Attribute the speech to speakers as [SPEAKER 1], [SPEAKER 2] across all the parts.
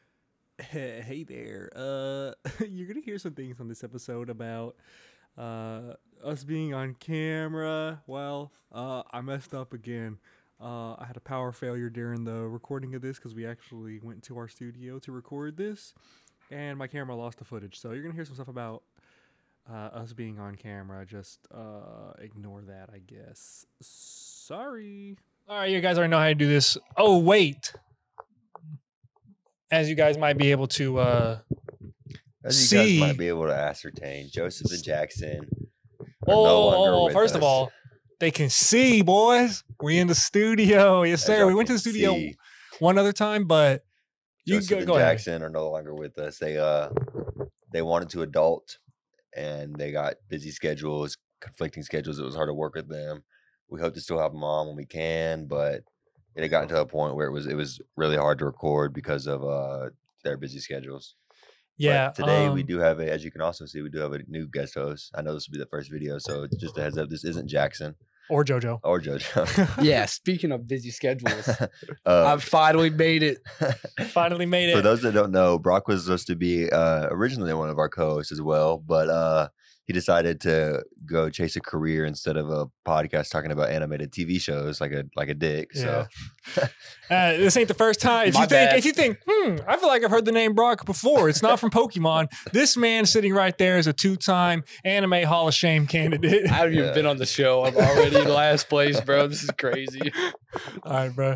[SPEAKER 1] hey there. Uh, you're gonna hear some things on this episode about uh, us being on camera. Well, uh, I messed up again. Uh, I had a power failure during the recording of this because we actually went to our studio to record this, and my camera lost the footage. So you're gonna hear some stuff about uh, us being on camera. Just uh, ignore that, I guess. Sorry.
[SPEAKER 2] All right, you guys already know how to do this. Oh wait, as you guys might be able to, uh,
[SPEAKER 3] As you guys
[SPEAKER 2] See.
[SPEAKER 3] might be able to ascertain, Joseph and Jackson.
[SPEAKER 2] oh,
[SPEAKER 3] are no longer
[SPEAKER 2] oh, oh,
[SPEAKER 3] with
[SPEAKER 2] first
[SPEAKER 3] us.
[SPEAKER 2] of all, they can see, boys. We in the studio, yes
[SPEAKER 3] As
[SPEAKER 2] sir.
[SPEAKER 3] y'all
[SPEAKER 2] We went to
[SPEAKER 3] can
[SPEAKER 2] the studio
[SPEAKER 3] see,
[SPEAKER 2] one other time, but you
[SPEAKER 3] Joseph
[SPEAKER 2] go,
[SPEAKER 3] and
[SPEAKER 2] go ahead.
[SPEAKER 3] Jackson are no longer with us. They uh, they wanted to adult, and they got busy schedules, conflicting schedules. It was hard to work with them. We hope to still have them on when we can, but it had gotten to a point where it was it was really hard to record because of uh their busy schedules. But
[SPEAKER 2] Yeah,
[SPEAKER 3] today we
[SPEAKER 2] um,
[SPEAKER 3] do have a, as you can also see, we do have a new guest host. I know this will be the first video, so just a heads up, this isn't Jackson
[SPEAKER 2] or JoJo.
[SPEAKER 3] or JoJo.
[SPEAKER 4] yeah, speaking of busy schedules,
[SPEAKER 3] Uh,
[SPEAKER 4] I've finally made it.
[SPEAKER 2] Finally made
[SPEAKER 3] for
[SPEAKER 2] it.
[SPEAKER 3] those that don't know, Brock was supposed to be uh, originally one of our co-hosts as well, but uh, he decided to go chase a career instead of a podcast talking about animated TV shows like a like a dick.
[SPEAKER 2] Yeah.
[SPEAKER 3] So
[SPEAKER 2] Uh, this ain't the first time. If
[SPEAKER 4] My
[SPEAKER 2] you think,
[SPEAKER 4] bad.
[SPEAKER 2] if you think, hmm, I feel like I've heard the name Brock before. It's not from Pokemon. this man sitting right there is a two-time anime Hall of Shame candidate.
[SPEAKER 4] I haven't
[SPEAKER 3] Yeah.
[SPEAKER 4] even been on the show. I'm already in last place, bro. This is crazy.
[SPEAKER 2] All right, bro.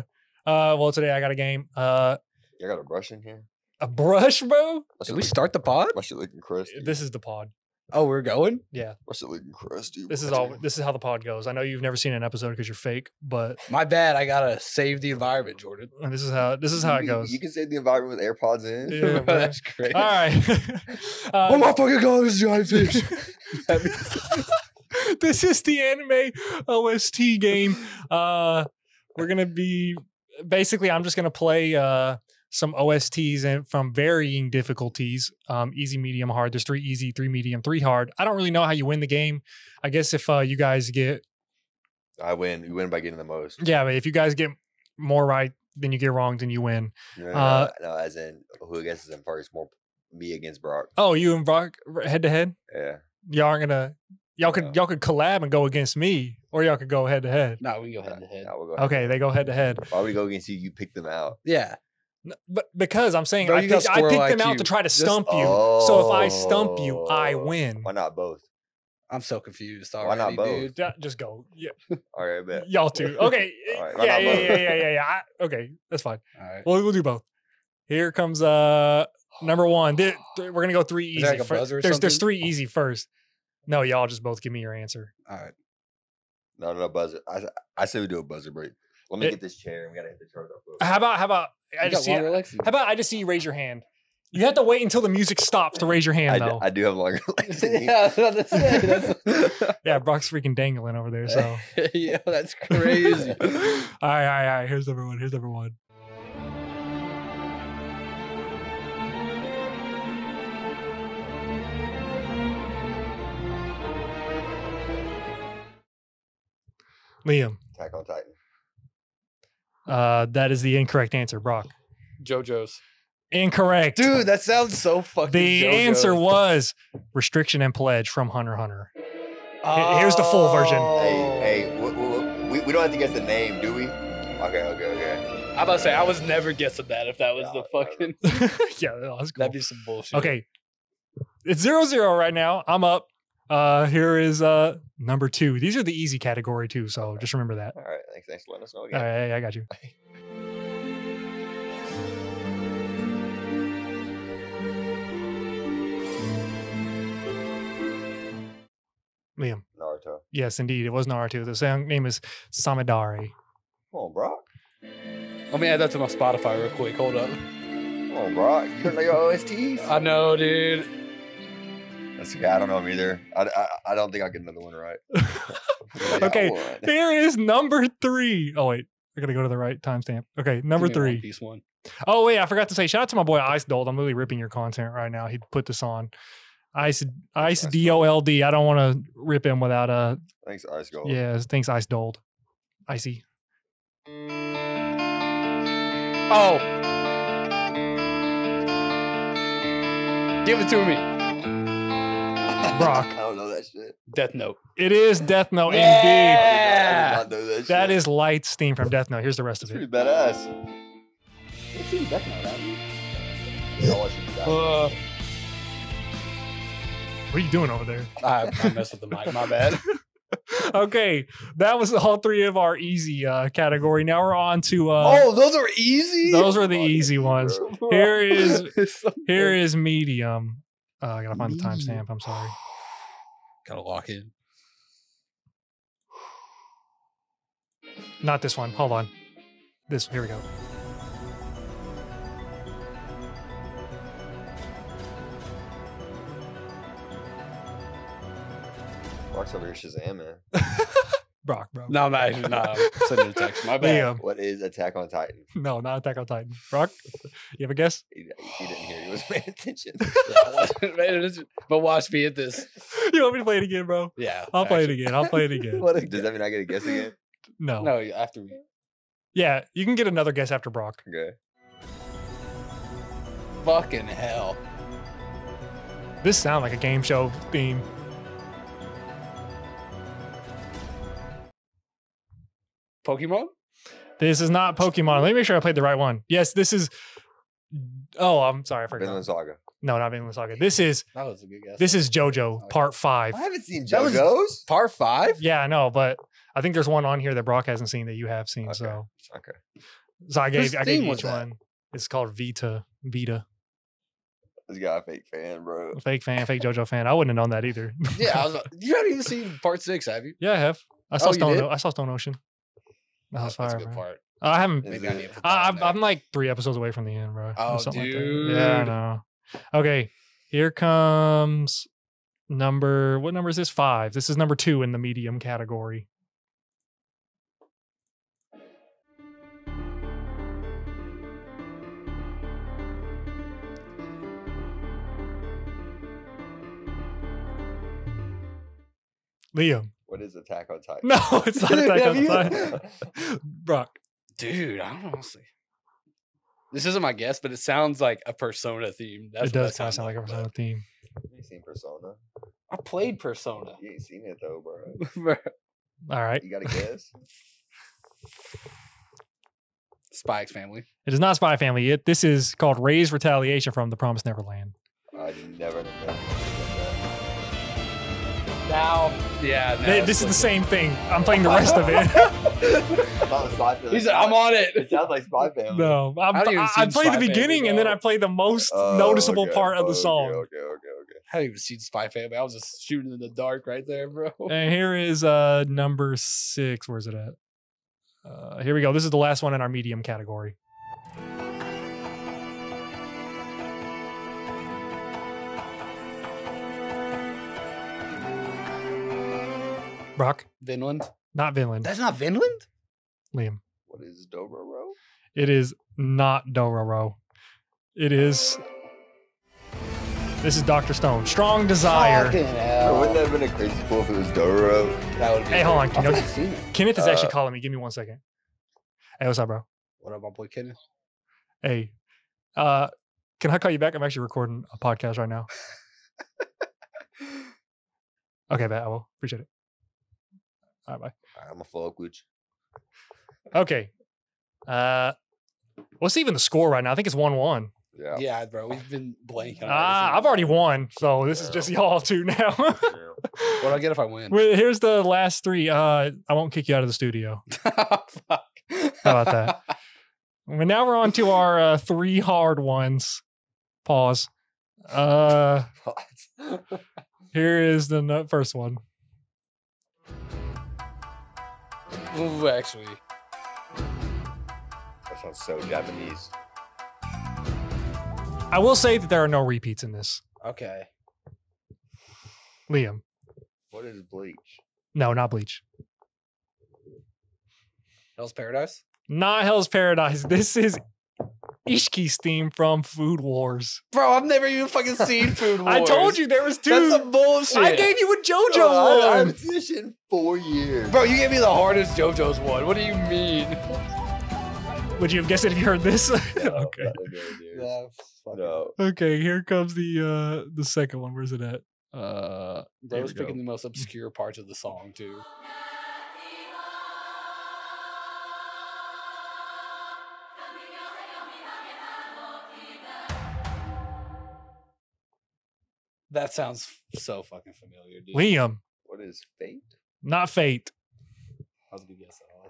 [SPEAKER 2] Uh, well, today I got a game. Uh,
[SPEAKER 3] you got a brush in here.
[SPEAKER 2] a brush, bro.
[SPEAKER 3] What's
[SPEAKER 4] Did we start the pod?
[SPEAKER 3] What's it looking crusty?
[SPEAKER 2] This is the pod.
[SPEAKER 4] Oh, we're going?
[SPEAKER 3] What's it looking crusty?
[SPEAKER 2] This is all. This is how the pod goes. I know you've never seen an episode because you're fake, but
[SPEAKER 4] My bad. I got to save the environment, Jordan.
[SPEAKER 2] this is how. This is how it goes.
[SPEAKER 3] can save the environment with AirPods in.
[SPEAKER 2] Yeah,
[SPEAKER 4] Bro,
[SPEAKER 2] bro.
[SPEAKER 4] That's crazy.
[SPEAKER 2] All right. Uh,
[SPEAKER 4] oh my fucking god, this jellyfish.
[SPEAKER 2] this is the anime OST game. Uh, we're gonna be basically. I'm just gonna play uh, some OSTs and from varying difficulties. Um, easy, medium, hard. There's three easy, three medium, three hard. I don't really know how you win the game. I guess if uh, you guys get
[SPEAKER 3] I win. You win by getting the most.
[SPEAKER 2] yeah, but if you guys get more right than you get wrong, then you win.
[SPEAKER 3] No, no,
[SPEAKER 2] Uh,
[SPEAKER 3] no, no, as in who guesses in first? More me against Brock.
[SPEAKER 2] Oh, you and Brock head to head.
[SPEAKER 3] Yeah.
[SPEAKER 2] Y'all aren't gonna. Y'all could
[SPEAKER 3] No.
[SPEAKER 2] y'all could collab and go against me, or y'all could go head to head.
[SPEAKER 4] no, we can go head to head.
[SPEAKER 3] Uh, No, we'll go ahead.
[SPEAKER 2] Okay, they go head to head.
[SPEAKER 3] Why would we go against you? You pick them out.
[SPEAKER 4] Yeah.
[SPEAKER 2] N- But because I'm saying
[SPEAKER 4] Bro,
[SPEAKER 2] I
[SPEAKER 4] you got
[SPEAKER 2] picked, I
[SPEAKER 4] squirrel
[SPEAKER 2] picked them out
[SPEAKER 4] IQ.
[SPEAKER 2] to try to
[SPEAKER 4] Just-
[SPEAKER 2] stump you. So if I stump you, I
[SPEAKER 3] Oh.
[SPEAKER 2] win.
[SPEAKER 3] Why not both?
[SPEAKER 4] I'm so confused
[SPEAKER 3] Why
[SPEAKER 4] already,
[SPEAKER 3] not both?
[SPEAKER 4] dude.
[SPEAKER 2] Yeah, Just go. Yeah,
[SPEAKER 3] All right, bet.
[SPEAKER 2] y'all too. Okay.
[SPEAKER 3] All right, why
[SPEAKER 2] yeah,
[SPEAKER 3] not
[SPEAKER 2] yeah,
[SPEAKER 3] both?
[SPEAKER 2] yeah, yeah, yeah, yeah. I, okay, that's fine.
[SPEAKER 4] All right.
[SPEAKER 2] Well, we'll do both. Here comes uh number one. Th- th- we're gonna go three easy.
[SPEAKER 4] Is there like a
[SPEAKER 2] fir-
[SPEAKER 4] buzzer or
[SPEAKER 2] there's there's
[SPEAKER 4] something?
[SPEAKER 2] three easy first. No, y'all just both give me your answer.
[SPEAKER 4] All right.
[SPEAKER 3] No, no, no buzzer. I, s- I say we do a buzzer break. Let me
[SPEAKER 2] It-
[SPEAKER 3] get this chair. and We gotta hit the chart up. real quick.
[SPEAKER 2] How about how about I
[SPEAKER 4] You
[SPEAKER 2] just
[SPEAKER 4] got
[SPEAKER 2] see
[SPEAKER 4] longer
[SPEAKER 2] how
[SPEAKER 4] legs than me.
[SPEAKER 2] about I just see you raise your hand. You have to wait until the music stops to raise your hand
[SPEAKER 3] I,
[SPEAKER 2] though.
[SPEAKER 3] d- I do have longer legs. than you.
[SPEAKER 4] yeah, I was about to say, that's,
[SPEAKER 2] yeah, Brock's freaking dangling over there. So
[SPEAKER 4] yeah, that's crazy.
[SPEAKER 2] all right, all right, all right. Here's number one. Here's number one. Liam,
[SPEAKER 3] Attack on Titan.
[SPEAKER 2] uh, that is the incorrect answer, Brock.
[SPEAKER 4] JoJo's.
[SPEAKER 2] Incorrect.
[SPEAKER 4] Dude, that sounds so fucking
[SPEAKER 2] the
[SPEAKER 4] JoJo's.
[SPEAKER 2] answer was restriction and pledge from Hunter x Hunter. Here- here's the full version.
[SPEAKER 4] Oh.
[SPEAKER 3] Hey, hey,
[SPEAKER 2] Oh.
[SPEAKER 3] wh- wh- wh- we, we don't have to guess the name, do we? Okay, okay, okay.
[SPEAKER 4] Oh. I'm about to say I was never guessing that if that was the
[SPEAKER 3] Yeah, whatever.
[SPEAKER 4] fucking
[SPEAKER 2] yeah, that was cool.
[SPEAKER 4] that'd be some bullshit.
[SPEAKER 2] Okay. It's zero zero right now. I'm up. Uh here is uh number two. These are the easy category too, so just remember that.
[SPEAKER 3] All right, thanks, thanks for letting us know
[SPEAKER 2] All
[SPEAKER 3] again.
[SPEAKER 2] right, I got you. Liam.
[SPEAKER 3] Naruto.
[SPEAKER 2] Yes, indeed. It was Naruto. The sound name is Samidari.
[SPEAKER 3] Come on, Brock.
[SPEAKER 4] Let me add that to my Spotify real quick. Hold up.
[SPEAKER 3] Come on, Brock. You don't know your OSTs?
[SPEAKER 2] Uh,
[SPEAKER 4] I know, dude.
[SPEAKER 3] That's okay. I don't know them either. I, I, I don't think I get another one right. I got
[SPEAKER 2] Okay.
[SPEAKER 3] one.
[SPEAKER 2] Here is number three. Oh wait. I gotta go to the right timestamp. Okay, number
[SPEAKER 4] Give me a One
[SPEAKER 2] three.
[SPEAKER 4] Piece one.
[SPEAKER 2] Oh wait, I forgot to say shout out to my boy Ice Dold. I'm literally ripping your content right now. He put this on. Ice Ice
[SPEAKER 3] Ice
[SPEAKER 2] D O L D. I don't want to rip him without uh
[SPEAKER 3] Thanks, Ice Gold.
[SPEAKER 2] yeah, thanks Ice Dold. Icy.
[SPEAKER 4] Oh. Give it to me.
[SPEAKER 2] Brock.
[SPEAKER 3] I don't know that shit.
[SPEAKER 4] Death Note.
[SPEAKER 2] It is Death Note,
[SPEAKER 3] I
[SPEAKER 2] indeed.
[SPEAKER 3] did
[SPEAKER 4] Yeah.
[SPEAKER 3] not know that,
[SPEAKER 2] That
[SPEAKER 3] shit.
[SPEAKER 2] is Light's theme from Death Note. Here's the rest of
[SPEAKER 3] It's
[SPEAKER 2] it.
[SPEAKER 3] pretty badass. You've seen Death Note, haven't you? Yeah, I watched it back.
[SPEAKER 4] Uh,
[SPEAKER 2] What are you doing over there?
[SPEAKER 4] I, I messed up the mic. My bad.
[SPEAKER 2] Okay, that was all three of our easy uh, category. Now we're on to uh,
[SPEAKER 3] oh, those are easy.
[SPEAKER 2] those were the
[SPEAKER 3] Fuck,
[SPEAKER 2] easy ones.
[SPEAKER 3] bro.
[SPEAKER 2] Here is
[SPEAKER 4] It's so
[SPEAKER 2] here is medium. Uh, I gotta find the
[SPEAKER 4] Medium.
[SPEAKER 2] timestamp. I'm sorry.
[SPEAKER 4] Gotta lock in.
[SPEAKER 2] Not this one. Hold on. This here we go.
[SPEAKER 3] Mark's over here, Shazam, man.
[SPEAKER 2] Brock, bro.
[SPEAKER 4] No, I'm not actually not. I'm sending a text. My bad.
[SPEAKER 2] Liam.
[SPEAKER 3] What is Attack on Titan?
[SPEAKER 2] No, not Attack on Titan. Brock, you have a guess?
[SPEAKER 3] He, he didn't hear. He was paying attention.
[SPEAKER 4] Man, it is- but watch me at this.
[SPEAKER 2] You want me to play it again, bro?
[SPEAKER 4] Yeah.
[SPEAKER 2] I'll play it
[SPEAKER 4] actually-
[SPEAKER 2] again. I'll play it again.
[SPEAKER 3] What a- Does that mean I get a guess again?
[SPEAKER 2] No.
[SPEAKER 4] No, after we.
[SPEAKER 2] Yeah, you can get another guess after Brock.
[SPEAKER 3] Okay.
[SPEAKER 4] Fucking hell.
[SPEAKER 2] This sounds like a game show theme.
[SPEAKER 4] Pokemon?
[SPEAKER 2] This is not Pokemon. Let me make sure I played the right one. Yes, this is. Oh, I'm sorry, I forgot.
[SPEAKER 3] Vinland Saga.
[SPEAKER 2] No, not Vinland Saga. This is
[SPEAKER 4] That was a good guess.
[SPEAKER 2] this is JoJo
[SPEAKER 4] Okay.
[SPEAKER 2] Part Five.
[SPEAKER 3] I haven't seen
[SPEAKER 4] That was-
[SPEAKER 3] JoJo's.
[SPEAKER 4] part five.
[SPEAKER 2] Yeah, I know, but I think there's one on here that Brock hasn't seen that you have seen.
[SPEAKER 3] Okay.
[SPEAKER 2] So,
[SPEAKER 3] Okay.
[SPEAKER 2] so I gave
[SPEAKER 4] Whose
[SPEAKER 2] I gave
[SPEAKER 4] theme was
[SPEAKER 2] each
[SPEAKER 4] that?
[SPEAKER 2] one. It's called Vita Vita.
[SPEAKER 3] This guy a fake fan, bro.
[SPEAKER 2] Fake fan, fake JoJo fan. I wouldn't have known that either.
[SPEAKER 4] Yeah, I was, like, you haven't even seen part six, have you?
[SPEAKER 2] yeah, I have. I saw
[SPEAKER 4] Oh, you
[SPEAKER 2] Stone.
[SPEAKER 4] did?
[SPEAKER 2] O- I saw Stone Ocean. That was
[SPEAKER 4] That's- that's
[SPEAKER 2] fire,
[SPEAKER 4] a good
[SPEAKER 2] bro.
[SPEAKER 4] part.
[SPEAKER 2] I haven't
[SPEAKER 3] Is
[SPEAKER 4] Maybe I
[SPEAKER 3] it-
[SPEAKER 4] need to put
[SPEAKER 2] Oh,
[SPEAKER 4] that
[SPEAKER 2] I,
[SPEAKER 4] on
[SPEAKER 2] I'm, I'm
[SPEAKER 4] there.
[SPEAKER 2] like three episodes away from the end, bro. or
[SPEAKER 4] Oh,
[SPEAKER 2] something like that. Yeah, I
[SPEAKER 4] dude.
[SPEAKER 2] know. Okay, here comes number. What number is this? Five. This is number two in the medium category. Liam.
[SPEAKER 3] What is Attack on Titan?
[SPEAKER 2] No, it's not Attack on
[SPEAKER 3] Have
[SPEAKER 2] Titan. Brock.
[SPEAKER 4] dude. I don't know, honestly. This isn't my guess, but it sounds like a Persona theme.
[SPEAKER 2] it
[SPEAKER 4] That's what that
[SPEAKER 2] does kind of
[SPEAKER 4] sounds
[SPEAKER 2] sound like a
[SPEAKER 4] but
[SPEAKER 2] Persona theme.
[SPEAKER 3] You ain't seen Persona.
[SPEAKER 4] I played Persona.
[SPEAKER 3] You ain't seen it though, bro.
[SPEAKER 2] All right.
[SPEAKER 3] You got a guess?
[SPEAKER 4] Spike's family.
[SPEAKER 2] It is not Spy Family. It this is called Ray's Retaliation from The Promised Neverland.
[SPEAKER 3] I never. never
[SPEAKER 4] Now, yeah, now
[SPEAKER 2] Th-
[SPEAKER 4] it's
[SPEAKER 2] this is the
[SPEAKER 4] like-
[SPEAKER 2] same thing. I'm playing the rest of it.
[SPEAKER 3] I thought it was Spy Family.
[SPEAKER 4] He said, "I'm on
[SPEAKER 3] It
[SPEAKER 4] it."
[SPEAKER 3] sounds like Spy Family.
[SPEAKER 2] no, I'm,
[SPEAKER 4] I don't even
[SPEAKER 2] I,
[SPEAKER 4] see
[SPEAKER 2] I played the
[SPEAKER 4] Spy Family,
[SPEAKER 2] beginning and then
[SPEAKER 4] though.
[SPEAKER 2] I played the most
[SPEAKER 3] Oh,
[SPEAKER 2] noticeable
[SPEAKER 3] okay,
[SPEAKER 2] part of the
[SPEAKER 3] okay,
[SPEAKER 2] song.
[SPEAKER 3] Okay, okay, okay.
[SPEAKER 4] I haven't even seen Spy Family. I was just shooting in the dark right there, bro.
[SPEAKER 2] And here is uh number six. Where's it at? Uh, here we go. This is the last one in our medium category. Brock,
[SPEAKER 4] Vinland.
[SPEAKER 2] not Vinland.
[SPEAKER 4] That's not Vinland.
[SPEAKER 2] Liam.
[SPEAKER 3] What is Dobro Row?
[SPEAKER 2] It is not Dororo. It is. This is Doctor Stone. Strong Desire.
[SPEAKER 4] Fucking
[SPEAKER 3] Bro, wouldn't
[SPEAKER 4] hell.
[SPEAKER 3] that have been a crazy pull if it was Dobro?
[SPEAKER 4] That would be
[SPEAKER 2] Hey, hold on,
[SPEAKER 4] great. I've
[SPEAKER 2] Kino.
[SPEAKER 4] already seen it.
[SPEAKER 2] Kenneth is actually
[SPEAKER 3] Uh,
[SPEAKER 2] calling me. Give me one second. Hey, what's up, bro?
[SPEAKER 4] What up, my boy Kenneth?
[SPEAKER 2] Hey, uh, can I call you back? I'm actually recording a podcast right now. okay, bet I will. Appreciate it. All right,
[SPEAKER 3] I'm a full glitch.
[SPEAKER 2] bye. Okay. Uh, what's even the score right now? I think it's one-one.
[SPEAKER 3] Yeah.
[SPEAKER 4] Yeah, bro, we've been blanking. on
[SPEAKER 2] Oh. Ah,
[SPEAKER 4] everything.
[SPEAKER 2] I've already won, so this is just
[SPEAKER 3] Yeah.
[SPEAKER 2] y'all two now.
[SPEAKER 3] yeah.
[SPEAKER 4] What do I get if I win?
[SPEAKER 2] Wait, here's the last three. Uh, I won't kick you out of the studio.
[SPEAKER 4] Oh, Fuck.
[SPEAKER 2] about that? But now we're on to our uh, three hard ones. Pause. Uh, here is the no- first one.
[SPEAKER 4] Ooh, actually,
[SPEAKER 3] That sounds so Japanese.
[SPEAKER 2] I will say that there are no repeats in this.
[SPEAKER 4] okay.
[SPEAKER 2] Liam,
[SPEAKER 3] What is bleach?
[SPEAKER 2] no, not Bleach,
[SPEAKER 4] Hell's Paradise.
[SPEAKER 2] not Hell's Paradise. This is Ishki's theme from Food Wars.
[SPEAKER 4] Bro, I've never even fucking seen Food Wars.
[SPEAKER 2] I told you there was
[SPEAKER 4] That's some
[SPEAKER 2] two.
[SPEAKER 4] bullshit.
[SPEAKER 2] I gave you a JoJo
[SPEAKER 3] Oh, I, I
[SPEAKER 2] one.
[SPEAKER 3] haven't seen this shit in four years.
[SPEAKER 4] Bro, you gave me the hardest JoJo's one. What do you mean?
[SPEAKER 2] Would you have guessed it if you heard this? okay.
[SPEAKER 3] No. no.
[SPEAKER 2] Okay, here comes the uh the second one. Where's it at? Uh
[SPEAKER 4] Bro
[SPEAKER 2] There
[SPEAKER 4] was
[SPEAKER 2] we go.
[SPEAKER 4] picking the most obscure parts of the song too. That sounds f- so fucking familiar, dude.
[SPEAKER 2] Liam,
[SPEAKER 3] What is fate?
[SPEAKER 2] not fate.
[SPEAKER 4] How did you guess that? I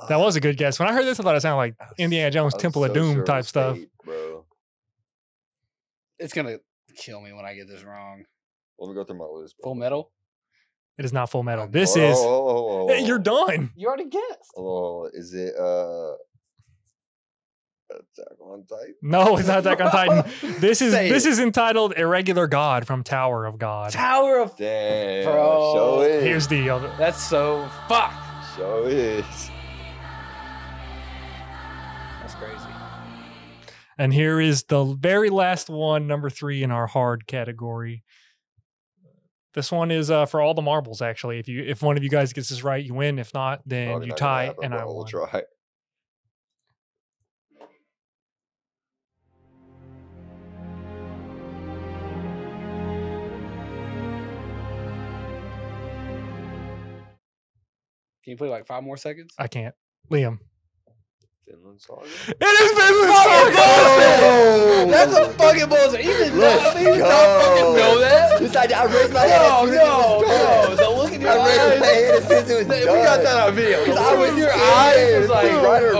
[SPEAKER 4] guess.
[SPEAKER 2] That was a good guess. When I heard this, I thought it sounded like
[SPEAKER 3] I was-
[SPEAKER 2] Indiana Jones
[SPEAKER 3] I was
[SPEAKER 2] Temple of
[SPEAKER 3] so
[SPEAKER 2] Doom
[SPEAKER 3] sure it
[SPEAKER 2] type
[SPEAKER 3] was
[SPEAKER 2] stuff.
[SPEAKER 3] fate, bro.
[SPEAKER 4] It's gonna kill me when I get this wrong.
[SPEAKER 3] Let me go through my list. bro.
[SPEAKER 4] Full Metal.
[SPEAKER 2] It is not Full Metal.
[SPEAKER 4] Oh,
[SPEAKER 2] This
[SPEAKER 3] Oh,
[SPEAKER 2] is
[SPEAKER 3] oh, oh, oh,
[SPEAKER 2] Hey,
[SPEAKER 3] oh,
[SPEAKER 2] you're
[SPEAKER 3] oh.
[SPEAKER 2] done.
[SPEAKER 4] You already guessed.
[SPEAKER 3] Oh, is it uh Attack on Titan?
[SPEAKER 2] No, it's not Attack on Titan. This is
[SPEAKER 3] Say
[SPEAKER 2] this
[SPEAKER 3] it.
[SPEAKER 2] is entitled Irregular God from Tower of God.
[SPEAKER 4] Tower of.
[SPEAKER 3] Damn,
[SPEAKER 4] Bro.
[SPEAKER 3] show it.
[SPEAKER 2] Here's the other.
[SPEAKER 4] That's so fuck.
[SPEAKER 3] show it.
[SPEAKER 4] That's crazy.
[SPEAKER 2] And here is the very last one, number three in our hard category. This one is uh, for all the marbles, actually. If you if one of you guys gets this right, you win. If not, then
[SPEAKER 3] Probably
[SPEAKER 2] you
[SPEAKER 3] not gonna
[SPEAKER 2] tie
[SPEAKER 3] happen,
[SPEAKER 2] and
[SPEAKER 3] but
[SPEAKER 2] I
[SPEAKER 3] we'll
[SPEAKER 2] will.
[SPEAKER 3] try.
[SPEAKER 4] Can you play like five more seconds?
[SPEAKER 2] I can't. Liam. Oh
[SPEAKER 3] Finland Saga.
[SPEAKER 2] It is Vinland
[SPEAKER 3] No!
[SPEAKER 4] Fucking bullshit! That's a fucking bullshit. You did not,
[SPEAKER 3] Let's
[SPEAKER 4] you did not fucking
[SPEAKER 3] go.
[SPEAKER 4] know that.
[SPEAKER 3] This- I, I raised my head.
[SPEAKER 4] No,
[SPEAKER 3] as soon as it was done.
[SPEAKER 4] no, no. The look in your
[SPEAKER 3] I raised my
[SPEAKER 4] eyes.
[SPEAKER 3] head as soon as it was
[SPEAKER 4] We
[SPEAKER 3] done.
[SPEAKER 4] got that on video. The
[SPEAKER 3] Because I
[SPEAKER 4] look
[SPEAKER 3] was
[SPEAKER 4] in your
[SPEAKER 3] scared.
[SPEAKER 4] eyes was
[SPEAKER 3] It's
[SPEAKER 4] like,
[SPEAKER 3] right or
[SPEAKER 4] oh,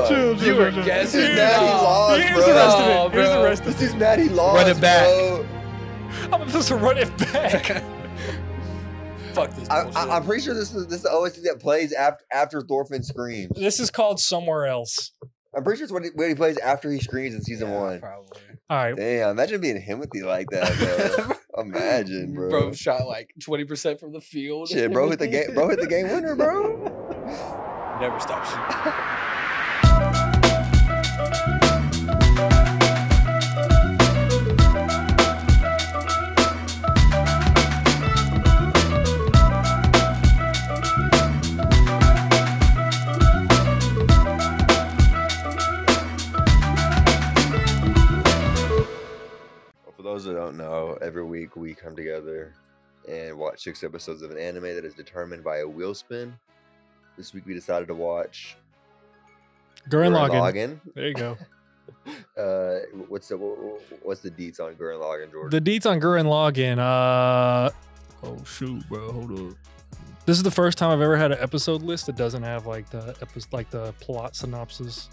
[SPEAKER 3] wrong.
[SPEAKER 2] Chill, chill,
[SPEAKER 4] you were
[SPEAKER 2] chill, chill.
[SPEAKER 4] guessing.
[SPEAKER 3] This is Natty
[SPEAKER 4] No.
[SPEAKER 3] Laws,
[SPEAKER 2] Here's
[SPEAKER 3] bro.
[SPEAKER 2] the rest of
[SPEAKER 4] No,
[SPEAKER 2] it. Here's the
[SPEAKER 4] bro.
[SPEAKER 2] rest of
[SPEAKER 3] This is Natty Laws,
[SPEAKER 4] it back.
[SPEAKER 3] bro.
[SPEAKER 2] it. I'm supposed to run it back.
[SPEAKER 4] Fuck this
[SPEAKER 3] I,
[SPEAKER 4] bullshit.
[SPEAKER 3] I, I'm pretty sure this is this is the OST that plays after after Thorfinn screams.
[SPEAKER 2] this is called Somewhere Else.
[SPEAKER 3] I'm pretty sure it's when he, when he plays after he screams in season
[SPEAKER 4] Yeah,
[SPEAKER 3] one.
[SPEAKER 4] Probably.
[SPEAKER 2] All right.
[SPEAKER 3] Damn, imagine being Himothy like that, bro. imagine, bro.
[SPEAKER 4] Bro shot like 20% from the field.
[SPEAKER 3] Shit, bro hit the game. Bro hit the game winner, bro.
[SPEAKER 4] Never stop shooting.
[SPEAKER 3] For those that don't know, every week we come together and watch six episodes of an anime that is determined by a wheel spin. This week we decided to watch
[SPEAKER 2] Gurren
[SPEAKER 3] Gurren
[SPEAKER 2] Lagann.
[SPEAKER 3] Lagann.
[SPEAKER 2] There you go.
[SPEAKER 3] Uh, what's the what, what's the deets on Gurren Lagann, Jordan?
[SPEAKER 2] The deets on Gurren Lagann. Uh, oh shoot, bro, hold up. This is the first time I've ever had an episode list that doesn't have like the epi- like the plot synopsis.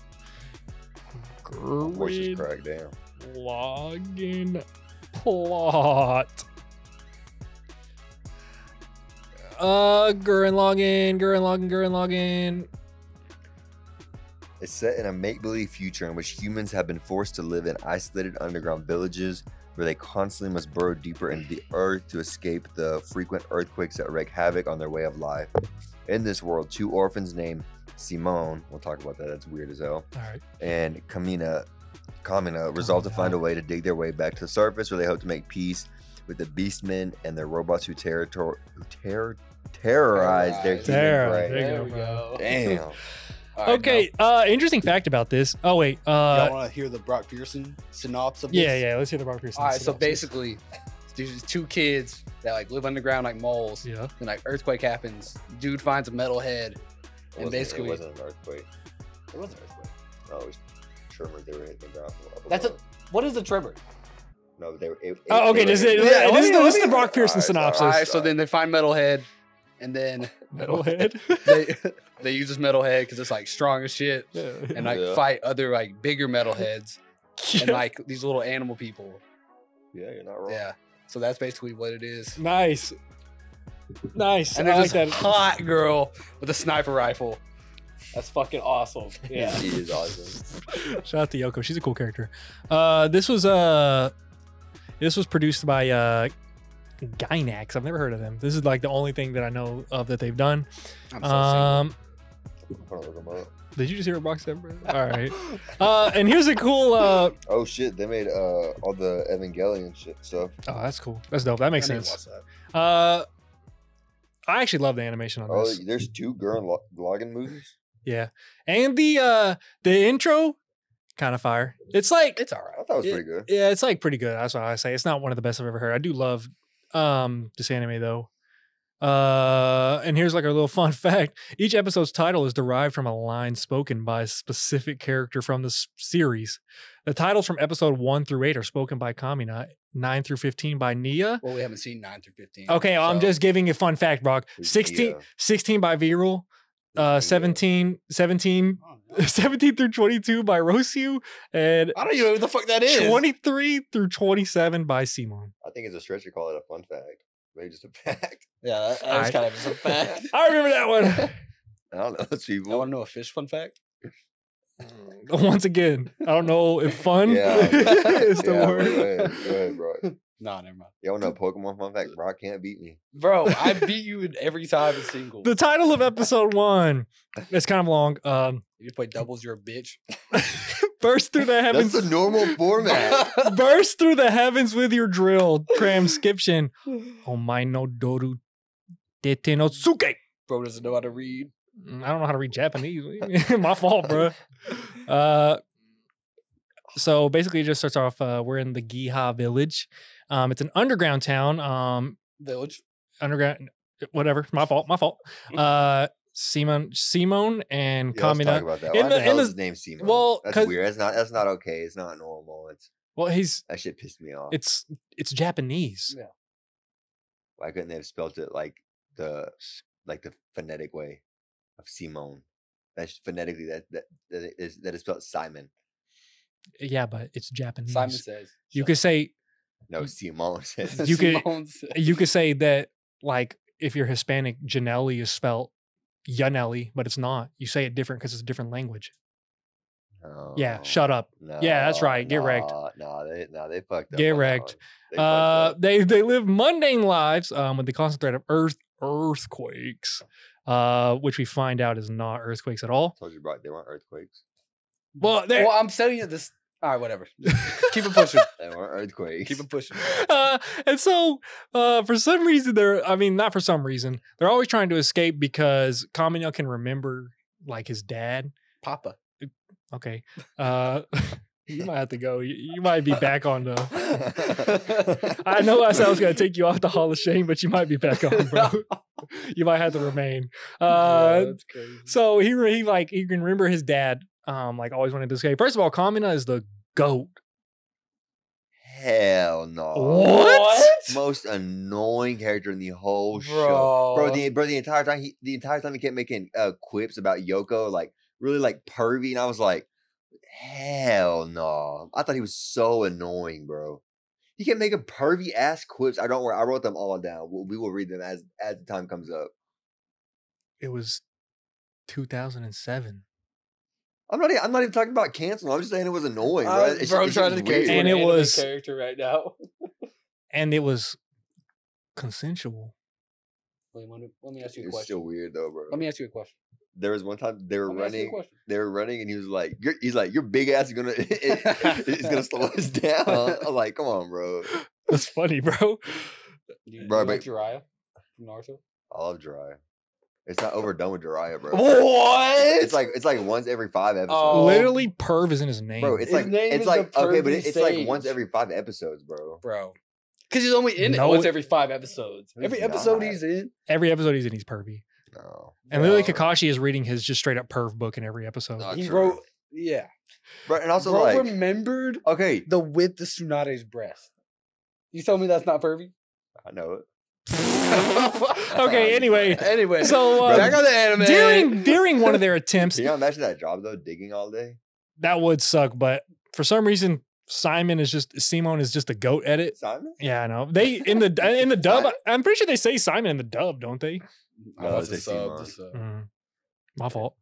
[SPEAKER 3] The voice
[SPEAKER 2] Gurren
[SPEAKER 3] is cracked down.
[SPEAKER 2] Lagann plot. Uh, Gurren Lagann, Gurren Lagann, Gurren Lagann.
[SPEAKER 3] It's set in a make believe future in which humans have been forced to live in isolated underground villages where they constantly must burrow deeper into the earth to escape the frequent earthquakes that wreak havoc on their way of life. In this world, two orphans named Simone, we'll talk about that, that's weird as hell,
[SPEAKER 2] All right,
[SPEAKER 3] and Kamina, Kamina resolve to find a way to dig their way back to the surface where they hope to make peace with the beastmen and their robots who, territor- who terror- terrorize their human
[SPEAKER 2] There,
[SPEAKER 3] prey.
[SPEAKER 2] there you go,
[SPEAKER 4] we
[SPEAKER 2] bro.
[SPEAKER 4] go.
[SPEAKER 3] Damn.
[SPEAKER 4] All right,
[SPEAKER 2] okay. Uh, interesting fact about this. Oh wait.
[SPEAKER 4] now, y'all
[SPEAKER 2] Uh,
[SPEAKER 4] want to hear the Brock Pearson synopsis of this?
[SPEAKER 2] yeah, yeah. Let's hear the Brock Pearson.
[SPEAKER 4] All right, so
[SPEAKER 2] synopsis.
[SPEAKER 4] basically, these two kids that like live underground like moles,
[SPEAKER 2] yeah.
[SPEAKER 4] and like earthquake happens. Dude finds a metal head.
[SPEAKER 3] It
[SPEAKER 4] And
[SPEAKER 3] wasn't-
[SPEAKER 4] basically-
[SPEAKER 3] it wasn't an earthquake. It was an earthquake. No, it was tremors. They were hitting the ground. from up
[SPEAKER 4] That's a-
[SPEAKER 3] above.
[SPEAKER 4] What is the tremor?
[SPEAKER 3] no. They were. It, it-
[SPEAKER 2] Oh, okay.
[SPEAKER 3] they were
[SPEAKER 2] This is,
[SPEAKER 3] hitting-
[SPEAKER 4] Yeah, let
[SPEAKER 2] this is
[SPEAKER 4] me-
[SPEAKER 2] the,
[SPEAKER 4] let
[SPEAKER 2] this is the
[SPEAKER 4] me-
[SPEAKER 2] Brock Pearson
[SPEAKER 3] Alright, sorry,
[SPEAKER 2] synopsis.
[SPEAKER 4] All right,
[SPEAKER 3] Sorry.
[SPEAKER 4] so then they find metalhead, and then
[SPEAKER 2] Metalhead.
[SPEAKER 4] they they use this metalhead because it's like strong as shit, and like
[SPEAKER 3] Yeah.
[SPEAKER 4] fight other like bigger metalheads and
[SPEAKER 2] Yeah.
[SPEAKER 4] like these little animal people.
[SPEAKER 3] Yeah, you're not wrong.
[SPEAKER 4] Yeah, so that's basically what it is.
[SPEAKER 2] nice. Nice.
[SPEAKER 4] And
[SPEAKER 2] I
[SPEAKER 4] there's
[SPEAKER 2] like
[SPEAKER 4] this
[SPEAKER 2] that.
[SPEAKER 4] hot girl with a sniper rifle. That's fucking awesome. Yeah.
[SPEAKER 3] She is awesome.
[SPEAKER 2] Shout out to Yoko. She's a cool character. Uh, this was uh, this was produced by uh, Gynax. I've never heard of them. This is like the only thing that I know of that they've done.
[SPEAKER 4] I'm so
[SPEAKER 2] Um,
[SPEAKER 3] I'm gonna look 'em up.
[SPEAKER 2] did you just hear a box set, bro? All right. Uh, and here's a cool. Uh, oh,
[SPEAKER 3] Oh shit! They made uh all the Evangelion shit stuff.
[SPEAKER 2] oh, that's cool. That's dope. That makes
[SPEAKER 4] I need to
[SPEAKER 2] sense.
[SPEAKER 4] watch
[SPEAKER 2] Uh, I actually love the animation on
[SPEAKER 3] Oh,
[SPEAKER 2] this.
[SPEAKER 3] there's two Gurren Lo- Lagann movies.
[SPEAKER 2] Yeah. And the uh the intro kind of fire. It's like
[SPEAKER 4] It's all right.
[SPEAKER 3] I thought it was
[SPEAKER 2] Yeah.
[SPEAKER 3] pretty good.
[SPEAKER 2] yeah, it's like pretty good. That's what I say. It's not one of the best I've ever heard. I do love um this anime though. Uh and here's like a little fun fact. Each episode's title is derived from a line spoken by a specific character from the s- series. The titles from episode 1 through 8 are spoken by Kamina, 9 through 15 by Nia,
[SPEAKER 4] Well, we haven't seen nine through fifteen.
[SPEAKER 2] Okay, I'm
[SPEAKER 4] so-
[SPEAKER 2] just giving a fun fact, Brock.
[SPEAKER 3] Who's
[SPEAKER 2] 16,
[SPEAKER 3] Nia?
[SPEAKER 2] 16 by V Rule,
[SPEAKER 3] Nia.
[SPEAKER 2] uh, 17, 17,
[SPEAKER 4] Oh, no.
[SPEAKER 2] 17 through 22 by Rosyu, and
[SPEAKER 4] I don't even know who the fuck that is.
[SPEAKER 2] 23 through 27 by Simon.
[SPEAKER 3] I think it's a stretch to call it a fun fact. Maybe just a fact.
[SPEAKER 4] Yeah, that, that was
[SPEAKER 2] I-
[SPEAKER 4] kind of some fact.
[SPEAKER 2] I remember that one.
[SPEAKER 3] I don't know. It's
[SPEAKER 4] I want
[SPEAKER 3] people.
[SPEAKER 4] to know a fish fun fact. Mm.
[SPEAKER 2] Once again, I don't know if fun
[SPEAKER 3] Yeah.
[SPEAKER 2] is the
[SPEAKER 3] Yeah,
[SPEAKER 2] word.
[SPEAKER 3] Go ahead, go ahead, bro.
[SPEAKER 4] Nah, never mind.
[SPEAKER 3] Y'all know Pokemon fun fact? Brock can't beat me.
[SPEAKER 4] Bro, I beat you in every time a single.
[SPEAKER 2] The title of episode one. It's kind of long. Um,
[SPEAKER 4] you play doubles, you're a bitch.
[SPEAKER 2] burst through the
[SPEAKER 3] That's
[SPEAKER 2] heavens.
[SPEAKER 3] the normal format.
[SPEAKER 2] burst through the heavens with your drill. Transcription. Oh my no doru dete no tsuke.
[SPEAKER 4] Bro doesn't know how to read.
[SPEAKER 2] Mm, I don't know how to read Japanese. My fault, bro. Uh, so basically, it just starts off. Uh, we're in the Giha village. Um, it's an underground town. Um,
[SPEAKER 4] Village.
[SPEAKER 2] underground, whatever. My fault. My fault. Uh, Simon, Simon, and
[SPEAKER 3] Yeah, let's talk
[SPEAKER 2] Kamina.
[SPEAKER 3] about that.
[SPEAKER 2] in
[SPEAKER 3] Why
[SPEAKER 2] the-
[SPEAKER 3] the,
[SPEAKER 2] in
[SPEAKER 3] hell
[SPEAKER 2] the-
[SPEAKER 3] is his name Seymour?
[SPEAKER 2] well,
[SPEAKER 3] that's
[SPEAKER 2] 'cause-
[SPEAKER 3] weird. That's not. That's not okay. It's not normal. It's
[SPEAKER 2] Well, he's
[SPEAKER 3] that shit pissed me off.
[SPEAKER 2] it's it's Japanese.
[SPEAKER 3] Why couldn't they have spelt it like the like the phonetic way of Simone? That's phonetically that that that is that is spelled Simon.
[SPEAKER 2] Yeah, but it's Japanese.
[SPEAKER 4] Simon says.
[SPEAKER 2] Mm. you could say
[SPEAKER 3] No, Simone says.
[SPEAKER 2] Mm. you could-
[SPEAKER 4] Simone says.
[SPEAKER 2] you could say that like if you're Hispanic, Janelli is spelt Yanelli, but it's not. You say it different because it's a different language. Yeah,
[SPEAKER 3] Oh, No,
[SPEAKER 2] shut up. yeah, that's right, get
[SPEAKER 3] no,
[SPEAKER 2] wrecked.
[SPEAKER 3] No, they no, they fucked up.
[SPEAKER 2] Get
[SPEAKER 3] on that
[SPEAKER 2] wrecked.
[SPEAKER 3] one. They fucked
[SPEAKER 2] Uh,
[SPEAKER 3] up.
[SPEAKER 2] they they live mundane lives um, with the constant threat of earth earthquakes, uh, which we find out is not earthquakes at all.
[SPEAKER 3] told you, Brock, they weren't earthquakes.
[SPEAKER 2] Well, there.
[SPEAKER 4] Well, I'm telling you this. All right, whatever. Keep it pushing.
[SPEAKER 3] They weren't earthquakes.
[SPEAKER 4] Keep it pushing.
[SPEAKER 2] Uh, and so, uh, for some reason, they're—I mean, not for some reason—they're always trying to escape because Kamino can remember like his dad.
[SPEAKER 4] Papa.
[SPEAKER 2] Okay, uh, you might have to go. You, you might be back on the. I know I said I was going to take you off the Hall of Shame, but you might be back on, bro. you might have to remain. Uh,
[SPEAKER 4] that's crazy.
[SPEAKER 2] So he re- he like you can remember his dad um like always wanted to escape. First of all, Kamina is the goat.
[SPEAKER 3] Hell no. Most annoying character in the whole show. Oh, Bro, the bro, the entire time he the entire time he kept making uh, quips about Yoko, like really like pervy, and I was like, hell no. I thought he was so annoying, bro. He kept making pervy ass quips. I don't worry, I wrote them all down. We we will read them as as the time comes up.
[SPEAKER 2] It was 2007.
[SPEAKER 3] I'm not. e- I'm not even talking about cancel. I'm just saying it was annoying.
[SPEAKER 4] I'm,
[SPEAKER 3] bro, It's ju-
[SPEAKER 4] Uh, bro,
[SPEAKER 3] it's
[SPEAKER 4] trying
[SPEAKER 3] just
[SPEAKER 4] to get
[SPEAKER 3] weird.
[SPEAKER 2] And it was-
[SPEAKER 4] character right now.
[SPEAKER 2] And it was consensual.
[SPEAKER 4] Wait, let, me, let me ask you a
[SPEAKER 3] It's
[SPEAKER 4] question.
[SPEAKER 3] still weird though, bro.
[SPEAKER 4] Let me ask you a question.
[SPEAKER 3] there was one time they were
[SPEAKER 4] Let me ask you a
[SPEAKER 3] running.
[SPEAKER 4] question.
[SPEAKER 3] They were running, and he was like, "Your- "He's like, your big ass is gonna, it's gonna slow us down."
[SPEAKER 4] Uh-huh.
[SPEAKER 3] I'm like, "Come on, bro."
[SPEAKER 2] That's funny, bro.
[SPEAKER 4] Do you, do
[SPEAKER 3] Bro,
[SPEAKER 4] you like
[SPEAKER 3] but-
[SPEAKER 4] Jiraiya from Naruto?
[SPEAKER 3] I love Jiraiya. It's not overdone with Jiraiya, bro.
[SPEAKER 4] What?
[SPEAKER 3] It's like it's like once every five episodes,
[SPEAKER 4] Oh,
[SPEAKER 2] Literally, perv is in his name.
[SPEAKER 3] bro. It's
[SPEAKER 4] His
[SPEAKER 3] like
[SPEAKER 4] name
[SPEAKER 3] it's
[SPEAKER 4] is
[SPEAKER 3] like
[SPEAKER 4] the
[SPEAKER 3] okay, but
[SPEAKER 4] pervy
[SPEAKER 3] it- it's like once
[SPEAKER 4] sage.
[SPEAKER 3] every five episodes, bro.
[SPEAKER 4] bro. Because he's only in
[SPEAKER 2] No,
[SPEAKER 4] it once
[SPEAKER 2] it-
[SPEAKER 4] every five episodes.
[SPEAKER 3] No,
[SPEAKER 4] Every
[SPEAKER 3] he's
[SPEAKER 4] episode
[SPEAKER 3] not.
[SPEAKER 4] he's in.
[SPEAKER 2] every episode he's in, he's pervy.
[SPEAKER 3] No,
[SPEAKER 2] And Lily
[SPEAKER 3] Bro.
[SPEAKER 2] Kakashi is reading his just straight up perv book in every episode.
[SPEAKER 3] Not
[SPEAKER 4] he
[SPEAKER 3] true.
[SPEAKER 4] wrote, yeah.
[SPEAKER 3] bro, and also
[SPEAKER 4] bro
[SPEAKER 3] like
[SPEAKER 4] remembered
[SPEAKER 3] okay,
[SPEAKER 4] the whip the Tsunade's breast. You tell me that's not pervy?
[SPEAKER 3] I know it.
[SPEAKER 2] okay, anyway.
[SPEAKER 4] Anyway,
[SPEAKER 2] So
[SPEAKER 3] Bro,
[SPEAKER 2] uh,
[SPEAKER 4] back on the anime.
[SPEAKER 2] during during one of their attempts,
[SPEAKER 3] Can you imagine that job though, digging all day?
[SPEAKER 2] that would suck, but for some reason Simon is just Simon is just a goat edit.
[SPEAKER 3] Simon?
[SPEAKER 2] Yeah, I know. They in the uh, in the dub. I- I'm pretty sure they say Simon in the dub, don't they?
[SPEAKER 4] I
[SPEAKER 3] No,
[SPEAKER 4] must
[SPEAKER 3] they
[SPEAKER 4] have
[SPEAKER 3] seem
[SPEAKER 4] subbed
[SPEAKER 3] on.
[SPEAKER 4] this up.
[SPEAKER 2] Mm, my fault.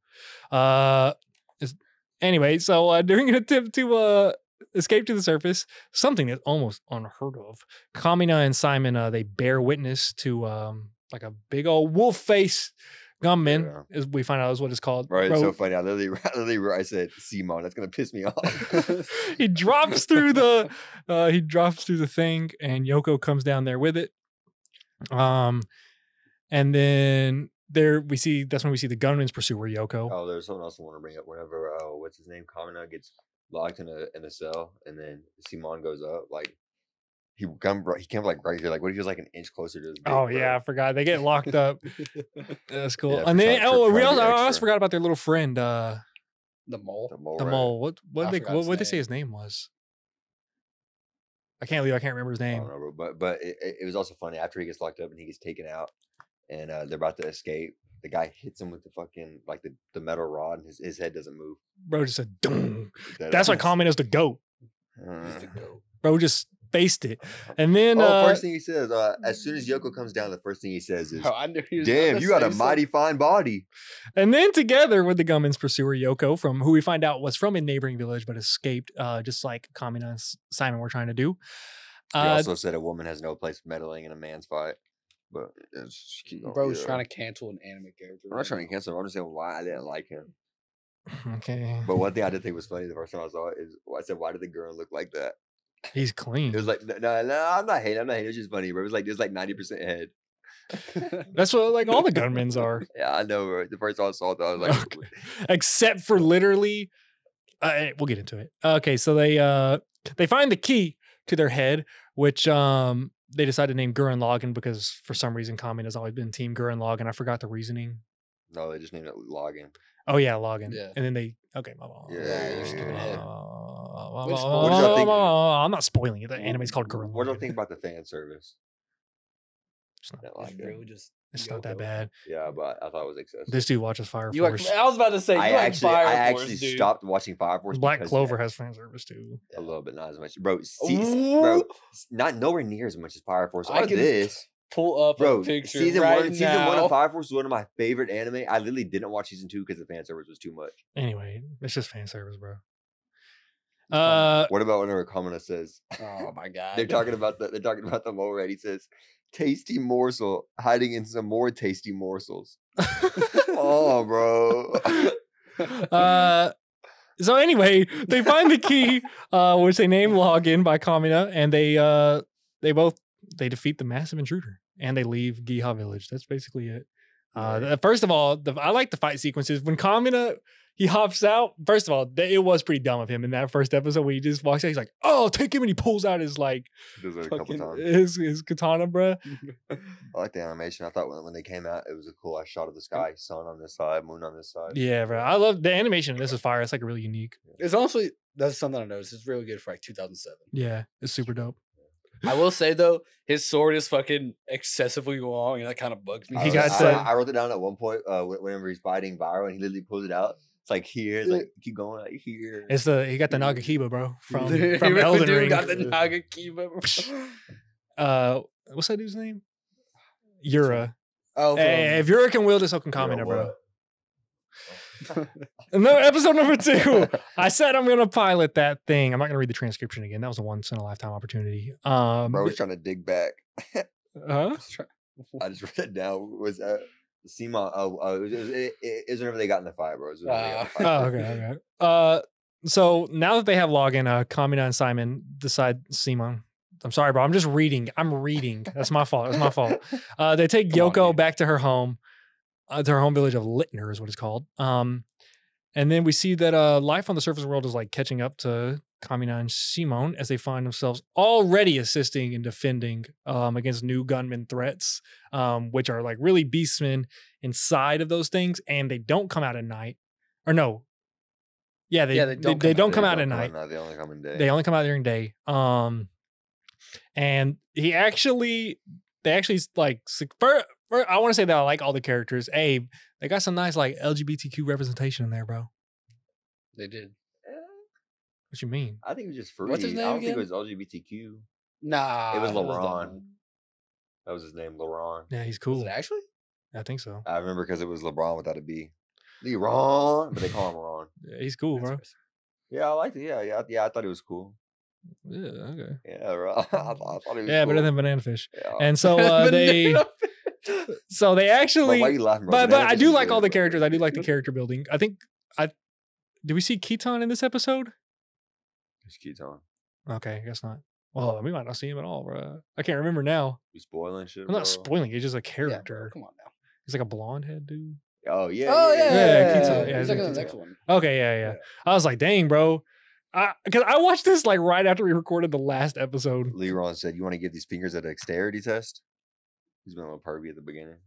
[SPEAKER 2] Uh, is- anyway, so uh, during an attempt to uh escape to the surface, something that's almost unheard of, Kamina and Simon uh they bear witness to um like a big old wolf face gunman.
[SPEAKER 3] Yeah.
[SPEAKER 2] Is we find out is what it's called.
[SPEAKER 3] Bro, it's so
[SPEAKER 2] Bro,
[SPEAKER 3] funny. I literally, I literally, wrote- I said Simon. That's gonna piss me off.
[SPEAKER 2] he drops through the uh, he drops through the thing and Yoko comes down there with it. Um and then there we see that's when we see the gunman's pursuit where Yoko.
[SPEAKER 3] Oh, there's something else I want to bring up. Whenever uh, what's his name, Kamina gets locked in a in a cell, and then Simon goes up. Like he come right, he came like right here. Like what if he was like an inch closer to his? big
[SPEAKER 2] Oh
[SPEAKER 3] bro?
[SPEAKER 2] yeah, I forgot. They get locked up. That's cool.
[SPEAKER 3] Yeah,
[SPEAKER 2] and
[SPEAKER 3] for
[SPEAKER 2] then
[SPEAKER 3] trying- for
[SPEAKER 2] oh, we
[SPEAKER 3] trying to
[SPEAKER 2] also,
[SPEAKER 3] be
[SPEAKER 2] I also
[SPEAKER 3] extra.
[SPEAKER 2] forgot about their little friend, uh,
[SPEAKER 4] The mole.
[SPEAKER 3] the mole.
[SPEAKER 2] the
[SPEAKER 3] rat.
[SPEAKER 2] mole. What what
[SPEAKER 4] I
[SPEAKER 2] they
[SPEAKER 4] forgot
[SPEAKER 2] what
[SPEAKER 4] his
[SPEAKER 2] would they say
[SPEAKER 4] name.
[SPEAKER 2] his name was? I can't believe I can't remember his
[SPEAKER 3] I
[SPEAKER 2] name.
[SPEAKER 3] don't know, bro, but but it, it it was also funny after he gets locked up and he gets taken out, and uh, they're about to escape. The guy hits him with the fucking like the, the metal rod, and his, his head doesn't move.
[SPEAKER 2] Bro just said, "Doom."
[SPEAKER 3] That-
[SPEAKER 2] That's why Common is the goat.
[SPEAKER 4] He's the
[SPEAKER 3] Uh,
[SPEAKER 4] goat.
[SPEAKER 2] Bro just faced it. And then
[SPEAKER 3] oh,
[SPEAKER 2] uh,
[SPEAKER 3] first thing he says, uh, as soon as Yoko comes down, the first thing he says is,
[SPEAKER 4] Oh, I knew he was
[SPEAKER 3] "Damn,
[SPEAKER 4] gonna
[SPEAKER 3] you got
[SPEAKER 4] say
[SPEAKER 3] a
[SPEAKER 4] something.
[SPEAKER 3] mighty fine body."
[SPEAKER 2] And then together with the gunman's pursuer Yoko, from who we find out was from a neighboring village but escaped, uh, just like Kamina and S- Simon were trying to do.
[SPEAKER 3] He
[SPEAKER 2] Uh,
[SPEAKER 3] also said a woman has no place meddling in a man's fight. But it's, keep going,
[SPEAKER 4] Bro's
[SPEAKER 3] oh, yeah.
[SPEAKER 4] trying to cancel an anime character.
[SPEAKER 3] I'm not trying to cancel him. I'm just saying why I didn't like him.
[SPEAKER 2] okay,
[SPEAKER 3] But one thing I did think was funny the first time I saw it is I said, "Why did the girl look like that?"
[SPEAKER 2] he's clean.
[SPEAKER 3] It was like, no, no, no, I'm not hating. I'm not hating. It was just funny, bro. It was like, it was like 90% head.
[SPEAKER 4] cancel.
[SPEAKER 2] That's what like all the gunmen's are,
[SPEAKER 3] Yeah, I know, bro. The first time I saw it, I was like,
[SPEAKER 2] Okay. except for literally. Uh, we'll get into it. Okay, so they uh, they find the key to their head, which um they decide to name Gurren Lagann because for some reason Kamina has always been Team Gurren Lagann. I forgot the reasoning.
[SPEAKER 3] no, they just named it Login.
[SPEAKER 2] Oh yeah, Logan.
[SPEAKER 4] Yeah.
[SPEAKER 2] And then they okay, my bad.
[SPEAKER 3] Yeah,
[SPEAKER 4] yeah, you're skipping ahead.
[SPEAKER 2] Uh,
[SPEAKER 4] Which-
[SPEAKER 2] uh,
[SPEAKER 4] what did y'all
[SPEAKER 2] uh,
[SPEAKER 3] think-
[SPEAKER 2] uh, I'm not spoiling it. The anime's called Gurren.
[SPEAKER 3] What do you
[SPEAKER 2] Lagann.
[SPEAKER 3] think about the fan service?
[SPEAKER 2] It's not,
[SPEAKER 3] Didn't like
[SPEAKER 4] It's
[SPEAKER 3] it.
[SPEAKER 4] really just
[SPEAKER 2] it's not that
[SPEAKER 4] Yoko.
[SPEAKER 2] bad.
[SPEAKER 3] Yeah, but I thought it was excessive.
[SPEAKER 2] This dude watches Fire
[SPEAKER 4] You are,
[SPEAKER 2] Force.
[SPEAKER 4] I was about to say you
[SPEAKER 3] I
[SPEAKER 4] like
[SPEAKER 3] actually,
[SPEAKER 4] Fire
[SPEAKER 3] I
[SPEAKER 4] Force,
[SPEAKER 3] actually
[SPEAKER 4] dude.
[SPEAKER 3] stopped watching Fire Force.
[SPEAKER 2] Black
[SPEAKER 3] because
[SPEAKER 2] Clover has fan service too.
[SPEAKER 3] a little bit, not as much, bro. See, bro,
[SPEAKER 4] Ooh.
[SPEAKER 3] s- not nowhere near as much as Fire Force.
[SPEAKER 4] I
[SPEAKER 3] Or
[SPEAKER 4] can-
[SPEAKER 3] this,
[SPEAKER 4] Pull up
[SPEAKER 3] bro.
[SPEAKER 4] a picture
[SPEAKER 3] season
[SPEAKER 4] right
[SPEAKER 3] one,
[SPEAKER 4] now.
[SPEAKER 3] season one of Fire Force was one of my favorite anime. I literally didn't watch season two because the fan service was too much.
[SPEAKER 2] Anyway, it's just fan service, bro. Uh,
[SPEAKER 3] What about whenever Kamina says
[SPEAKER 4] Oh my god!
[SPEAKER 3] they're talking about the they're talking about the mole rat? He says, "Tasty morsel hiding in some more tasty morsels." oh, bro.
[SPEAKER 2] uh, so anyway, they find the key, uh, which they name Login by Kamina, and they uh, they both they defeat the massive intruder and they leave Giha Village. That's basically it. Uh, th- first of all, the, I like the fight sequences when Kamina he hops out. First of all, th- it was pretty dumb of him in that first episode where he just walks out. He's like, "Oh, take him!" and he pulls out his like
[SPEAKER 3] Does it a couple
[SPEAKER 4] Fucking-
[SPEAKER 3] times.
[SPEAKER 2] his his katana, bruh.
[SPEAKER 3] I like the animation. I thought when, when they came out, it was a cool. I shot of the sky, sun on this side, moon on this side.
[SPEAKER 2] Yeah, bro. I love the animation. in This is fire. It's like really unique.
[SPEAKER 4] It's honestly that's something I noticed. It's really good for like 2007.
[SPEAKER 2] Yeah, it's super dope.
[SPEAKER 4] I will say though, his sword is fucking excessively long, and that kind of bugs me.
[SPEAKER 3] I
[SPEAKER 2] He
[SPEAKER 3] wrote-
[SPEAKER 2] got
[SPEAKER 3] I-
[SPEAKER 2] said-
[SPEAKER 3] I, I wrote it down at one point. Uh, wh- whenever he's fighting Viro, and he literally pulls it out. It's like here, it's like keep going, like here.
[SPEAKER 2] It's the he got the Nagakiba, bro, from
[SPEAKER 4] Mm. Dude,
[SPEAKER 2] from
[SPEAKER 4] dude
[SPEAKER 2] Elden Ring.
[SPEAKER 4] Got the Nagakiba.
[SPEAKER 2] uh, what's that dude's name? Yura.
[SPEAKER 4] oh,
[SPEAKER 2] Hey, if Yura can wield it, so can
[SPEAKER 3] You're a
[SPEAKER 2] Kamina, bro.
[SPEAKER 3] what?
[SPEAKER 2] No, episode number two. I said I'm gonna pilot that thing. I'm not gonna read the transcription again. That was a once in a lifetime opportunity. Um,
[SPEAKER 3] Bro, I was trying to dig back.
[SPEAKER 2] huh?
[SPEAKER 3] I just wrote it down. Was that Seema? Oh, uh, it, was, it, was- it, it it was whenever they got in the fight, bro. It was whenever they got in the fight.
[SPEAKER 4] Ah.
[SPEAKER 2] oh, okay, okay. Uh, so now that they have login, uh, Kamina and Simon decide Simon. I'm sorry, bro. I'm just reading. I'm reading. That's my fault. That's my fault. Uh, they take
[SPEAKER 3] Come on,
[SPEAKER 2] Yoko
[SPEAKER 3] dude.
[SPEAKER 2] back to her home, uh, to her home village of Littner is what it's called. Um, and then we see that uh, life on the surface world is like catching up to Kamina and Simon as they find themselves already assisting and defending um, against new gunman threats, um, which are like really beastmen inside of those things, and they don't come out at night. Or no, yeah, they
[SPEAKER 4] Yeah,
[SPEAKER 2] they, they, don't come out at night.
[SPEAKER 3] They only come in day.
[SPEAKER 2] They only come out during day. Um, and he actually, they actually s- like. s- fir- fir- I want to say that I like all the characters. A, they got some nice like LGBTQ representation in there, bro.
[SPEAKER 4] they did.
[SPEAKER 2] What you mean?
[SPEAKER 3] I think it was just free.
[SPEAKER 4] What's his
[SPEAKER 3] I don't
[SPEAKER 4] name
[SPEAKER 3] think it was LGBTQ.
[SPEAKER 4] Nah,
[SPEAKER 3] it was LeBron.
[SPEAKER 4] Lauren.
[SPEAKER 3] That was his name, LeBron.
[SPEAKER 2] Yeah, he's
[SPEAKER 4] Was
[SPEAKER 2] cool.
[SPEAKER 4] it actually?
[SPEAKER 2] I think so.
[SPEAKER 3] I remember because it was LeBron without a B. LeBron, but they call him Ron.
[SPEAKER 2] Yeah, He's cool,
[SPEAKER 4] That's
[SPEAKER 2] bro.
[SPEAKER 4] crazy.
[SPEAKER 3] Yeah, I liked it. Yeah, yeah, yeah. I thought it was cool.
[SPEAKER 2] Yeah, okay.
[SPEAKER 3] Yeah, bro. I, thought, I thought it was
[SPEAKER 2] Yeah,
[SPEAKER 3] cool.
[SPEAKER 2] better than banana fish.
[SPEAKER 3] Yeah.
[SPEAKER 2] And so uh, they,
[SPEAKER 4] Banana-
[SPEAKER 2] so they
[SPEAKER 3] Bro,
[SPEAKER 2] actually,
[SPEAKER 3] why you laughing, bro?
[SPEAKER 2] but but
[SPEAKER 3] Banana
[SPEAKER 2] I
[SPEAKER 3] Fish
[SPEAKER 2] do
[SPEAKER 3] is
[SPEAKER 2] like
[SPEAKER 3] good,
[SPEAKER 2] all the
[SPEAKER 3] bro.
[SPEAKER 2] characters. I do like the character building. I think I, do we see Keaton in this episode?
[SPEAKER 3] It's Keaton.
[SPEAKER 2] Okay, I guess not. Well, we might not see him at all, bro. I can't remember now.
[SPEAKER 3] You spoiling shit.
[SPEAKER 2] I'm not
[SPEAKER 3] bro.
[SPEAKER 2] spoiling. He's just a
[SPEAKER 4] Yeah, bro,
[SPEAKER 2] character.
[SPEAKER 4] come on now.
[SPEAKER 2] He's like a blonde head dude.
[SPEAKER 3] Oh yeah.
[SPEAKER 4] oh
[SPEAKER 2] yeah,
[SPEAKER 4] yeah, yeah,
[SPEAKER 2] Keats-
[SPEAKER 4] yeah,
[SPEAKER 2] yeah,
[SPEAKER 4] He's
[SPEAKER 2] yeah,
[SPEAKER 4] looking at
[SPEAKER 2] Keats-
[SPEAKER 4] the next one.
[SPEAKER 2] Okay, yeah, yeah.
[SPEAKER 3] Yeah.
[SPEAKER 2] I was like, dang, bro. Because I, watched this like right after we recorded the last episode.
[SPEAKER 3] Leron said, "You want to give these fingers a dexterity test?" He's been a little pervy at the beginning.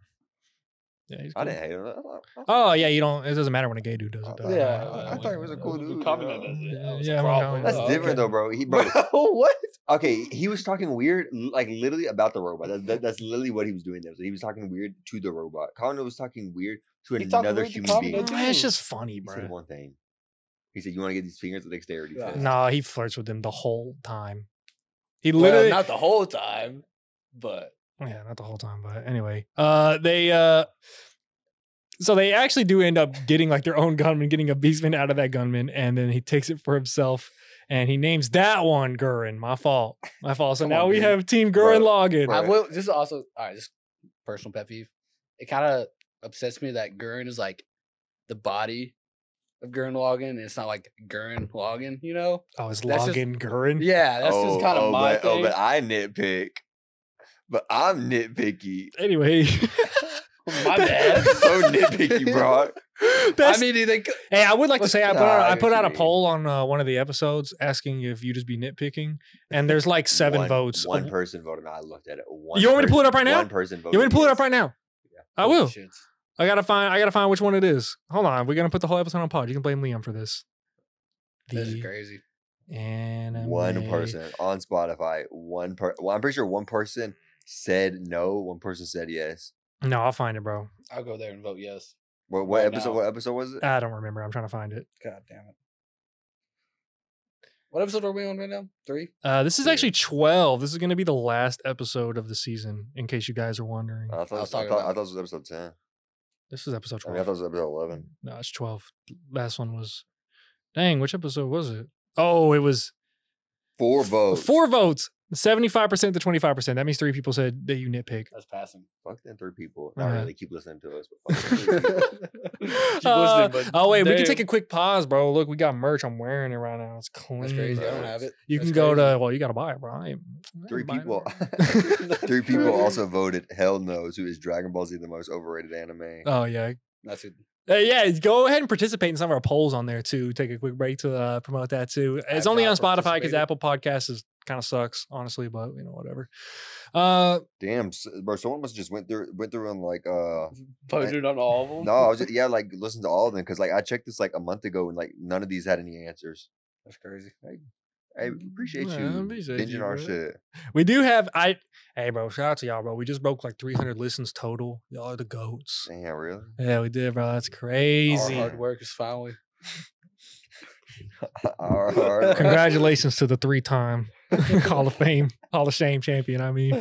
[SPEAKER 2] Yeah, he's
[SPEAKER 3] I
[SPEAKER 2] cool.
[SPEAKER 3] didn't hate him. I- I- I-
[SPEAKER 2] Oh yeah, you don't. It doesn't matter when a gay dude does it.
[SPEAKER 3] I-
[SPEAKER 2] Though.
[SPEAKER 3] I-
[SPEAKER 4] Yeah,
[SPEAKER 3] I- I
[SPEAKER 2] don't
[SPEAKER 3] thought it was a
[SPEAKER 2] like
[SPEAKER 3] cool
[SPEAKER 2] that.
[SPEAKER 3] dude. you know?
[SPEAKER 2] uh, Yeah, yeah,
[SPEAKER 3] That's
[SPEAKER 2] Oh,
[SPEAKER 3] different
[SPEAKER 2] okay.
[SPEAKER 3] though, bro. He bro.
[SPEAKER 4] what?
[SPEAKER 3] Okay, he was talking weird, l- like literally about the robot. That, that- that's literally what he was doing there. So he was talking weird to the robot. Condor was talking weird to
[SPEAKER 4] He talked
[SPEAKER 3] another
[SPEAKER 4] weird to
[SPEAKER 3] human
[SPEAKER 4] Commodore,
[SPEAKER 3] being.
[SPEAKER 4] too.
[SPEAKER 2] Nah, It's just funny,
[SPEAKER 3] He
[SPEAKER 2] bro.
[SPEAKER 3] said one thing. He said, "You want to get these fingers a dexterity
[SPEAKER 4] Yeah.
[SPEAKER 3] test?"
[SPEAKER 2] Nah, he flirts with them the whole time. He
[SPEAKER 4] Well,
[SPEAKER 2] literally
[SPEAKER 4] not the whole time, but
[SPEAKER 2] yeah, not the whole time, but anyway, uh, they uh, so they actually do end up getting like their own gunman, getting a beastman out of that gunman, and then he takes it for himself, and he names that one Gurren. My fault, my fault. So
[SPEAKER 3] Come
[SPEAKER 2] now
[SPEAKER 3] on,
[SPEAKER 2] we
[SPEAKER 3] dude.
[SPEAKER 2] have Team Gurren
[SPEAKER 3] Bro,
[SPEAKER 2] Logan.
[SPEAKER 3] bro.
[SPEAKER 4] I
[SPEAKER 3] Right.
[SPEAKER 4] will. This is also all right. Just personal pet peeve. It kind of upsets me that Gurren is like the body of Gurren Logan, and it's not like Gurren Logan. You know?
[SPEAKER 2] Oh, it's
[SPEAKER 4] that's just-
[SPEAKER 2] Logan Gurren.
[SPEAKER 4] Yeah, that's just kind of
[SPEAKER 3] oh,
[SPEAKER 4] my
[SPEAKER 3] but,
[SPEAKER 4] thing.
[SPEAKER 3] Oh, but I nitpick. But I'm nitpicky.
[SPEAKER 2] Anyway,
[SPEAKER 4] My bad.
[SPEAKER 3] so nitpicky, bro.
[SPEAKER 2] That's-
[SPEAKER 4] I mean, they could-
[SPEAKER 2] Hey, I would like to say I put
[SPEAKER 3] Nah,
[SPEAKER 2] out,
[SPEAKER 3] I
[SPEAKER 2] I
[SPEAKER 3] get
[SPEAKER 2] put
[SPEAKER 3] what
[SPEAKER 2] out
[SPEAKER 3] you
[SPEAKER 2] a
[SPEAKER 3] mean.
[SPEAKER 2] poll on uh, one of the episodes asking if you just be nitpicking, and there's like seven
[SPEAKER 3] One-
[SPEAKER 2] votes.
[SPEAKER 3] One person voted. I looked at it. One
[SPEAKER 2] You want me to pull it up right now?
[SPEAKER 3] One person voted.
[SPEAKER 2] you want me to pull it up
[SPEAKER 3] yes.
[SPEAKER 2] right now? I
[SPEAKER 4] Holy
[SPEAKER 2] will.
[SPEAKER 4] shit.
[SPEAKER 2] I gotta find. I gotta find which one it is. Hold on, we're gonna put the whole episode on pod. You can blame Liam for this.
[SPEAKER 4] This is
[SPEAKER 2] The
[SPEAKER 4] crazy.
[SPEAKER 2] anime-
[SPEAKER 3] One person on Spotify. One per. Well, I'm pretty sure one person said no. One person said yes.
[SPEAKER 2] No, I'll find it, bro.
[SPEAKER 4] I'll go there and vote yes.
[SPEAKER 3] What, what
[SPEAKER 4] Right
[SPEAKER 3] episode?
[SPEAKER 4] now.
[SPEAKER 3] What episode was it?
[SPEAKER 2] I don't remember. I'm trying to find it.
[SPEAKER 4] God damn it. What episode are we on right now? Three?
[SPEAKER 2] Uh, this is
[SPEAKER 3] Yeah.
[SPEAKER 2] actually 12. This is gonna be the last episode of the season, in case you guys are wondering.
[SPEAKER 3] I thought. it
[SPEAKER 4] I was
[SPEAKER 3] was- I
[SPEAKER 4] talking
[SPEAKER 3] thought, I
[SPEAKER 4] about-
[SPEAKER 3] thought it was episode ten.
[SPEAKER 2] this is episode
[SPEAKER 3] Uh, I mean, I
[SPEAKER 2] 12.
[SPEAKER 3] thought it was episode eleven.
[SPEAKER 2] No, it's 12. Last one was. Dang, which episode was it? Oh, it was
[SPEAKER 3] Four
[SPEAKER 2] f-
[SPEAKER 3] votes.
[SPEAKER 2] Four votes. 75% to 25%. That means three people said that you nitpick.
[SPEAKER 4] That's passing.
[SPEAKER 3] Fuck them three people. Not
[SPEAKER 2] Uh-huh.
[SPEAKER 3] really. Keep listening to us. But fuck them three people.
[SPEAKER 2] Uh,
[SPEAKER 4] bud.
[SPEAKER 2] oh, wait. We can
[SPEAKER 4] Damn.
[SPEAKER 2] take a quick pause, bro. Look, we got merch. I'm wearing it right now. It's clean.
[SPEAKER 4] That's crazy. I don't
[SPEAKER 3] Right.
[SPEAKER 4] have it.
[SPEAKER 2] You
[SPEAKER 4] That's
[SPEAKER 2] can go
[SPEAKER 4] crazy.
[SPEAKER 2] to, well, you got to buy it, bro. I ain't- I ain't
[SPEAKER 3] Three
[SPEAKER 2] buying
[SPEAKER 3] people.
[SPEAKER 2] it.
[SPEAKER 3] Three people also voted Hell Knows, who is Dragon Ball Z the most overrated anime.
[SPEAKER 2] oh, yeah.
[SPEAKER 4] That's it.
[SPEAKER 2] Uh, yeah, go ahead and participate in some of our polls on there too. Take a quick break to uh, promote that too. It's
[SPEAKER 4] I've
[SPEAKER 2] only on
[SPEAKER 4] not
[SPEAKER 2] Spotify because
[SPEAKER 4] participated.
[SPEAKER 2] Apple Podcasts is kind of sucks, honestly. But you know, whatever. Uh,
[SPEAKER 3] Damn, s- bro! Someone must have just went through went through and like uh
[SPEAKER 4] Voted on all of them.
[SPEAKER 3] no, I was just, yeah, like listen to all of them because like I checked this like a month ago and like none of these had any answers.
[SPEAKER 4] That's crazy.
[SPEAKER 3] I
[SPEAKER 2] Mm,
[SPEAKER 3] appreciate
[SPEAKER 2] yeah, I
[SPEAKER 3] you
[SPEAKER 2] appreciate
[SPEAKER 3] binging
[SPEAKER 2] you,
[SPEAKER 3] our
[SPEAKER 2] bro.
[SPEAKER 3] shit.
[SPEAKER 2] we do have. I hey, bro, shout out to y'all, bro. We just broke like 300 listens total. Y'all are the goats.
[SPEAKER 3] Damn, really?
[SPEAKER 2] Yeah, we did, bro. That's
[SPEAKER 4] Our
[SPEAKER 2] crazy.
[SPEAKER 4] hard work is finally.
[SPEAKER 3] Our hard-
[SPEAKER 2] Congratulations to the three-time Hall of Fame, Hall of Shame champion. I mean,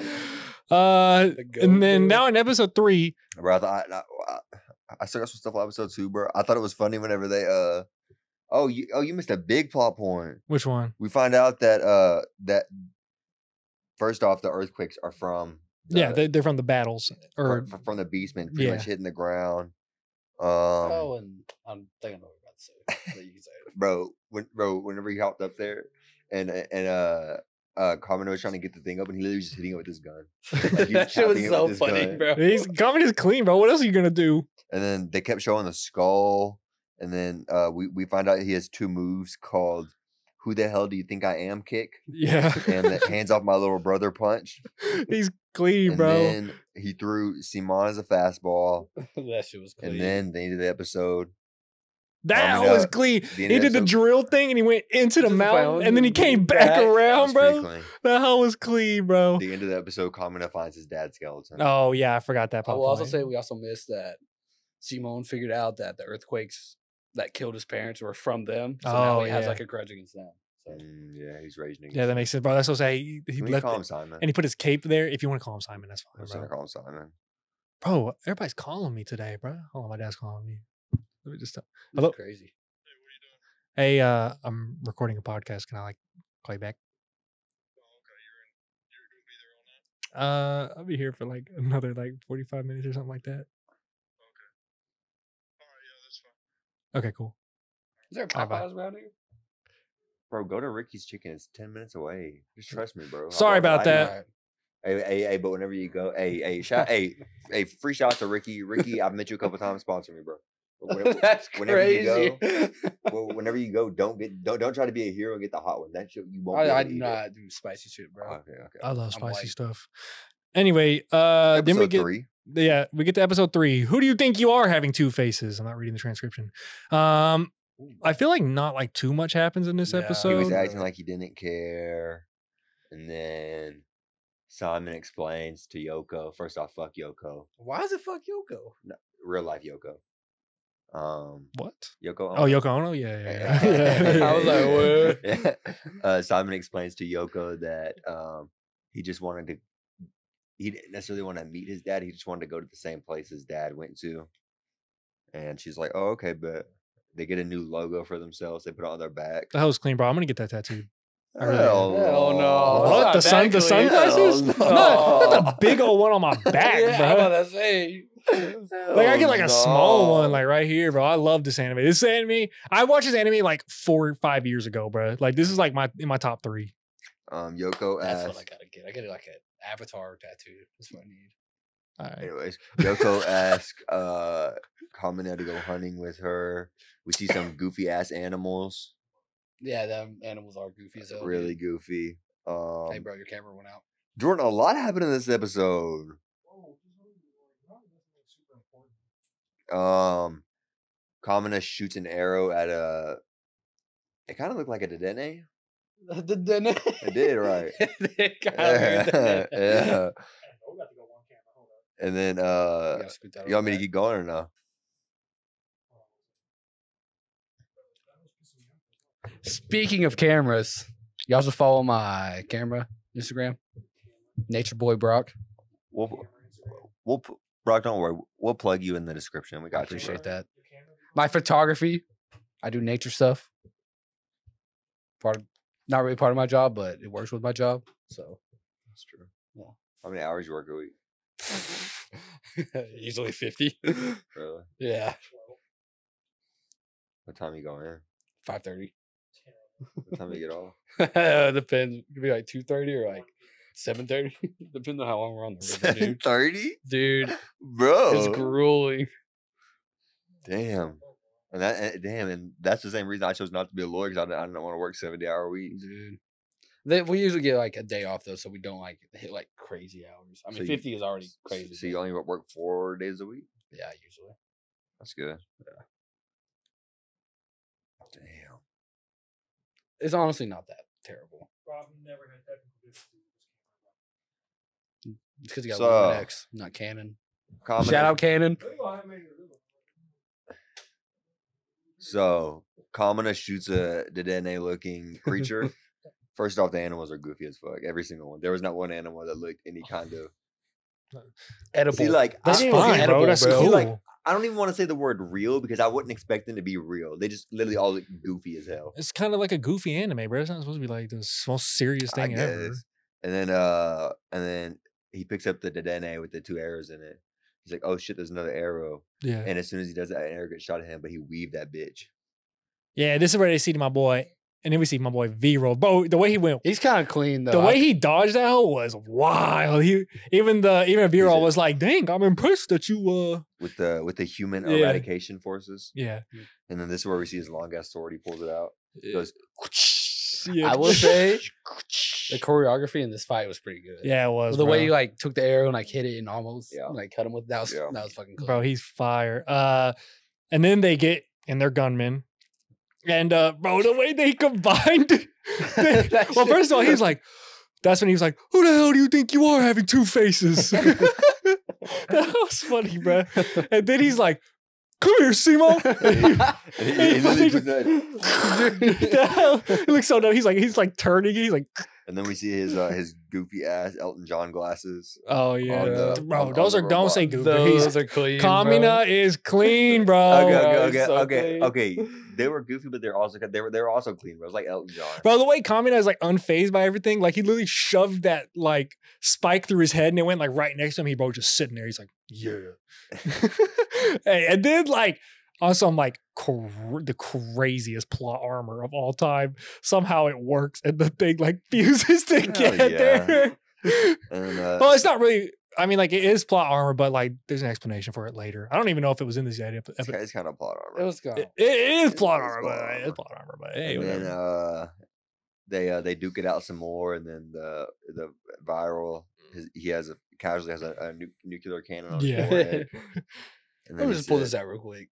[SPEAKER 2] uh, and then now in episode three,
[SPEAKER 3] bro. I, thought, I, I, I still got some stuff on episode two, bro. I thought it was funny whenever they uh oh you oh you missed a big plot point.
[SPEAKER 2] which one?
[SPEAKER 3] We find out that uh that first off the earthquakes are from
[SPEAKER 2] yeah,
[SPEAKER 3] the-
[SPEAKER 2] they, they're from the battles or
[SPEAKER 3] from, from- from the beastmen pretty
[SPEAKER 2] Yeah.
[SPEAKER 3] much hitting the ground. Um,
[SPEAKER 4] oh, and I'm thinking about what I'm about to say. But you can say it.
[SPEAKER 3] bro, when bro, whenever he hopped up there, and and uh, uh, Carmen was trying to get the thing up, and he literally was just hitting it with his gun. Like, you
[SPEAKER 4] that
[SPEAKER 3] tapping it
[SPEAKER 4] shit was
[SPEAKER 3] with
[SPEAKER 4] so
[SPEAKER 3] his
[SPEAKER 4] funny,
[SPEAKER 3] gun.
[SPEAKER 4] bro.
[SPEAKER 2] He's comedy is clean, bro. What else are you gonna do?
[SPEAKER 3] And then they kept showing the skull, and then uh, we we find out he has two moves called "Who the hell do you think I am?" kick
[SPEAKER 2] Yeah,
[SPEAKER 3] and the "Hands off my little brother" punch.
[SPEAKER 2] he's clean,
[SPEAKER 3] And
[SPEAKER 2] bro.
[SPEAKER 3] then he threw Simon as a fastball,
[SPEAKER 4] that shit was clean.
[SPEAKER 3] and then they ended the episode.
[SPEAKER 2] that
[SPEAKER 3] I mean,
[SPEAKER 2] was
[SPEAKER 3] uh,
[SPEAKER 2] clean.
[SPEAKER 3] the
[SPEAKER 2] He
[SPEAKER 3] end of
[SPEAKER 2] did the
[SPEAKER 3] episode-
[SPEAKER 2] drill thing and he went into the
[SPEAKER 4] Into the
[SPEAKER 2] mountain
[SPEAKER 4] mountain
[SPEAKER 2] and then he
[SPEAKER 4] and
[SPEAKER 2] came
[SPEAKER 4] went
[SPEAKER 2] back
[SPEAKER 4] back. That
[SPEAKER 3] It
[SPEAKER 2] around,
[SPEAKER 3] was pretty
[SPEAKER 2] bro.
[SPEAKER 3] clean.
[SPEAKER 2] The hell was clean, bro.
[SPEAKER 3] The end of the episode, Kamina finds his dad's skeleton.
[SPEAKER 2] Oh yeah, I forgot that.
[SPEAKER 4] I
[SPEAKER 2] Pop
[SPEAKER 4] will also
[SPEAKER 2] point.
[SPEAKER 4] say we also missed that Simone figured out that the earthquakes that killed his parents were from them. So now
[SPEAKER 2] Oh,
[SPEAKER 4] he has
[SPEAKER 2] yeah.
[SPEAKER 4] like a grudge against them. So
[SPEAKER 3] Mm, yeah, he's raging.
[SPEAKER 2] yeah, that makes sense, bro. That's what I say. He, he
[SPEAKER 3] He
[SPEAKER 2] left
[SPEAKER 3] call him
[SPEAKER 2] it,
[SPEAKER 3] Simon.
[SPEAKER 2] and he put his cape there. If you want to call him Simon, that's
[SPEAKER 3] I'm
[SPEAKER 2] fine,
[SPEAKER 3] just gonna
[SPEAKER 2] bro.
[SPEAKER 3] call him Simon.
[SPEAKER 2] Bro, everybody's calling me today, bro. Hold on, my dad's calling me. Let me just. Tell.
[SPEAKER 4] it's
[SPEAKER 2] Hello?
[SPEAKER 4] crazy.
[SPEAKER 2] Hey, uh, I'm recording a podcast. Can I like call you back? Uh, I'll be here for like another like 45 minutes or something like that. Okay, cool.
[SPEAKER 4] Is there a
[SPEAKER 2] Bye-bye.
[SPEAKER 4] Popeyes around here?
[SPEAKER 3] Bro, go to Ricky's Chicken. It's ten minutes away. Just trust me, bro. I
[SPEAKER 2] Sorry
[SPEAKER 3] walked
[SPEAKER 2] about
[SPEAKER 3] by it.
[SPEAKER 2] that.
[SPEAKER 4] Alright.
[SPEAKER 3] Hey, hey, hey, but whenever you go, hey, hey, shout, hey, hey, free shout out to Ricky. Ricky, I've met you a couple times. Sponsor me, bro. But whenever-
[SPEAKER 4] That's
[SPEAKER 3] whenever you
[SPEAKER 4] crazy.
[SPEAKER 3] well, whenever you go, don't get, don't, don't try to be a hero and get the hot one. That shit you Oh, won't. be able
[SPEAKER 4] I, I
[SPEAKER 3] to
[SPEAKER 4] do
[SPEAKER 3] eat it.
[SPEAKER 4] not do spicy shit, bro.
[SPEAKER 3] Okay, okay.
[SPEAKER 2] I love
[SPEAKER 4] I'm
[SPEAKER 2] spicy
[SPEAKER 4] white.
[SPEAKER 2] stuff. Anyway, uh, then we
[SPEAKER 3] Episode
[SPEAKER 2] get
[SPEAKER 3] three.
[SPEAKER 2] yeah, we get to episode three. Who do you think you are having two faces? I'm not reading the transcription. Um, I feel like not like too much happens in this
[SPEAKER 4] Yeah. He was
[SPEAKER 3] He
[SPEAKER 2] episode.
[SPEAKER 3] was
[SPEAKER 4] So-
[SPEAKER 3] acting like he didn't care, and then Simon explains to Yoko. First off, fuck Yoko.
[SPEAKER 4] Why is it fuck Yoko?
[SPEAKER 3] Real life Yoko. Um,
[SPEAKER 2] what?
[SPEAKER 3] Yoko.
[SPEAKER 2] Oh,
[SPEAKER 3] Ono.
[SPEAKER 2] Yoko Ono. Yeah, yeah. yeah.
[SPEAKER 4] I was like, "What?"
[SPEAKER 3] Yeah. Uh, Simon explains to Yoko that um, he just wanted to. He didn't necessarily want to meet his dad. He just wanted to go to the same place his dad went to. And she's like, "Oh, okay, but." They get a new logo for themselves. They put it on their back.
[SPEAKER 2] the hell's clean, bro. I'm gonna get that tattooed. I really am.
[SPEAKER 3] Hell
[SPEAKER 4] Hell no.
[SPEAKER 3] no.
[SPEAKER 4] Oh, It's
[SPEAKER 2] what
[SPEAKER 4] not
[SPEAKER 2] the sun?
[SPEAKER 4] that
[SPEAKER 2] The
[SPEAKER 4] clean.
[SPEAKER 2] sunglasses?
[SPEAKER 3] Hell
[SPEAKER 2] No, not the
[SPEAKER 3] no.
[SPEAKER 2] big old one on my back,
[SPEAKER 4] yeah, I Oh,
[SPEAKER 2] bro.
[SPEAKER 4] was about to say.
[SPEAKER 2] Like I get like a small one,
[SPEAKER 3] no.
[SPEAKER 2] like right here, bro. I love this anime. This anime, I watched this anime like four or five years ago, bro. Like this is like my in my top three.
[SPEAKER 3] Um, Yoko
[SPEAKER 4] That's
[SPEAKER 3] asked.
[SPEAKER 4] what I gotta get. I gotta like an avatar tattoo. That's what I need.
[SPEAKER 2] All right.
[SPEAKER 3] Anyways, Yoko asked uh, Kamina to go hunting with her. We see some goofy ass animals,
[SPEAKER 4] Yeah, them animals are goofy as hell. dude.
[SPEAKER 3] really goofy. Um,
[SPEAKER 4] Hey, bro, your camera went out.
[SPEAKER 3] Jordan, a lot happened in this episode. Um, Kamina shoots an arrow at a. It kind of looked like a Dedenne.
[SPEAKER 4] Did- didn't it?
[SPEAKER 3] It did, right.
[SPEAKER 4] It got weird,
[SPEAKER 3] yeah.
[SPEAKER 4] didn't it?
[SPEAKER 3] And then
[SPEAKER 4] You
[SPEAKER 3] uh,
[SPEAKER 4] gotta scoot that
[SPEAKER 3] you want
[SPEAKER 4] over
[SPEAKER 3] me to
[SPEAKER 4] back.
[SPEAKER 3] keep going or no?
[SPEAKER 4] Speaking of cameras, y'all should follow my camera Instagram, Nature Boy Brock.
[SPEAKER 3] We'll we'll pu- Brock, don't worry. We'll plug you in the description. We got
[SPEAKER 4] I
[SPEAKER 3] you.
[SPEAKER 4] appreciate that. My photography, I do nature stuff. Part of, not really part of my job, but it works with my job. So
[SPEAKER 3] That's true.
[SPEAKER 4] Yeah.
[SPEAKER 3] How many hours you work a week?
[SPEAKER 4] usually fifty.
[SPEAKER 3] Really?
[SPEAKER 4] Yeah,
[SPEAKER 3] What time you going in?
[SPEAKER 4] five thirty.
[SPEAKER 3] What time you get off?
[SPEAKER 4] Depends. It could be like two thirty or like seven thirty. Depends on how long we're on the river,
[SPEAKER 3] Seven
[SPEAKER 4] dude.
[SPEAKER 3] thirty,
[SPEAKER 4] Dude,
[SPEAKER 3] bro.
[SPEAKER 4] it's grueling.
[SPEAKER 3] Damn. And that and- damn, and that's the same reason I chose not to be a lawyer because I didn't, I didn't want to work seventy hour weeks.
[SPEAKER 4] dude. They, we usually get like a day off though, so we don't like hit like crazy hours. I mean,
[SPEAKER 3] So you-
[SPEAKER 4] fifty is already
[SPEAKER 3] S-
[SPEAKER 4] crazy.
[SPEAKER 3] So you
[SPEAKER 4] but
[SPEAKER 3] only work four days a week.
[SPEAKER 4] yeah, usually.
[SPEAKER 3] That's good. Damn.
[SPEAKER 4] It's honestly not that terrible. It's because you got
[SPEAKER 3] So-
[SPEAKER 4] Lumix, not Canon.
[SPEAKER 3] Common
[SPEAKER 4] Shout out Canon.
[SPEAKER 3] So Kamina shoots a Dedenne looking creature. First off, the animals are goofy as fuck. Every single one. There was not one animal that looked any kind of.
[SPEAKER 4] Edible.
[SPEAKER 3] See, like I
[SPEAKER 2] That's
[SPEAKER 3] don't even-
[SPEAKER 2] fine,
[SPEAKER 4] see
[SPEAKER 2] bro.
[SPEAKER 4] edible,
[SPEAKER 2] That's
[SPEAKER 4] bro.
[SPEAKER 2] cool.
[SPEAKER 3] See, like, I don't even want to say the word real because I wouldn't expect them to be real. They just literally all look goofy as hell.
[SPEAKER 2] it's kind of like a goofy anime, bro. It's not supposed to be like the s- most serious
[SPEAKER 3] I
[SPEAKER 2] thing ever.
[SPEAKER 3] guess. And then uh and then he picks up the Dedenne with the two arrows in it. He's like, oh shit, there's another arrow.
[SPEAKER 2] Yeah.
[SPEAKER 3] And as soon as he does that, an arrow gets shot at him, but he weaved that bitch.
[SPEAKER 2] Yeah, this is where they see my boy. And then we see my boy V roll. Bro, the way he went,
[SPEAKER 4] He's kind of clean though.
[SPEAKER 2] the
[SPEAKER 4] I-
[SPEAKER 2] way he dodged that hole was wild. He even the even V roll
[SPEAKER 3] a-
[SPEAKER 2] was like, dang, I'm impressed that you uh
[SPEAKER 3] With the with the human
[SPEAKER 2] Yeah.
[SPEAKER 3] eradication forces.
[SPEAKER 2] Yeah.
[SPEAKER 3] And then this is where we see his long ass sword. He pulls it out.
[SPEAKER 4] Yeah.
[SPEAKER 3] Goes,
[SPEAKER 2] Yeah.
[SPEAKER 4] I will say the choreography in this fight was pretty good.
[SPEAKER 2] Yeah, it was
[SPEAKER 4] the way
[SPEAKER 2] bro.
[SPEAKER 4] you like took the arrow and like hit it and almost
[SPEAKER 3] Yeah.
[SPEAKER 4] like cut him with that was
[SPEAKER 3] Yeah.
[SPEAKER 4] that was fucking cool.
[SPEAKER 2] bro he's fire uh and then they get and they're gunmen and uh bro the way they combined they-
[SPEAKER 4] That
[SPEAKER 2] well
[SPEAKER 4] shit-
[SPEAKER 2] first of all he's like that's when he was like who the hell do you think you are having two faces that was funny bro and then he's like come here simo
[SPEAKER 3] And he- he literally puts that-
[SPEAKER 2] he looks so dumb. He's like, he's like turning. He's like,
[SPEAKER 3] and then we see his uh, his goofy ass Elton John glasses.
[SPEAKER 2] oh yeah,
[SPEAKER 3] the- on-
[SPEAKER 2] bro.
[SPEAKER 3] on
[SPEAKER 2] Those
[SPEAKER 3] the
[SPEAKER 2] are don't
[SPEAKER 3] robot.
[SPEAKER 2] say goofy.
[SPEAKER 4] Those
[SPEAKER 2] he's
[SPEAKER 4] are clean. bro.
[SPEAKER 2] Kamina is clean, bro.
[SPEAKER 3] okay,
[SPEAKER 4] bro,
[SPEAKER 3] okay, okay,
[SPEAKER 4] it's Oh, so
[SPEAKER 3] okay,
[SPEAKER 4] clean.
[SPEAKER 3] okay. They were goofy, but they're also they were they were also clean. Bro. It was like Elton John.
[SPEAKER 2] Bro, the way Kamina is like unfazed by everything, like he literally shoved that like spike through his head and it went like right next to him. He bro just sitting there. He's like, yeah. hey, and then like on some like cr- the craziest plot armor of all time, somehow it works and the thing like fuses
[SPEAKER 3] Hell
[SPEAKER 2] together.
[SPEAKER 3] And uh,
[SPEAKER 2] well, it's not really. I mean, like it is plot armor, but like there's an explanation for it later. I don't even know if it was in this edit.
[SPEAKER 3] it's,
[SPEAKER 2] It,
[SPEAKER 3] kind of plot armor.
[SPEAKER 4] It was gone.
[SPEAKER 2] it is
[SPEAKER 3] It
[SPEAKER 2] plot
[SPEAKER 3] is
[SPEAKER 2] armor,
[SPEAKER 3] plot
[SPEAKER 2] but
[SPEAKER 3] armor.
[SPEAKER 2] it's plot armor. But hey,
[SPEAKER 3] and then
[SPEAKER 2] whatever.
[SPEAKER 3] uh, they uh, they duke it out some more, and then the the viral his, he has a casually has a, a nu- nuclear cannon on his
[SPEAKER 2] Yeah.
[SPEAKER 3] forehead. And then
[SPEAKER 4] Let me
[SPEAKER 3] he
[SPEAKER 4] just pull
[SPEAKER 3] said-
[SPEAKER 4] this out real quick.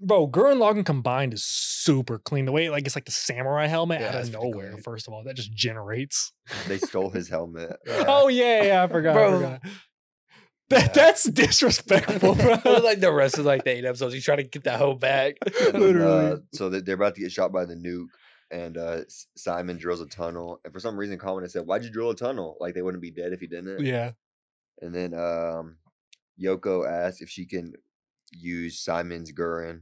[SPEAKER 2] Bro, Gurren Lagann combined is super clean. The way like it's like the samurai helmet
[SPEAKER 4] Yeah,
[SPEAKER 2] out
[SPEAKER 4] that's
[SPEAKER 2] of
[SPEAKER 4] pretty
[SPEAKER 2] nowhere.
[SPEAKER 4] clean.
[SPEAKER 2] First of all, that just generates.
[SPEAKER 3] They stole his helmet. uh,
[SPEAKER 2] Oh yeah, yeah, I forgot. I
[SPEAKER 4] Bro.
[SPEAKER 2] forgot. That,
[SPEAKER 4] Yeah.
[SPEAKER 2] That's disrespectful,
[SPEAKER 4] But,
[SPEAKER 2] bro.
[SPEAKER 4] like the rest of like the eight episodes, you try to get that whole back.
[SPEAKER 3] And then,
[SPEAKER 2] Literally.
[SPEAKER 3] uh, so they- they're about to get shot by the nuke, and uh, S- Simon drills a tunnel. And for some reason, Common said, "Why'd you drill a tunnel? Like they wouldn't be dead if he didn't."
[SPEAKER 2] yeah.
[SPEAKER 3] And then um, Yoko asks if she can use Simon's Gurren,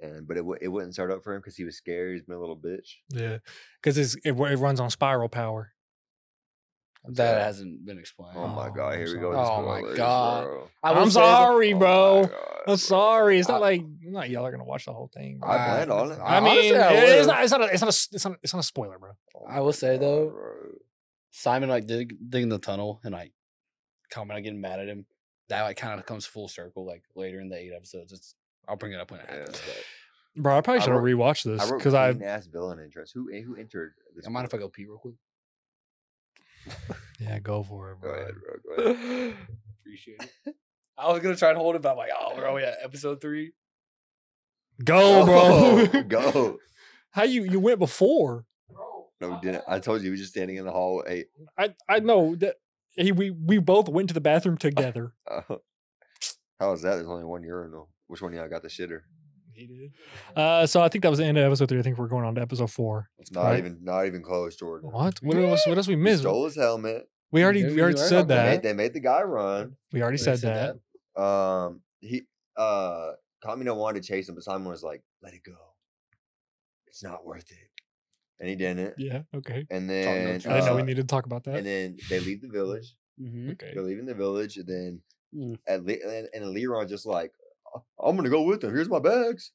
[SPEAKER 3] and but it w- it wouldn't start up for him because he was scared. He's been a little bitch.
[SPEAKER 2] Yeah. Because it, ru- it runs on spiral power.
[SPEAKER 4] That
[SPEAKER 3] Yeah.
[SPEAKER 4] hasn't been explained.
[SPEAKER 3] Oh my
[SPEAKER 2] Oh,
[SPEAKER 3] god!
[SPEAKER 2] I'm
[SPEAKER 3] Here we
[SPEAKER 2] sorry.
[SPEAKER 3] go. with the
[SPEAKER 4] Oh my
[SPEAKER 3] spoilers,
[SPEAKER 4] God.
[SPEAKER 3] bro.
[SPEAKER 4] I will
[SPEAKER 2] I'm
[SPEAKER 4] say the-
[SPEAKER 2] sorry,
[SPEAKER 3] Oh my
[SPEAKER 2] bro.
[SPEAKER 3] God, bro.
[SPEAKER 2] I'm sorry. It's
[SPEAKER 4] I-
[SPEAKER 2] not like not y'all are gonna watch the whole thing. bro.
[SPEAKER 3] I planned on it.
[SPEAKER 4] I-
[SPEAKER 2] I mean,
[SPEAKER 4] honestly,
[SPEAKER 2] it-
[SPEAKER 4] I
[SPEAKER 2] it's
[SPEAKER 4] would've.
[SPEAKER 2] not. It's not. A, it's not. A, s- it's not. It's not a spoiler, bro.
[SPEAKER 3] Oh
[SPEAKER 4] I
[SPEAKER 3] my
[SPEAKER 4] will say,
[SPEAKER 3] God,
[SPEAKER 4] though,
[SPEAKER 3] bro.
[SPEAKER 4] Simon like dig, digging the tunnel and like Common like, getting mad at him. That like kind of comes full circle like later in the eight episodes. It's I'll bring it up when it
[SPEAKER 3] Yeah.
[SPEAKER 4] happens. but
[SPEAKER 2] Bro, I probably
[SPEAKER 3] I
[SPEAKER 2] should have
[SPEAKER 3] wrote-
[SPEAKER 2] rewatched this
[SPEAKER 3] I wrote
[SPEAKER 2] because I.
[SPEAKER 3] clean ass villain interest. Who eh, who entered? This
[SPEAKER 4] I mind if I
[SPEAKER 3] book?
[SPEAKER 4] go pee real quick?
[SPEAKER 2] Yeah, go for it,
[SPEAKER 3] Go
[SPEAKER 2] bro.
[SPEAKER 3] ahead, bro. Go ahead.
[SPEAKER 4] Appreciate it. I was gonna try and hold it, but I'm like, oh, we're only at episode three.
[SPEAKER 2] Go, Oh, bro.
[SPEAKER 3] Go. go.
[SPEAKER 2] How you you went before?
[SPEAKER 3] No, we didn't. I told you we were just standing in the hall. Eight.
[SPEAKER 2] I I know that he we we both went to the bathroom together.
[SPEAKER 3] Uh, how is that? There's only one urinal. Which one of y'all got the shitter?
[SPEAKER 2] he did. Uh, so I think that was the end of episode three. I think we're going on to episode four.
[SPEAKER 3] not
[SPEAKER 2] right.
[SPEAKER 3] even not even close, Jordan.
[SPEAKER 2] What? What else? What else we
[SPEAKER 3] He
[SPEAKER 2] missed?
[SPEAKER 3] stole his helmet.
[SPEAKER 2] We already
[SPEAKER 4] There
[SPEAKER 2] we already
[SPEAKER 4] you are.
[SPEAKER 2] said
[SPEAKER 3] They made,
[SPEAKER 2] that.
[SPEAKER 3] they made the guy run.
[SPEAKER 2] We already
[SPEAKER 4] They
[SPEAKER 2] said
[SPEAKER 4] said
[SPEAKER 2] that.
[SPEAKER 3] Um, he uh, Kamino wanted to chase him, but Simon was like, "Let it go. It's not worth it," and he didn't.
[SPEAKER 2] Yeah. Okay.
[SPEAKER 3] And
[SPEAKER 4] no
[SPEAKER 3] then
[SPEAKER 2] I didn't know we
[SPEAKER 3] uh,
[SPEAKER 2] needed to talk about that.
[SPEAKER 3] And then they leave the village.
[SPEAKER 4] Mm-hmm.
[SPEAKER 2] Okay.
[SPEAKER 3] They're leaving the village, and then
[SPEAKER 4] Mm.
[SPEAKER 3] at Le- and, and Leron just like, "I- I'm gonna go with them. Here's my bags.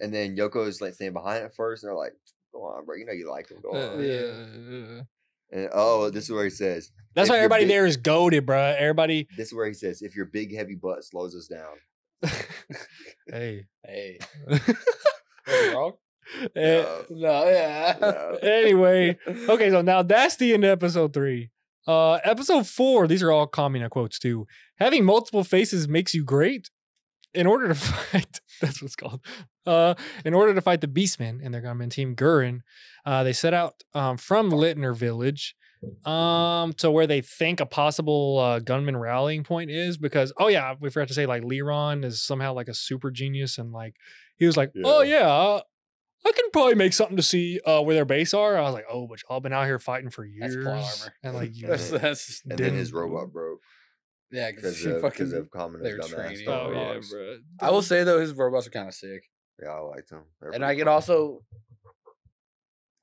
[SPEAKER 3] And then Yoko's like staying behind at first, and they're like, Go on, bro. You know you like him. Go
[SPEAKER 2] Uh,
[SPEAKER 3] on.
[SPEAKER 4] yeah.
[SPEAKER 3] And oh, this is where he says,
[SPEAKER 2] That's
[SPEAKER 3] If
[SPEAKER 2] why
[SPEAKER 3] you're
[SPEAKER 2] everybody
[SPEAKER 3] big-
[SPEAKER 2] there is goaded, bruh. Everybody.
[SPEAKER 3] This is where he says, if your big heavy butt slows us down.
[SPEAKER 2] hey.
[SPEAKER 4] Hey,
[SPEAKER 2] Eh,
[SPEAKER 4] wrong? Eh.
[SPEAKER 3] No.
[SPEAKER 4] No, yeah.
[SPEAKER 3] No.
[SPEAKER 2] anyway, okay, so now that's the end of episode three. Uh, episode four, these are all Kamina quotes too. Having multiple faces makes you great. In order to fight, that's what's called. Uh, in order to fight the Beastmen and their gunman team Gurren, uh, they set out um, from Littner Village um, to where they think a possible uh, gunman rallying point is. Because oh yeah, we forgot to say like Leron is somehow like a super genius and like he was like, oh yeah, uh, I can probably make something to see uh, where their base are. I was like, oh, but y'all been out here fighting for years,
[SPEAKER 4] That's plot armor.
[SPEAKER 2] and like you
[SPEAKER 4] that's, that's
[SPEAKER 3] And then his
[SPEAKER 2] Didn't-
[SPEAKER 3] robot broke
[SPEAKER 4] yeah, because
[SPEAKER 3] because
[SPEAKER 4] she
[SPEAKER 3] of,
[SPEAKER 4] fucking.
[SPEAKER 3] because of common
[SPEAKER 4] their
[SPEAKER 3] dumbass.
[SPEAKER 4] training.
[SPEAKER 3] throwing
[SPEAKER 4] Oh, yeah,
[SPEAKER 3] rocks.
[SPEAKER 2] bro.
[SPEAKER 4] I will say though, his robots are kind of sick,
[SPEAKER 3] Yeah, I liked him. They were
[SPEAKER 4] and
[SPEAKER 3] pretty
[SPEAKER 4] I can
[SPEAKER 3] funny.
[SPEAKER 4] also.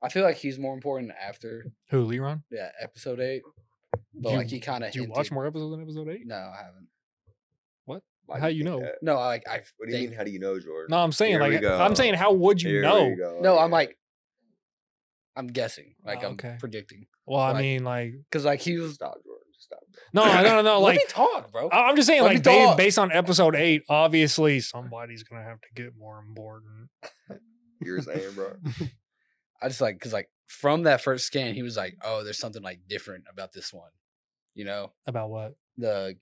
[SPEAKER 4] I feel like he's more important after
[SPEAKER 2] Who Leron?
[SPEAKER 4] yeah episode eight, but
[SPEAKER 2] You-
[SPEAKER 4] like he kind of.
[SPEAKER 2] Do you watch more episodes than episode eight?
[SPEAKER 4] No, I haven't.
[SPEAKER 3] Why do
[SPEAKER 2] how you
[SPEAKER 3] think
[SPEAKER 2] know?
[SPEAKER 3] that?
[SPEAKER 4] No, I like I.
[SPEAKER 3] eh, What do you
[SPEAKER 4] think-
[SPEAKER 3] mean? How do you know, Jordan?
[SPEAKER 2] No, I'm saying
[SPEAKER 3] Here we
[SPEAKER 2] like I'm
[SPEAKER 3] go.
[SPEAKER 2] saying how would you
[SPEAKER 3] Here we
[SPEAKER 2] know?
[SPEAKER 3] go
[SPEAKER 4] No, I'm
[SPEAKER 3] again.
[SPEAKER 4] like. I'm guessing, like I'm
[SPEAKER 2] Oh, okay.
[SPEAKER 4] predicting,
[SPEAKER 2] Well, I
[SPEAKER 4] Like-
[SPEAKER 2] mean like
[SPEAKER 4] because like he was.
[SPEAKER 3] stop, Jordan. Stop.
[SPEAKER 2] no, no, no, no.
[SPEAKER 4] Let
[SPEAKER 2] like
[SPEAKER 4] me talk, bro.
[SPEAKER 2] I- I'm just saying
[SPEAKER 4] Let me
[SPEAKER 2] like ba-
[SPEAKER 4] talk.
[SPEAKER 2] based on episode eight, obviously somebody's gonna have to get more important.
[SPEAKER 3] You're saying, bro.
[SPEAKER 4] I just like because like from that first scan, he was like, "Oh, there's something like different about this one," you know
[SPEAKER 2] About what?
[SPEAKER 4] the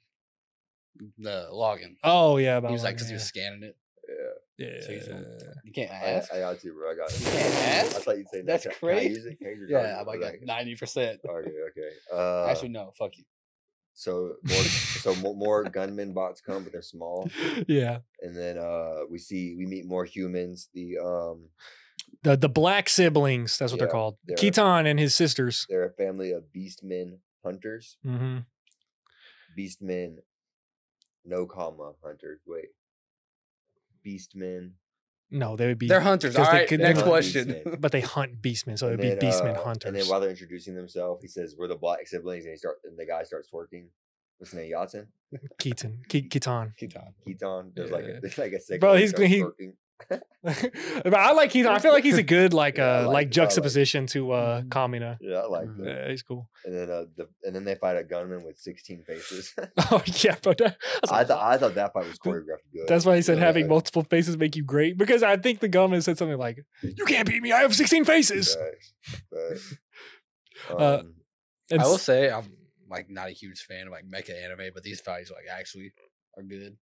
[SPEAKER 4] the login.
[SPEAKER 2] Oh yeah, about
[SPEAKER 4] he was like,
[SPEAKER 2] Logan,
[SPEAKER 4] because he was scanning it.
[SPEAKER 3] Yeah,
[SPEAKER 2] yeah.
[SPEAKER 4] so he's like-
[SPEAKER 2] Yeah. Oh,
[SPEAKER 4] You can't
[SPEAKER 3] I,
[SPEAKER 4] ask.
[SPEAKER 3] I got you, bro. I got it.
[SPEAKER 4] You can't
[SPEAKER 3] I
[SPEAKER 4] ask?
[SPEAKER 3] thought you'd say
[SPEAKER 4] That's
[SPEAKER 3] that.
[SPEAKER 4] crazy. yeah, I'm
[SPEAKER 3] I
[SPEAKER 4] like
[SPEAKER 3] like.
[SPEAKER 4] ninety percent.
[SPEAKER 3] Okay, okay. Uh,
[SPEAKER 4] Actually, no. Fuck you.
[SPEAKER 3] so more, so mo- more gunman bots come, but they're small.
[SPEAKER 2] yeah.
[SPEAKER 3] And then uh, we see we meet more humans. The um,
[SPEAKER 2] The the black siblings, that's what
[SPEAKER 3] Yeah,
[SPEAKER 2] they're called.
[SPEAKER 3] they're-
[SPEAKER 2] Keaton and his sisters.
[SPEAKER 3] they're a family of beastmen hunters.
[SPEAKER 2] Mm-hmm.
[SPEAKER 3] Beastmen, no comma hunter. Wait, beastmen.
[SPEAKER 2] No, they would be
[SPEAKER 4] They're hunters. All
[SPEAKER 2] 'cause they
[SPEAKER 4] right.
[SPEAKER 2] could-
[SPEAKER 4] next
[SPEAKER 3] they're hunters, man.
[SPEAKER 4] question.
[SPEAKER 2] but they hunt beastmen, so
[SPEAKER 3] And
[SPEAKER 2] it'd be
[SPEAKER 3] then,
[SPEAKER 2] beastmen
[SPEAKER 3] uh,
[SPEAKER 2] hunters.
[SPEAKER 3] And then while they're introducing themselves, he says, "We're the black siblings," and he start and the guy starts twerking. What's his name? Yatsen.
[SPEAKER 2] Keaton, Ke- Keaton.
[SPEAKER 4] Keep talking.
[SPEAKER 3] Keaton. There's like a,
[SPEAKER 2] Yeah.
[SPEAKER 3] there's like a second.
[SPEAKER 2] Bro, he's- he-
[SPEAKER 3] twerking.
[SPEAKER 2] but I like he's. I feel like he's a good like
[SPEAKER 3] Yeah, I
[SPEAKER 2] uh like,
[SPEAKER 3] like- I like-
[SPEAKER 2] juxtaposition to uh
[SPEAKER 1] Mhm.
[SPEAKER 2] Kamina.
[SPEAKER 3] Yeah, I like
[SPEAKER 4] Mhm.
[SPEAKER 3] that.
[SPEAKER 2] Yeah, he's cool.
[SPEAKER 3] And then uh, the, and then they fight a gunman with 16 faces.
[SPEAKER 2] Oh yeah, but that- that's,
[SPEAKER 3] I thought I thought that fight was choreographed good.
[SPEAKER 2] that's why he said
[SPEAKER 3] Really
[SPEAKER 2] having
[SPEAKER 3] good.
[SPEAKER 2] multiple faces make you great because I think the gunman said something like, "You can't beat me. I have sixteen faces."
[SPEAKER 3] Facts, facts.
[SPEAKER 2] Uh,
[SPEAKER 3] Um,
[SPEAKER 2] And
[SPEAKER 4] I will
[SPEAKER 2] s-
[SPEAKER 4] say I'm like not a huge fan of like mecha anime, but these fights like actually are good.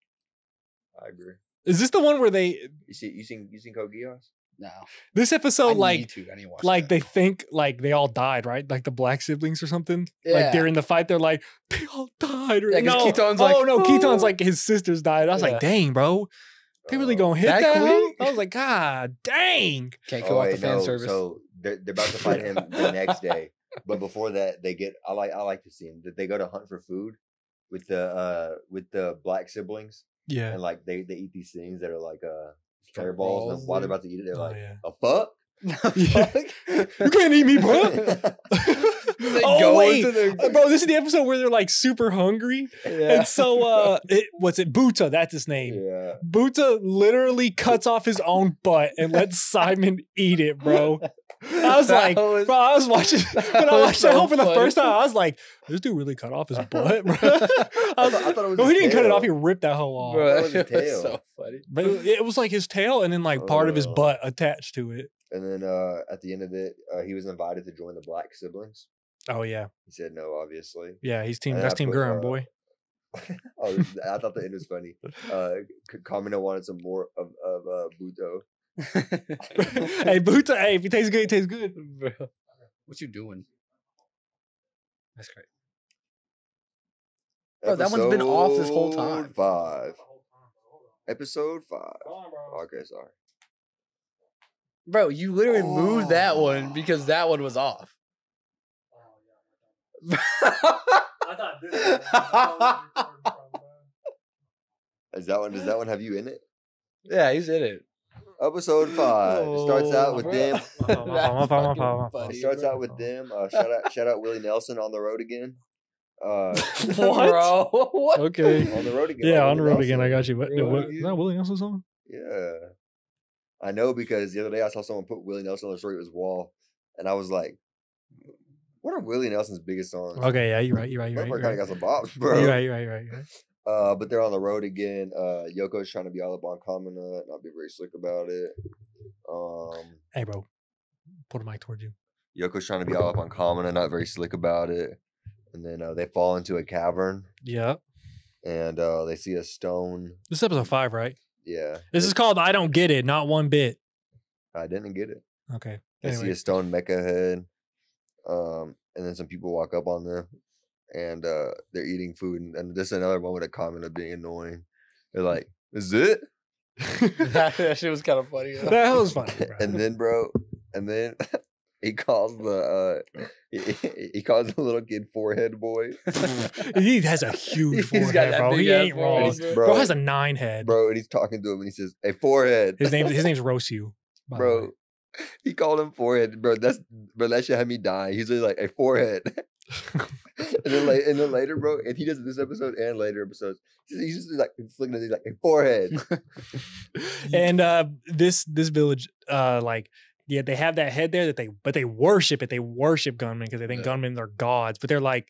[SPEAKER 3] I agree.
[SPEAKER 2] is this the one where they
[SPEAKER 3] You see, you seen you seen Code Geass?
[SPEAKER 4] No,
[SPEAKER 2] this episode
[SPEAKER 4] I
[SPEAKER 2] like
[SPEAKER 4] need to. I need to watch
[SPEAKER 2] like
[SPEAKER 4] that.
[SPEAKER 2] they think like they all died right like the black siblings or something like
[SPEAKER 4] Yeah.
[SPEAKER 2] during the fight they're like they all died
[SPEAKER 4] Yeah,
[SPEAKER 2] right
[SPEAKER 4] 'cause
[SPEAKER 2] no
[SPEAKER 4] Keaton's
[SPEAKER 2] oh
[SPEAKER 4] like,
[SPEAKER 2] no Keaton's
[SPEAKER 4] "Oh."
[SPEAKER 2] like his sisters died I was
[SPEAKER 4] Yeah.
[SPEAKER 2] like dang bro they really
[SPEAKER 3] Um,
[SPEAKER 2] gonna hit that,
[SPEAKER 4] that
[SPEAKER 2] home?
[SPEAKER 4] quick?
[SPEAKER 2] I was like god dang
[SPEAKER 4] can't
[SPEAKER 3] Oh,
[SPEAKER 4] go off
[SPEAKER 3] wait,
[SPEAKER 4] the fan
[SPEAKER 3] no,
[SPEAKER 4] service.
[SPEAKER 3] So they're, they're about to fight him the next day, but before that, they get. I like I like the scene that they go to hunt for food with the uh with the black siblings,
[SPEAKER 2] yeah
[SPEAKER 3] and like they they eat these things that are like uh
[SPEAKER 4] Straight
[SPEAKER 3] fireballs,
[SPEAKER 4] balls,
[SPEAKER 3] and while they're
[SPEAKER 4] dude.
[SPEAKER 3] about to eat it, they're
[SPEAKER 2] Oh,
[SPEAKER 3] like
[SPEAKER 2] yeah.
[SPEAKER 3] a fuck.
[SPEAKER 2] Yeah.
[SPEAKER 3] Fuck?
[SPEAKER 2] you can't eat me bro oh
[SPEAKER 4] go
[SPEAKER 2] wait
[SPEAKER 4] into the-
[SPEAKER 2] Uh, bro this is the episode where they're like super hungry
[SPEAKER 3] yeah.
[SPEAKER 2] and so uh it, what's it Buta that's his name
[SPEAKER 3] yeah.
[SPEAKER 2] Buta literally cuts off his own butt and lets Simon eat it, bro. I was like,
[SPEAKER 3] was-
[SPEAKER 2] Bro, I was watching when I
[SPEAKER 4] was
[SPEAKER 2] watched that
[SPEAKER 4] so
[SPEAKER 2] home for the
[SPEAKER 4] funny.
[SPEAKER 2] first time. I was like, this dude really cut off his butt, bro. I
[SPEAKER 3] I
[SPEAKER 2] was
[SPEAKER 3] thought- I thought it was
[SPEAKER 2] no, he
[SPEAKER 3] his
[SPEAKER 2] didn't cut it
[SPEAKER 3] tail.
[SPEAKER 2] off. He ripped that hoe off.
[SPEAKER 4] Bro,
[SPEAKER 3] that was his
[SPEAKER 4] it was
[SPEAKER 3] tail.
[SPEAKER 4] so funny.
[SPEAKER 2] But it, it was like his tail and then like part of his
[SPEAKER 3] Oh.
[SPEAKER 2] butt attached to it.
[SPEAKER 3] and then uh, at the end of it, uh, he was invited to join the black siblings.
[SPEAKER 2] Oh yeah,
[SPEAKER 3] He said no, obviously.
[SPEAKER 2] yeah. He's team.
[SPEAKER 3] And
[SPEAKER 2] That's
[SPEAKER 3] I
[SPEAKER 2] team
[SPEAKER 3] put,
[SPEAKER 2] Gurren,
[SPEAKER 3] uh,
[SPEAKER 2] boy.
[SPEAKER 3] Oh, this- I thought the end was funny. Uh, K- Kamina wanted some more of of uh, Buto.
[SPEAKER 2] hey Buta, hey, if he tastes good, he tastes good.
[SPEAKER 4] Bro. What you doing? That's great. Bro, that one's been off this whole time.
[SPEAKER 3] Episode Five. Episode five. Okay, sorry.
[SPEAKER 4] Bro, you literally moved that one because that one was off.
[SPEAKER 2] I thought this.
[SPEAKER 4] was- I
[SPEAKER 3] Is that one? Does that one have you in it?
[SPEAKER 4] yeah, he's in it.
[SPEAKER 3] Episode five. It starts out with
[SPEAKER 4] Bro.
[SPEAKER 3] them.
[SPEAKER 4] That's fucking
[SPEAKER 3] It
[SPEAKER 4] funny,
[SPEAKER 3] starts
[SPEAKER 4] bro.
[SPEAKER 3] out with them. Uh, shout out! Shout out Willie Nelson on the road again. Uh,
[SPEAKER 2] What?
[SPEAKER 4] Bro, what?
[SPEAKER 2] Okay.
[SPEAKER 3] on the road again.
[SPEAKER 2] Yeah,
[SPEAKER 3] by
[SPEAKER 2] on the
[SPEAKER 3] Willie
[SPEAKER 2] road again. I
[SPEAKER 3] Nelson.
[SPEAKER 2] got you. But
[SPEAKER 4] Willie
[SPEAKER 2] what, is
[SPEAKER 4] Nelson.
[SPEAKER 2] that Willie Nelson's song?
[SPEAKER 3] Yeah. I know because the other day I saw someone put Willie Nelson on the story of his wall, and I was like, what are Willie Nelson's biggest songs?
[SPEAKER 2] Okay, yeah, you're right. You're right. You're
[SPEAKER 3] Mike
[SPEAKER 2] right.
[SPEAKER 3] Mark
[SPEAKER 2] You're
[SPEAKER 3] kinda
[SPEAKER 2] right.
[SPEAKER 3] got some bops,
[SPEAKER 2] You're right.
[SPEAKER 3] bro.
[SPEAKER 2] You're right. You're right. You're right.
[SPEAKER 3] Uh, but they're on the road again. Uh, Yoko's trying to be all up on Kamina, not be very slick about it. Um,
[SPEAKER 2] Hey, bro, pull the mic toward you.
[SPEAKER 3] Yoko's trying to be all up on Kamina, not very slick about it. And then uh, they fall into a cavern,
[SPEAKER 2] Yeah,
[SPEAKER 3] and uh, they see a stone.
[SPEAKER 2] this is episode five, right?
[SPEAKER 3] Yeah,
[SPEAKER 2] This is called "I Don't Get It," not one bit.
[SPEAKER 3] I didn't get it.
[SPEAKER 2] Okay.
[SPEAKER 3] They see a
[SPEAKER 2] Anyway,
[SPEAKER 3] stone mecha head, um, and then some people walk up on them, and uh, they're eating food. And, and this is another moment of comment of being annoying. They're like, "Is it?"
[SPEAKER 4] that, that shit was kind of funny. though.
[SPEAKER 2] that was funny. bro.
[SPEAKER 3] and then, bro, and then he calls the uh, he, he calls the little kid forehead boy.
[SPEAKER 2] he has a huge
[SPEAKER 4] He's
[SPEAKER 2] forehead,
[SPEAKER 4] got that
[SPEAKER 2] bro.
[SPEAKER 4] big
[SPEAKER 2] He
[SPEAKER 4] ass
[SPEAKER 2] ain't
[SPEAKER 4] forehead,
[SPEAKER 2] wrong.
[SPEAKER 4] bro.
[SPEAKER 3] Bro,
[SPEAKER 2] Bro has a nine head.
[SPEAKER 3] bro, and he's talking to him, and he says, "Hey, forehead."
[SPEAKER 2] His name. His name's Rosu. by the way.
[SPEAKER 3] bro. He called him forehead, bro. That's bro. That shit had me dying. He's literally like a forehead, and then like, and then later, bro. And he does it this episode and later episodes. He's he's just like looking at these like a forehead.
[SPEAKER 2] And uh, this this village, uh, like. Yeah, they have that head there that they, but they worship it. They worship gunmen because they think
[SPEAKER 4] Yeah.
[SPEAKER 2] gunmen are gods. But they're like,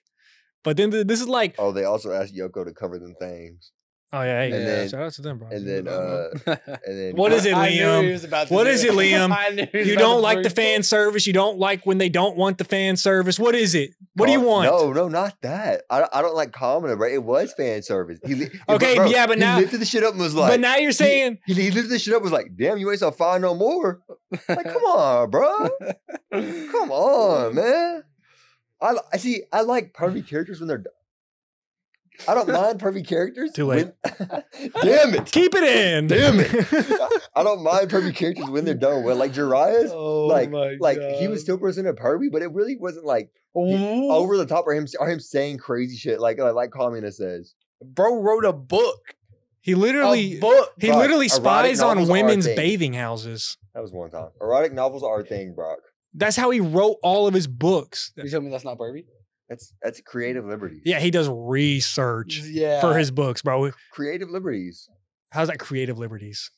[SPEAKER 2] but then th- this is like,
[SPEAKER 3] Oh, they also asked Yoko to cover them things,
[SPEAKER 2] oh yeah, hey,
[SPEAKER 3] and
[SPEAKER 2] yeah,
[SPEAKER 3] then-
[SPEAKER 2] shout out to them, bro.
[SPEAKER 3] and then uh, and then
[SPEAKER 2] What is it,
[SPEAKER 4] I knew he
[SPEAKER 2] Liam?
[SPEAKER 4] was about to
[SPEAKER 2] What
[SPEAKER 4] do
[SPEAKER 2] is it, Liam?
[SPEAKER 4] I knew he was
[SPEAKER 2] You
[SPEAKER 4] about to
[SPEAKER 2] don't like the
[SPEAKER 4] bring-
[SPEAKER 2] fan service. You don't like when they don't want the fan service. What is it? What do you
[SPEAKER 3] Car-
[SPEAKER 2] want?
[SPEAKER 3] Oh, No, no, not that. I don't, I don't like Kamina, bro. It was fan service. He li-
[SPEAKER 2] Okay, yeah, but
[SPEAKER 3] he
[SPEAKER 2] now-
[SPEAKER 3] lifted the shit up and was like,
[SPEAKER 2] but now you're saying
[SPEAKER 3] he, he lifted the shit up and was like, damn, you ain't so fine no more. Like, come on, bro. Come on, man. I li- I see. I like pervy characters when they're. d- I don't mind pervy characters.
[SPEAKER 2] Too late.
[SPEAKER 3] when- Damn it!
[SPEAKER 2] keep it in.
[SPEAKER 3] Damn it! I don't mind pervy characters when they're done well. Like Jiraiya's,
[SPEAKER 4] Oh
[SPEAKER 3] like
[SPEAKER 4] my
[SPEAKER 3] like he was
[SPEAKER 4] God.
[SPEAKER 3] still presented pervy, but it really wasn't like over the top or him or him saying crazy shit like like, like Kamina says.
[SPEAKER 4] bro wrote a book.
[SPEAKER 2] He
[SPEAKER 4] a
[SPEAKER 2] literally
[SPEAKER 4] book.
[SPEAKER 2] he
[SPEAKER 3] Brock,
[SPEAKER 2] literally
[SPEAKER 3] erotic
[SPEAKER 2] spies on
[SPEAKER 3] novels are a
[SPEAKER 2] women's
[SPEAKER 3] thing.
[SPEAKER 2] bathing houses.
[SPEAKER 3] That was one time. Erotic novels are a thing, Brock.
[SPEAKER 2] That's how he wrote all of his books.
[SPEAKER 4] You tell me that's not pervy?
[SPEAKER 3] That's that's creative liberties.
[SPEAKER 2] Yeah, he does research
[SPEAKER 4] Yeah.
[SPEAKER 2] for his books, bro.
[SPEAKER 3] creative liberties.
[SPEAKER 2] How's that creative liberties?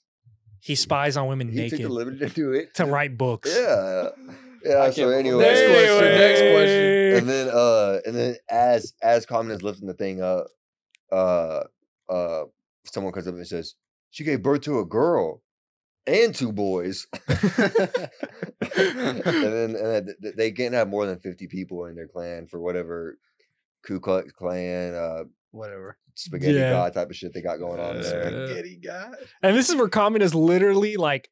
[SPEAKER 2] He spies on women
[SPEAKER 3] He took
[SPEAKER 2] naked
[SPEAKER 3] the liberty to do it.
[SPEAKER 2] to write books.
[SPEAKER 3] Yeah.
[SPEAKER 4] I
[SPEAKER 3] Yeah.
[SPEAKER 4] can't
[SPEAKER 3] So
[SPEAKER 4] believe-
[SPEAKER 3] anyway,
[SPEAKER 4] Next question, next question.
[SPEAKER 3] and then uh and then as as Common is lifting the thing up, uh uh someone comes up and says, She gave birth to a girl and two boys. and then and then th- th- they can't have more than fifty people in their clan for whatever Ku Klux Klan, uh
[SPEAKER 4] Whatever.
[SPEAKER 3] spaghetti
[SPEAKER 2] Yeah.
[SPEAKER 3] god type of shit they got going on
[SPEAKER 1] Uh,
[SPEAKER 3] there.
[SPEAKER 4] Spaghetti guy.
[SPEAKER 2] And this is where Common is literally like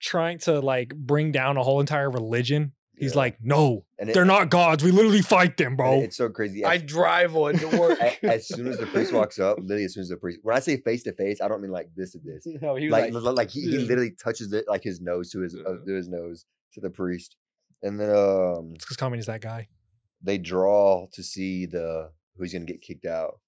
[SPEAKER 2] trying to like bring down a whole entire religion. He's
[SPEAKER 3] Yeah.
[SPEAKER 2] like, no,
[SPEAKER 3] And it-
[SPEAKER 2] they're not gods. We literally fight them,
[SPEAKER 3] and it-
[SPEAKER 2] bro.
[SPEAKER 3] It's so crazy.
[SPEAKER 4] I drive one to work.
[SPEAKER 3] A- as soon as the priest walks up, literally as soon as the priest, when I say face to face, I don't mean like this to this.
[SPEAKER 4] no, he was
[SPEAKER 3] Like,
[SPEAKER 4] like,
[SPEAKER 3] li- like he, he
[SPEAKER 4] yeah.
[SPEAKER 3] literally touches it like his nose to his uh,
[SPEAKER 2] Uh-huh.
[SPEAKER 3] to his nose to the priest, and then um
[SPEAKER 2] It's because Common is that guy.
[SPEAKER 3] they draw to see the who's gonna get kicked out,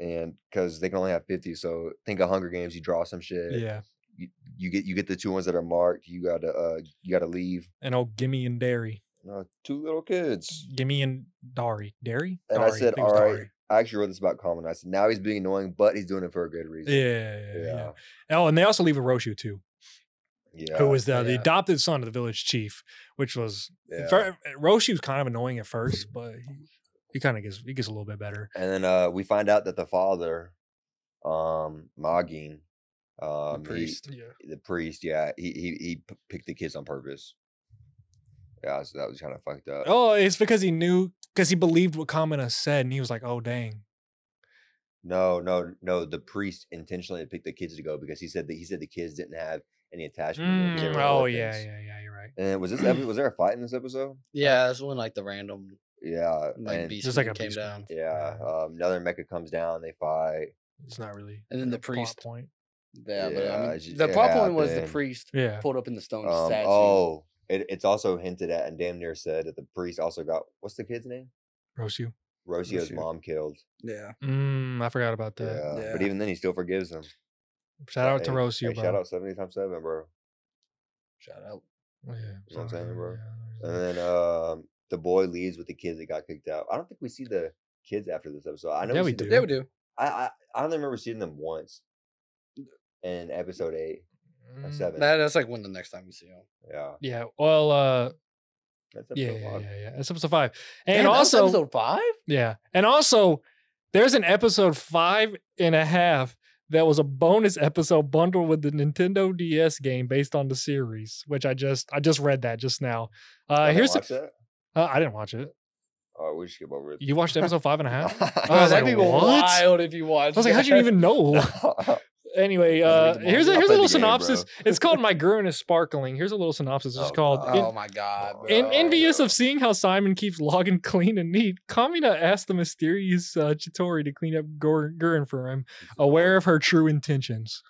[SPEAKER 3] and because they can only have fifty, so think of Hunger Games, you draw some shit.
[SPEAKER 2] Yeah.
[SPEAKER 3] You, you get you get the two ones that are marked. You gotta uh you gotta leave.
[SPEAKER 2] And oh, gimme and dairy.
[SPEAKER 3] Uh, two little kids.
[SPEAKER 2] Gimme and Dari. Dairy?
[SPEAKER 3] And I
[SPEAKER 2] Dari.
[SPEAKER 3] said,
[SPEAKER 2] think it
[SPEAKER 3] all
[SPEAKER 2] was
[SPEAKER 3] right.
[SPEAKER 2] Dari.
[SPEAKER 3] I actually wrote this about Common. I said now he's being annoying, but he's doing it for a good reason.
[SPEAKER 2] Yeah, yeah, yeah. Oh, and they also leave a Roshu too,
[SPEAKER 3] yeah.
[SPEAKER 2] who was the, the
[SPEAKER 4] yeah.
[SPEAKER 2] adopted son of the village chief, which was
[SPEAKER 3] yeah.
[SPEAKER 2] Fir- Roshi's kind of annoying at first, but he, he kind of gets he gets a little bit better.
[SPEAKER 3] And then uh, we find out that the father, um, Magin, um, he-
[SPEAKER 2] Yeah.
[SPEAKER 3] the priest, yeah, he he, he p- picked the kids on purpose. Yeah, so that was kind of fucked up.
[SPEAKER 2] Oh, it's because he knew because he believed what Kamina said, and he was like, "Oh, dang,
[SPEAKER 3] No, no, no. The priest intentionally picked the kids to go because he said that he said the kids didn't have any attachment. to them 'cause they
[SPEAKER 2] Mm,
[SPEAKER 3] were
[SPEAKER 2] oh yeah,
[SPEAKER 3] orphans.
[SPEAKER 2] yeah, yeah, you're right."
[SPEAKER 3] And was this epi- was there a fight in this episode?
[SPEAKER 4] yeah, that's when like the random
[SPEAKER 3] Yeah,
[SPEAKER 4] like
[SPEAKER 3] and-
[SPEAKER 4] beast
[SPEAKER 2] Just like
[SPEAKER 4] man
[SPEAKER 2] a
[SPEAKER 4] came
[SPEAKER 2] beast
[SPEAKER 4] down,
[SPEAKER 2] man.
[SPEAKER 3] yeah. Um, another mecha comes down, they fight.
[SPEAKER 2] It's not really.
[SPEAKER 4] and then the
[SPEAKER 2] a plot
[SPEAKER 4] priest.
[SPEAKER 2] point.
[SPEAKER 4] Yeah, but I
[SPEAKER 3] Yeah,
[SPEAKER 4] mean,
[SPEAKER 3] it's just-
[SPEAKER 4] the
[SPEAKER 3] it
[SPEAKER 4] plot point was the
[SPEAKER 3] happened.
[SPEAKER 4] priest
[SPEAKER 2] Yeah,
[SPEAKER 4] pulled up in the stone
[SPEAKER 3] Um,
[SPEAKER 4] statue.
[SPEAKER 3] oh, it, it's also hinted at and damn near said that the priest also got what's the kid's name?
[SPEAKER 2] Rosu.
[SPEAKER 3] Rosio's
[SPEAKER 4] Rocio.
[SPEAKER 3] mom killed.
[SPEAKER 4] yeah.
[SPEAKER 2] Mm, I forgot about
[SPEAKER 3] Yeah.
[SPEAKER 2] that.
[SPEAKER 3] But
[SPEAKER 4] Yeah.
[SPEAKER 3] even then, he still forgives them.
[SPEAKER 2] Shout out to
[SPEAKER 3] Hey,
[SPEAKER 2] Rosu,
[SPEAKER 3] hey,
[SPEAKER 2] bro.
[SPEAKER 3] Shout out 70 times 7, bro.
[SPEAKER 4] Shout out.
[SPEAKER 2] Yeah,
[SPEAKER 3] know what I'm
[SPEAKER 2] shout out,
[SPEAKER 3] saying, bro?
[SPEAKER 2] yeah,
[SPEAKER 3] And then um, the boy leaves with the kids that got kicked out. I don't think we see the kids after this episode. I know
[SPEAKER 2] Yeah, we
[SPEAKER 3] see the-
[SPEAKER 2] do.
[SPEAKER 4] They would do.
[SPEAKER 3] I, I, I only remember seeing them once in episode 8 or
[SPEAKER 2] Mm,
[SPEAKER 3] 7.
[SPEAKER 4] That, that's like when the next time you see him.
[SPEAKER 3] yeah.
[SPEAKER 2] Yeah. Well. Uh.
[SPEAKER 3] That's
[SPEAKER 2] Yeah.
[SPEAKER 3] episode
[SPEAKER 2] Yeah.
[SPEAKER 3] five.
[SPEAKER 2] Yeah. yeah. That's episode five. And
[SPEAKER 4] Damn, that was
[SPEAKER 2] also,
[SPEAKER 4] episode five.
[SPEAKER 2] Yeah. And also, there's an episode five and a half that was a bonus episode bundled with the Nintendo DS game based on the series, which I just I just read that just now. Uh
[SPEAKER 3] Y'all didn't
[SPEAKER 2] here's the,
[SPEAKER 3] watch that?
[SPEAKER 2] uh, I didn't watch it.
[SPEAKER 3] Oh, we should skip over it.
[SPEAKER 2] You watched episode five and a half?
[SPEAKER 4] Bro,
[SPEAKER 2] was
[SPEAKER 4] Oh, that'd
[SPEAKER 2] like,
[SPEAKER 4] be
[SPEAKER 2] "What?"
[SPEAKER 4] wild if you
[SPEAKER 2] I
[SPEAKER 4] watched.
[SPEAKER 2] was like, how'd you
[SPEAKER 4] that."
[SPEAKER 2] even know? Anyway, uh
[SPEAKER 3] Doesn't make the
[SPEAKER 2] here's a here's
[SPEAKER 3] market. I
[SPEAKER 2] a
[SPEAKER 3] played the
[SPEAKER 2] little
[SPEAKER 3] game, bro.
[SPEAKER 2] synopsis. It's called My Gurren is Sparkling. Here's a little synopsis. It's
[SPEAKER 3] Oh,
[SPEAKER 2] called
[SPEAKER 3] God.
[SPEAKER 2] "In-
[SPEAKER 4] Oh my god. Bro.
[SPEAKER 2] En- envious of seeing how Simon keeps logging clean and neat, Kamina asked the mysterious uh, Chitori to clean up Gur- Gurren for him, aware of her true intentions.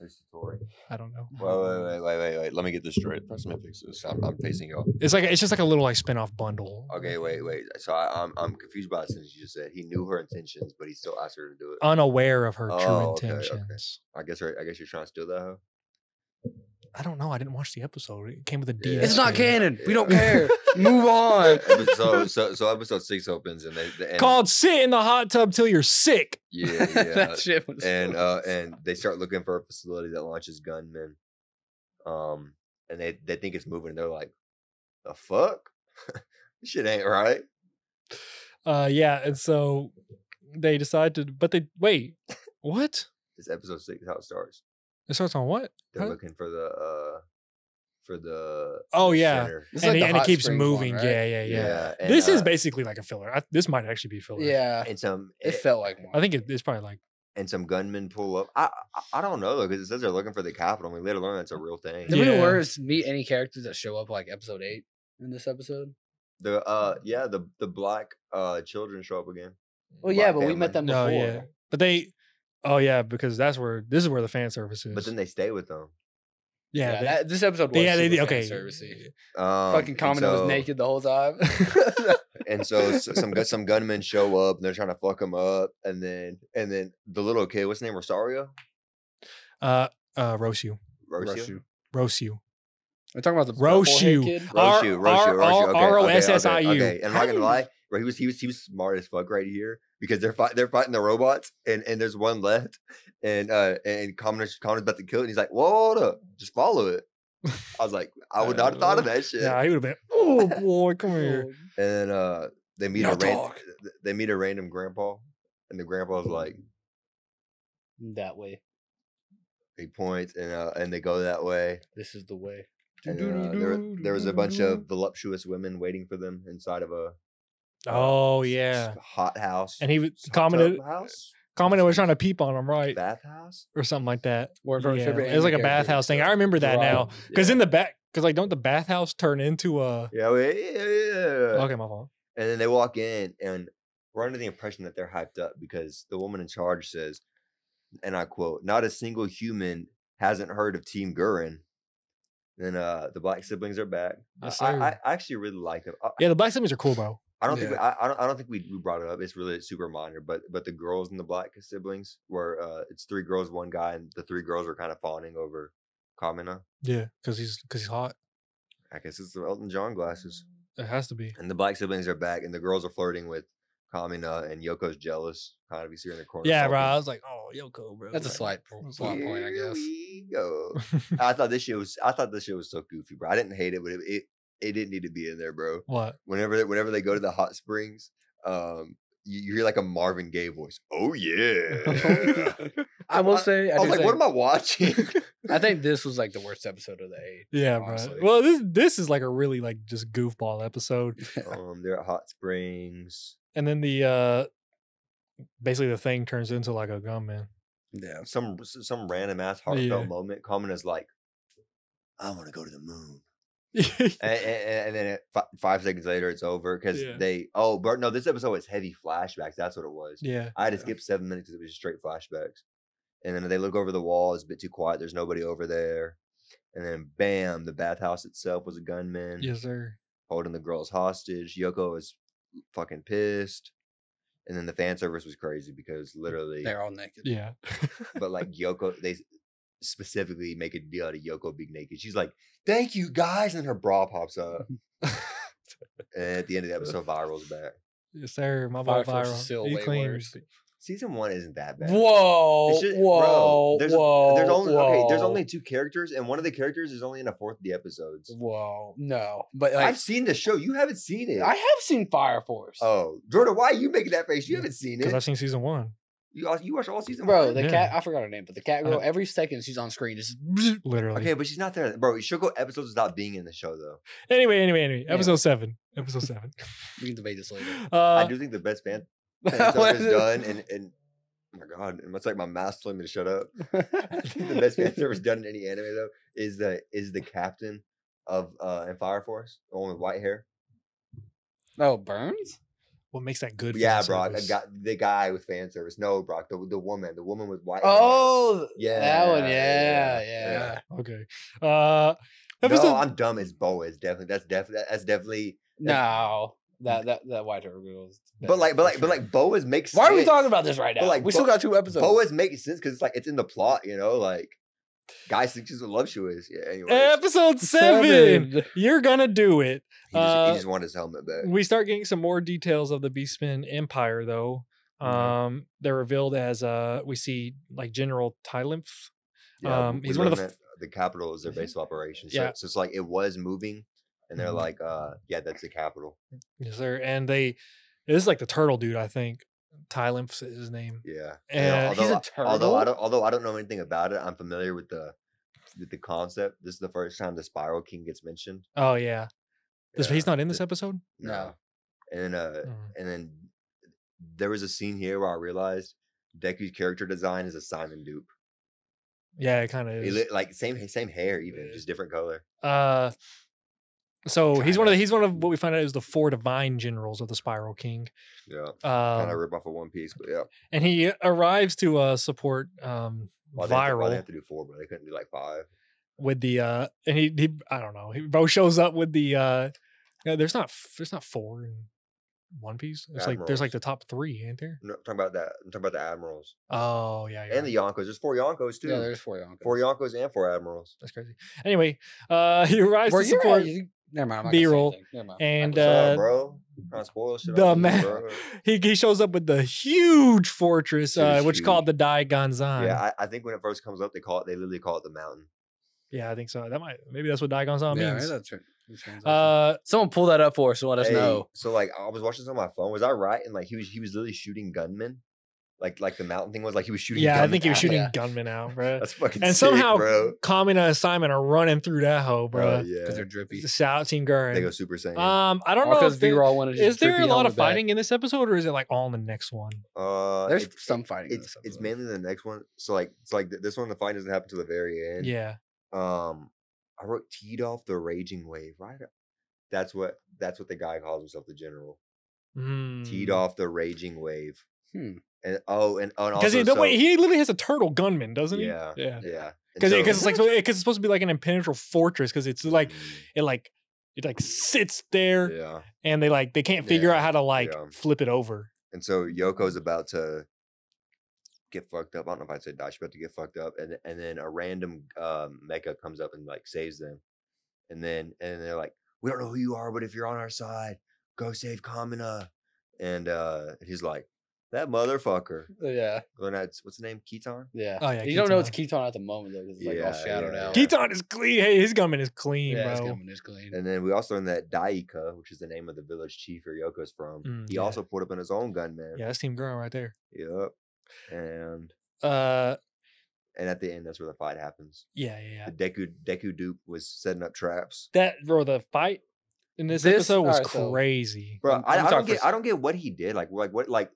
[SPEAKER 3] Here's the story.
[SPEAKER 2] I don't know.
[SPEAKER 3] Wait, wait, wait, wait, wait, wait. Let me get this straight. First, let me fix this. I'm, I'm facing y'all.
[SPEAKER 2] It's like it's just like a little like spin-off bundle.
[SPEAKER 3] Okay, wait, wait. So I, I'm I'm confused by the sentence you just said. He knew her intentions, but he still asked her to do it.
[SPEAKER 2] Uh, Unaware of her
[SPEAKER 3] Oh,
[SPEAKER 2] true
[SPEAKER 3] okay, okay.
[SPEAKER 2] intentions.
[SPEAKER 3] I guess her, I guess you're trying to steal that. Huh?
[SPEAKER 2] I don't know. I didn't watch the episode. It came with a
[SPEAKER 3] Yeah.
[SPEAKER 2] DS.
[SPEAKER 4] It's not
[SPEAKER 2] game.
[SPEAKER 4] canon. We don't
[SPEAKER 3] Yeah.
[SPEAKER 4] care. Move on.
[SPEAKER 3] Epi- so so so episode six opens and they, they and,
[SPEAKER 2] Called sit in the hot tub till you're sick.
[SPEAKER 3] yeah yeah
[SPEAKER 4] that shit was.
[SPEAKER 3] and uh and they start looking for a facility that launches gunmen, um and they they think it's moving and they're like, the fuck, this shit ain't right.
[SPEAKER 2] Uh yeah, and so they decide to but they wait, what?
[SPEAKER 3] It's episode six how it starts.
[SPEAKER 2] It starts on what?
[SPEAKER 3] They're
[SPEAKER 2] Huh?
[SPEAKER 3] looking for the uh for the
[SPEAKER 2] Oh,
[SPEAKER 3] the
[SPEAKER 2] yeah.
[SPEAKER 3] center.
[SPEAKER 4] This is
[SPEAKER 2] and
[SPEAKER 4] like
[SPEAKER 2] it,
[SPEAKER 4] the
[SPEAKER 2] and it
[SPEAKER 4] hot
[SPEAKER 2] keeps
[SPEAKER 4] springs one,
[SPEAKER 2] moving.
[SPEAKER 4] right?
[SPEAKER 2] Yeah, yeah, yeah.
[SPEAKER 3] and,
[SPEAKER 2] this is
[SPEAKER 3] uh,
[SPEAKER 2] basically like a filler. I, this might actually be filler.
[SPEAKER 4] Yeah.
[SPEAKER 3] and some
[SPEAKER 4] It
[SPEAKER 3] eh,
[SPEAKER 4] felt like one.
[SPEAKER 2] I think it, it's probably like
[SPEAKER 3] and some gunmen pull up. I I, I don't know though because it says they're looking for the capital. and We later learn that's a real thing.
[SPEAKER 4] Did we
[SPEAKER 2] Yeah.
[SPEAKER 4] words meet any characters that show up like episode eight in this episode?
[SPEAKER 3] The uh yeah the the black uh children show up again.
[SPEAKER 4] Well,
[SPEAKER 3] Black
[SPEAKER 4] yeah, but we
[SPEAKER 3] family.
[SPEAKER 4] met them
[SPEAKER 2] no,
[SPEAKER 4] before.
[SPEAKER 2] yeah. But they, oh yeah, because that's where this is where the fan service is.
[SPEAKER 3] But then they stay with them.
[SPEAKER 2] yeah,
[SPEAKER 4] Yeah,
[SPEAKER 2] they-
[SPEAKER 4] that, this episode was
[SPEAKER 2] yeah, they,
[SPEAKER 4] super
[SPEAKER 2] did okay.
[SPEAKER 4] fanservice-y.
[SPEAKER 3] Um,
[SPEAKER 4] Fucking
[SPEAKER 3] and
[SPEAKER 4] Kamina was
[SPEAKER 3] so-
[SPEAKER 4] naked the whole time.
[SPEAKER 3] and so s- some gu- some gunmen show up and they're trying to fuck them up, and then and then the little kid, what's his name, Rosario,
[SPEAKER 2] Uh, uh, Roshu,
[SPEAKER 3] Rocio,
[SPEAKER 2] Roshu.
[SPEAKER 4] We're talking about the
[SPEAKER 2] Roshu.
[SPEAKER 4] Roshu.
[SPEAKER 2] R-
[SPEAKER 3] Rosio, Rosio,
[SPEAKER 2] R-
[SPEAKER 3] Rosio, okay, okay, okay,
[SPEAKER 2] R- R- O S S I U.
[SPEAKER 3] Okay, and I'm
[SPEAKER 2] How
[SPEAKER 3] not
[SPEAKER 2] do
[SPEAKER 3] gonna
[SPEAKER 2] you-
[SPEAKER 3] lie, Bro, he was he was he was smart as fuck right here because they're fight they're fighting the robots and and there's one left and uh and Commoner's Commoner's about to kill it and he's like, Whoa, hold up, just follow it. I was like, I would not have thought of that shit.
[SPEAKER 2] Yeah, he would have been. Oh boy, come here.
[SPEAKER 4] Oh,
[SPEAKER 3] And then uh they meet
[SPEAKER 4] Now
[SPEAKER 3] a ran-
[SPEAKER 4] talk.
[SPEAKER 3] th- they meet a random grandpa and the grandpa's like
[SPEAKER 2] Mm.
[SPEAKER 4] that way.
[SPEAKER 3] he points and uh and they go that way.
[SPEAKER 4] This is the way.
[SPEAKER 3] And, then, uh, there, there was a bunch of voluptuous women waiting for them inside of a
[SPEAKER 2] Oh
[SPEAKER 3] s-
[SPEAKER 2] yeah,
[SPEAKER 3] hot house.
[SPEAKER 2] and he was
[SPEAKER 3] hot tub
[SPEAKER 2] commented.
[SPEAKER 3] house,
[SPEAKER 2] Commented was trying to peep on him, right,
[SPEAKER 3] bathhouse.
[SPEAKER 2] or something like that.
[SPEAKER 4] Word from a
[SPEAKER 2] Yeah,
[SPEAKER 4] stripper
[SPEAKER 2] it
[SPEAKER 4] and
[SPEAKER 2] was like a
[SPEAKER 4] character.
[SPEAKER 2] bathhouse thing. I remember that now because in the back, because like don't the bathhouse turn into a?
[SPEAKER 3] Yeah, we- yeah, yeah.
[SPEAKER 2] Okay, my fault.
[SPEAKER 3] And then they walk in, and we're under the impression that they're hyped up because the woman in charge says, and I quote, "Not a single human hasn't heard of Team Gurren." Then uh, the black siblings are back. I-
[SPEAKER 2] Yes,
[SPEAKER 3] I,
[SPEAKER 2] sir.
[SPEAKER 3] I, I actually really like them. I,
[SPEAKER 2] Yeah, the black siblings are cool, bro.
[SPEAKER 3] I don't think
[SPEAKER 4] Yeah.
[SPEAKER 3] we, I, I don't I don't think we, we brought it up. It's really super minor, but but the girls and the black siblings were uh, it's three girls, one guy, and the three girls were kind of fawning over Kamina.
[SPEAKER 2] Yeah, because he's because he's hot.
[SPEAKER 3] I guess it's the Elton John glasses.
[SPEAKER 2] It has to be.
[SPEAKER 3] And the black siblings are back, and the girls are flirting with Kamina, and Yoko's jealous. Kind of, he's here in the corner.
[SPEAKER 2] Yeah, bro. I
[SPEAKER 3] sulking.
[SPEAKER 2] was like, oh, Yoko, bro.
[SPEAKER 4] That's a
[SPEAKER 2] like,
[SPEAKER 4] slight
[SPEAKER 2] it's
[SPEAKER 4] plot point, I
[SPEAKER 3] Here
[SPEAKER 4] guess.
[SPEAKER 3] we go. I thought this shit was. I thought this shit was so goofy, bro. I didn't hate it, but it it, it didn't need to be in there, bro.
[SPEAKER 2] What?
[SPEAKER 3] Whenever they, whenever they go to the hot springs, um, you, you hear like a Marvin Gaye voice. Oh yeah.
[SPEAKER 4] I will say, I,
[SPEAKER 3] I was like, what am
[SPEAKER 4] I?
[SPEAKER 3] I watching?
[SPEAKER 4] I think this was like the worst episode of the eight.
[SPEAKER 2] Yeah, bro.
[SPEAKER 4] Honestly.
[SPEAKER 2] Well, this this is like a really like just goofball episode.
[SPEAKER 3] um, they're at hot springs.
[SPEAKER 2] And then the uh basically the thing turns into like a gun man.
[SPEAKER 4] Yeah.
[SPEAKER 3] Some s- some random ass heartfelt
[SPEAKER 2] Yeah.
[SPEAKER 3] moment. Kamina's like, I want to go to the moon.
[SPEAKER 2] yeah,
[SPEAKER 3] and, and, and then it, fi- five seconds later, it's over because
[SPEAKER 2] Yeah.
[SPEAKER 3] they. Oh, but no, this episode was heavy flashbacks. That's what it was. I had to
[SPEAKER 4] Yeah.
[SPEAKER 3] skip seven minutes because it was just straight flashbacks. And then they look over the wall. It's a bit too quiet. There's nobody over there. And then, bam! The bathhouse itself was a gunman
[SPEAKER 2] yes, sir.
[SPEAKER 3] holding the girls hostage. Yoko was fucking pissed. And then the fan service was crazy because literally,
[SPEAKER 4] They're all naked.
[SPEAKER 2] Yeah,
[SPEAKER 3] but like Yoko, they s- specifically make a deal out of Yoko being naked. She's like, "Thank you guys," and her bra pops up. And at the end of the episode, Viral's back.
[SPEAKER 2] yes, sir. My boy
[SPEAKER 4] Fire Force is
[SPEAKER 2] viral.
[SPEAKER 4] still
[SPEAKER 2] You
[SPEAKER 4] way
[SPEAKER 2] clean.
[SPEAKER 4] worse.
[SPEAKER 3] Season one isn't that bad.
[SPEAKER 2] Whoa,
[SPEAKER 3] It's ju- bro,
[SPEAKER 2] whoa,
[SPEAKER 3] there's,
[SPEAKER 2] whoa.
[SPEAKER 3] there's only okay. There's
[SPEAKER 2] whoa,
[SPEAKER 3] only two characters, and one of the characters is only in a fourth of the episodes.
[SPEAKER 4] Whoa, no, but like
[SPEAKER 3] I've seen the show. You haven't seen it.
[SPEAKER 4] I have seen Fire Force.
[SPEAKER 3] oh, Jordan, why are you making that face? You
[SPEAKER 2] Yeah,
[SPEAKER 3] haven't seen
[SPEAKER 2] because I've
[SPEAKER 3] it.
[SPEAKER 2] seen season one.
[SPEAKER 3] You al- you watch all season
[SPEAKER 4] bro,
[SPEAKER 3] one?
[SPEAKER 4] the
[SPEAKER 2] Yeah.
[SPEAKER 4] cat. I forgot her name, but the cat
[SPEAKER 2] I
[SPEAKER 4] girl.
[SPEAKER 2] don't-
[SPEAKER 4] Every second she's on screen, just
[SPEAKER 2] Literally.
[SPEAKER 3] Okay, but she's not there, bro. She'll go episodes without being in the show, though.
[SPEAKER 2] Anyway, anyway, anyway.
[SPEAKER 4] Yeah.
[SPEAKER 2] Episode seven. Episode seven.
[SPEAKER 4] we can debate this later.
[SPEAKER 3] I
[SPEAKER 2] Uh,
[SPEAKER 3] do think the best fan
[SPEAKER 4] That
[SPEAKER 3] Pants up is
[SPEAKER 4] was-
[SPEAKER 3] done, and and oh my god, and it's like my mask told me to shut up. I think the best fan service done in any anime though is the is the captain of uh in Fire Force, the one with white hair.
[SPEAKER 4] Oh, Burns.
[SPEAKER 2] what makes that good?
[SPEAKER 3] yeah,
[SPEAKER 2] fan
[SPEAKER 3] Brock,
[SPEAKER 2] service?
[SPEAKER 3] I got the guy with fan service. No, Brock, the the woman, the woman with white. hair.
[SPEAKER 4] Oh,
[SPEAKER 3] yeah,
[SPEAKER 4] that one.
[SPEAKER 3] yeah,
[SPEAKER 4] Yeah,
[SPEAKER 3] yeah.
[SPEAKER 4] yeah.
[SPEAKER 2] Okay. Uh, episode.
[SPEAKER 3] no, I'm dumb. It's Bo. It's definitely that's definitely that's definitely.
[SPEAKER 4] No, that that that white hair girl. is
[SPEAKER 3] But
[SPEAKER 4] better,
[SPEAKER 3] like,
[SPEAKER 4] for
[SPEAKER 3] but like, but
[SPEAKER 4] sure.
[SPEAKER 3] like, Boas makes.
[SPEAKER 4] Why are we
[SPEAKER 3] sense.
[SPEAKER 4] talking about this right
[SPEAKER 3] But
[SPEAKER 4] now?
[SPEAKER 3] like,
[SPEAKER 4] we
[SPEAKER 3] Bo-
[SPEAKER 4] still got two episodes.
[SPEAKER 3] Boas makes sense because it's like it's in the plot, you know, like guys think she's what love she is. Yeah, anyway.
[SPEAKER 2] episode seven. You're gonna do it.
[SPEAKER 3] He just,
[SPEAKER 2] Uh,
[SPEAKER 3] he just wanted his helmet back.
[SPEAKER 2] We start getting some more details of the Beastman Empire, though.
[SPEAKER 3] Mhm.
[SPEAKER 2] Um, they're revealed as uh, we see like General Tylymph. um,
[SPEAKER 3] we
[SPEAKER 2] he's one of the
[SPEAKER 3] learned
[SPEAKER 2] f- Mm-hmm.
[SPEAKER 3] that the capital is their base of operations. So,
[SPEAKER 2] Yeah.
[SPEAKER 3] so it's like it was moving, and they're
[SPEAKER 2] Mhm.
[SPEAKER 3] like, uh, yeah, that's the capital.
[SPEAKER 2] Yes, sir. And they, this is like the turtle dude, I think. Tylymph's is his name.
[SPEAKER 3] Yeah,
[SPEAKER 2] Uh,
[SPEAKER 3] although,
[SPEAKER 4] he's a
[SPEAKER 3] I- although I
[SPEAKER 4] turtle?
[SPEAKER 3] don't, although I don't know anything about it, I'm familiar with the with the concept. This is the first time the Spiral King gets mentioned.
[SPEAKER 2] Oh yeah, this, he's
[SPEAKER 3] Yeah,
[SPEAKER 2] not in this
[SPEAKER 3] th-
[SPEAKER 2] episode.
[SPEAKER 3] No, and then uh,
[SPEAKER 2] Mm.
[SPEAKER 3] and then there was a scene here where I realized Deku's character design is a Simon dupe.
[SPEAKER 2] Yeah, it kind of
[SPEAKER 3] It
[SPEAKER 2] is.
[SPEAKER 3] look like same same hair, even
[SPEAKER 2] Yeah.
[SPEAKER 3] just different color.
[SPEAKER 2] uh, so he's one
[SPEAKER 4] Kinda.
[SPEAKER 2] of the, he's one of what we find out is the four divine generals of the Spiral King.
[SPEAKER 3] Yeah, kind of
[SPEAKER 2] Um,
[SPEAKER 3] rip off of One Piece, but yeah.
[SPEAKER 2] and he arrives to uh, support um,
[SPEAKER 3] Well, they, have to, well,
[SPEAKER 2] viral
[SPEAKER 3] they have to do four, but they couldn't do like five.
[SPEAKER 2] with the uh, and he, he I don't know. He Bo shows up with the uh, no, there's not f- there's not four in One Piece. It's like there's like
[SPEAKER 3] Admirals.
[SPEAKER 2] the top three, ain't there?
[SPEAKER 3] No, I'm talking about that. I'm talking about the admirals.
[SPEAKER 2] Oh yeah, yeah.
[SPEAKER 3] and the Yonkos. There's four Yonkos too.
[SPEAKER 4] Yeah, there's four Yonkos.
[SPEAKER 3] four Yonkos and four Admirals.
[SPEAKER 2] that's crazy. Anyway, uh, he arrives
[SPEAKER 4] Were
[SPEAKER 2] to
[SPEAKER 4] you
[SPEAKER 2] support.
[SPEAKER 4] at- you- Never mind. I'm not gonna say
[SPEAKER 2] B-roll
[SPEAKER 4] anything. Never mind.
[SPEAKER 2] and
[SPEAKER 3] What's up,
[SPEAKER 2] uh,
[SPEAKER 3] bro? Not spoil shit.
[SPEAKER 2] The
[SPEAKER 3] on you,
[SPEAKER 2] man-
[SPEAKER 3] bro.
[SPEAKER 2] He, he shows up with the huge fortress,
[SPEAKER 3] It
[SPEAKER 2] uh,
[SPEAKER 3] is
[SPEAKER 2] which is called the Dagon Zan.
[SPEAKER 3] Yeah, I, I think when it first comes up, they call it. They literally call it the mountain.
[SPEAKER 2] Yeah, I think so. That might maybe that's what Dagon Zan
[SPEAKER 4] yeah,
[SPEAKER 2] means.
[SPEAKER 4] right, that turn- that translation.
[SPEAKER 2] Uh,
[SPEAKER 4] Someone pull that up for us and let us
[SPEAKER 3] Hey,
[SPEAKER 4] know.
[SPEAKER 3] So like, I was watching this on my phone. Was I right? And like, he was he was literally shooting gunmen. Like like the mountain thing was like he was shooting.
[SPEAKER 2] yeah, I
[SPEAKER 3] gunmen
[SPEAKER 2] think he was
[SPEAKER 3] out.
[SPEAKER 2] shooting
[SPEAKER 4] Yeah.
[SPEAKER 2] gunmen out, bro.
[SPEAKER 3] That's fucking.
[SPEAKER 2] And
[SPEAKER 3] sick,
[SPEAKER 2] somehow
[SPEAKER 3] bro.
[SPEAKER 2] Common and Simon are running through that hole,
[SPEAKER 3] Oh,
[SPEAKER 2] bro.
[SPEAKER 4] Because
[SPEAKER 3] yeah,
[SPEAKER 4] they're drippy.
[SPEAKER 2] The South Team Gurren.
[SPEAKER 3] they go super saiyan.
[SPEAKER 2] Um, I don't
[SPEAKER 4] All
[SPEAKER 2] know
[SPEAKER 4] because
[SPEAKER 2] if there-
[SPEAKER 4] V-Raw wanted to
[SPEAKER 2] is there
[SPEAKER 4] drippy
[SPEAKER 2] a
[SPEAKER 4] on
[SPEAKER 2] lot
[SPEAKER 4] the
[SPEAKER 2] of
[SPEAKER 4] back.
[SPEAKER 2] fighting in this episode, or is it like all in the next one?
[SPEAKER 3] uh,
[SPEAKER 4] There's
[SPEAKER 3] it's-
[SPEAKER 4] some fighting. in
[SPEAKER 3] It's
[SPEAKER 4] this
[SPEAKER 3] it's
[SPEAKER 4] episode.
[SPEAKER 3] mainly the next one. So like it's like th- this one. The fight doesn't happen till the very end.
[SPEAKER 2] Yeah,
[SPEAKER 3] Um, I wrote teed off the raging wave. Right. up- That's what that's what the guy calls himself, the general. Teed
[SPEAKER 2] Mm.
[SPEAKER 3] off the raging wave.
[SPEAKER 4] Hmm.
[SPEAKER 3] And oh, and oh, and
[SPEAKER 2] Because he,
[SPEAKER 3] also,
[SPEAKER 2] the way
[SPEAKER 3] so-
[SPEAKER 2] he literally has a turtle gunman, doesn't he?
[SPEAKER 3] Yeah.
[SPEAKER 2] yeah.
[SPEAKER 3] yeah. and
[SPEAKER 2] Because
[SPEAKER 3] so-
[SPEAKER 2] it's like because it's supposed to be like an impenetrable fortress because it's like
[SPEAKER 3] Mm,
[SPEAKER 2] it like it like sits there
[SPEAKER 3] yeah.
[SPEAKER 2] and they like they can't figure
[SPEAKER 3] Yeah,
[SPEAKER 2] out how to like
[SPEAKER 3] yeah.
[SPEAKER 2] flip it over.
[SPEAKER 3] And so Yoko's about to get fucked up. I don't know if I'd say die. She's about to get fucked up, and and then a random um, mecha comes up and like saves them, and then and they're like, "We don't know who you are, but if you're on our side, go save Kamina." And uh, he's like, "That motherfucker."
[SPEAKER 4] Yeah,
[SPEAKER 3] Going out, what's the name? Keaton.
[SPEAKER 4] yeah.
[SPEAKER 2] Oh, yeah,
[SPEAKER 4] you don't know it's Keton at the moment though, because it's like all
[SPEAKER 3] Yeah,
[SPEAKER 4] shadowed
[SPEAKER 3] yeah,
[SPEAKER 4] out.
[SPEAKER 3] yeah.
[SPEAKER 2] Keaton is clean. Hey, his gunman is clean,
[SPEAKER 4] yeah, it's
[SPEAKER 2] bro.
[SPEAKER 4] coming. It's clean.
[SPEAKER 3] And then we also learned that Daika, which is the name of the village chief where Yoko's from,
[SPEAKER 2] Mm,
[SPEAKER 3] he
[SPEAKER 2] yeah.
[SPEAKER 3] also pulled up in his own gunman.
[SPEAKER 2] Yeah, that's Team Girl right there.
[SPEAKER 3] Yep. And
[SPEAKER 2] Uh,
[SPEAKER 3] and at the end, that's where the fight happens.
[SPEAKER 2] yeah, yeah, yeah.
[SPEAKER 3] The Deku Deku Dupe was setting up traps.
[SPEAKER 2] That bro, the fight in this,
[SPEAKER 4] This-
[SPEAKER 2] episode was
[SPEAKER 4] alright, so-
[SPEAKER 2] crazy.
[SPEAKER 3] bro.
[SPEAKER 4] I'm-
[SPEAKER 3] I,
[SPEAKER 4] I'm
[SPEAKER 3] I
[SPEAKER 4] sorry
[SPEAKER 3] don't
[SPEAKER 4] for
[SPEAKER 3] get.
[SPEAKER 4] s-
[SPEAKER 3] I don't get what he did. Like, like what? Like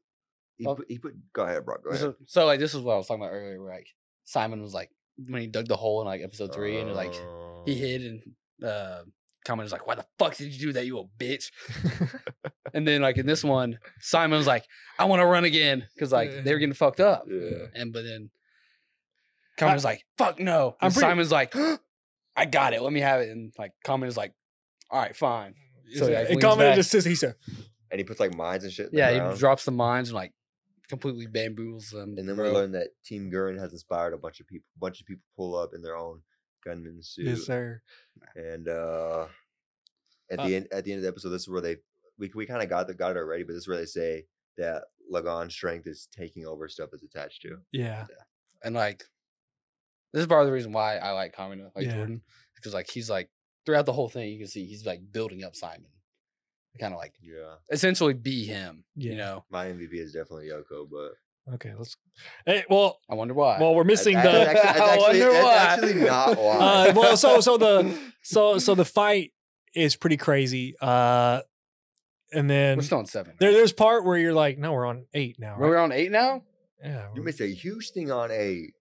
[SPEAKER 3] he,
[SPEAKER 4] Oh.
[SPEAKER 3] put, he put. Go ahead, bro. Go
[SPEAKER 4] This
[SPEAKER 3] ahead.
[SPEAKER 4] is- so like this is what I was talking about earlier. Where, like Simon was like when he dug the hole in like episode three, and like he hid, and uh, Common was like, "Why the fuck did you do that, you old bitch?" and then like in this one, Simon was like, "I want to run again," because like they were getting fucked up,
[SPEAKER 3] Yeah.
[SPEAKER 4] and but then Common was like, "Fuck no,"
[SPEAKER 2] I'm
[SPEAKER 4] and
[SPEAKER 2] pretty-
[SPEAKER 4] Simon's like, "I got it, let me have it," and like Common is like, "All right, fine." So,
[SPEAKER 2] So,
[SPEAKER 4] yeah, he
[SPEAKER 2] and
[SPEAKER 4] leans
[SPEAKER 2] Common
[SPEAKER 4] back.
[SPEAKER 2] just says he said,
[SPEAKER 3] And he puts like mines and shit. in the
[SPEAKER 4] Yeah,
[SPEAKER 3] ground.
[SPEAKER 4] he drops the mines and like completely bamboozles them.
[SPEAKER 3] And then we
[SPEAKER 4] bro.
[SPEAKER 3] learn that Team Gurren has inspired a bunch of people. A bunch of people pull up in their own gunman suit.
[SPEAKER 2] "Yes, sir."
[SPEAKER 3] And uh, at
[SPEAKER 2] Uh,
[SPEAKER 3] the end, at the end of the episode, this is where they we we kind of got the, got it already, but this is where they say that Lagan's strength is taking over stuff that's attached to.
[SPEAKER 2] Yeah,
[SPEAKER 4] and like this is part of the reason why I like Kamina, like
[SPEAKER 2] Yeah.
[SPEAKER 4] Jordan, because like he's like throughout the whole thing, you can see he's like building up Simon, kind of like
[SPEAKER 3] Yeah,
[SPEAKER 4] essentially be him.
[SPEAKER 2] Yeah.
[SPEAKER 4] You know,
[SPEAKER 3] my MVP is definitely Yoko, but
[SPEAKER 2] okay, let's. Hey, well,
[SPEAKER 4] I wonder why.
[SPEAKER 2] well, we're missing
[SPEAKER 3] I- I-
[SPEAKER 2] the.
[SPEAKER 3] that's actually,
[SPEAKER 4] I
[SPEAKER 3] that's actually,
[SPEAKER 4] wonder
[SPEAKER 3] that's
[SPEAKER 4] why.
[SPEAKER 3] actually not why.
[SPEAKER 2] Uh, well, so so the so so the fight is pretty crazy. Uh, and then
[SPEAKER 4] we're still on seven.
[SPEAKER 2] there,
[SPEAKER 4] right?
[SPEAKER 2] there's part where you're like, no, we're on eight now.
[SPEAKER 4] We're
[SPEAKER 2] Right?
[SPEAKER 4] on eight now.
[SPEAKER 2] Yeah,
[SPEAKER 3] you
[SPEAKER 2] we're-
[SPEAKER 3] missed a huge thing on eight.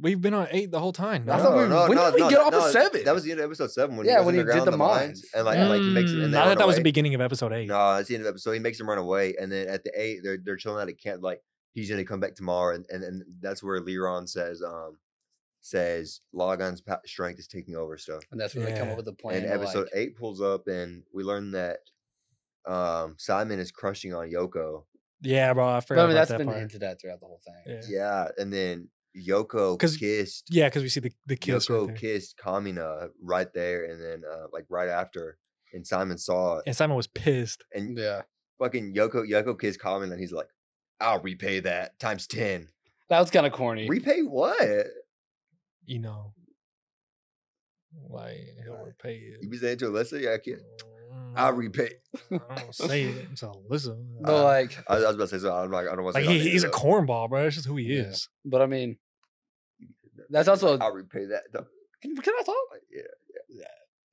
[SPEAKER 2] we've been on eight the whole time.
[SPEAKER 4] I
[SPEAKER 2] no?
[SPEAKER 4] thought we- when did we get off of seven?
[SPEAKER 3] That was the end of episode seven. When
[SPEAKER 4] Yeah,
[SPEAKER 3] he goes
[SPEAKER 4] when
[SPEAKER 3] in
[SPEAKER 4] he
[SPEAKER 3] the
[SPEAKER 4] did
[SPEAKER 3] ground
[SPEAKER 4] the
[SPEAKER 3] with the mines.
[SPEAKER 4] mines.
[SPEAKER 3] and like, and, like he makes.
[SPEAKER 2] Mm,
[SPEAKER 3] Them, and they
[SPEAKER 2] I
[SPEAKER 3] run
[SPEAKER 2] thought that was the
[SPEAKER 3] away.
[SPEAKER 2] beginning of episode eight.
[SPEAKER 3] No, that's the end of episode. He makes him run away, and then at the eight, they're they're chilling out at camp. Like he's gonna come back tomorrow, and and, and that's where Leron says, um, says Logon's pa- strength is taking over stuff.
[SPEAKER 4] And that's when they come
[SPEAKER 2] Yeah.
[SPEAKER 4] up with a plan.
[SPEAKER 3] and
[SPEAKER 4] to,
[SPEAKER 3] episode
[SPEAKER 4] like-
[SPEAKER 3] eight pulls up, and we learn that um Simon is crushing on Yoko.
[SPEAKER 2] Yeah, bro, I
[SPEAKER 4] But,
[SPEAKER 2] forgot
[SPEAKER 4] I mean,
[SPEAKER 2] about
[SPEAKER 4] that's
[SPEAKER 2] that
[SPEAKER 4] been
[SPEAKER 2] part.
[SPEAKER 4] hinted at throughout the whole thing.
[SPEAKER 2] Yeah,
[SPEAKER 3] Yeah, and then Yoko
[SPEAKER 2] 'Cause
[SPEAKER 3] kissed.
[SPEAKER 2] yeah, because we see the the kiss right
[SPEAKER 3] Yoko
[SPEAKER 2] there.
[SPEAKER 3] kissed Kamina right there, and then uh, like right after, and Simon saw it,
[SPEAKER 2] and Simon was pissed.
[SPEAKER 3] and
[SPEAKER 4] Yeah.
[SPEAKER 3] fucking Yoko Yoko kissed Kamina, and he's like, "I'll repay that times ten.
[SPEAKER 4] that was kind of corny.
[SPEAKER 3] Repay what?
[SPEAKER 2] You know, like he'll
[SPEAKER 3] Right.
[SPEAKER 2] repay it.
[SPEAKER 3] You was that to Alyssa? Yeah, I can't. I'll
[SPEAKER 2] Mm,
[SPEAKER 3] repay.
[SPEAKER 2] I don't say it Uh, to listen.
[SPEAKER 4] but like,
[SPEAKER 3] I was, I was about to say something. I'm like, I don't want to
[SPEAKER 2] Like
[SPEAKER 3] say.
[SPEAKER 2] he,
[SPEAKER 3] it on the
[SPEAKER 2] he's a
[SPEAKER 3] air, though.
[SPEAKER 2] cornball, bro. That's just who he
[SPEAKER 4] Yeah.
[SPEAKER 2] is.
[SPEAKER 4] but I mean,
[SPEAKER 3] He's
[SPEAKER 4] that's
[SPEAKER 3] like,
[SPEAKER 4] also-
[SPEAKER 3] I'll repay that. Th-
[SPEAKER 4] can, can I talk?
[SPEAKER 3] Yeah,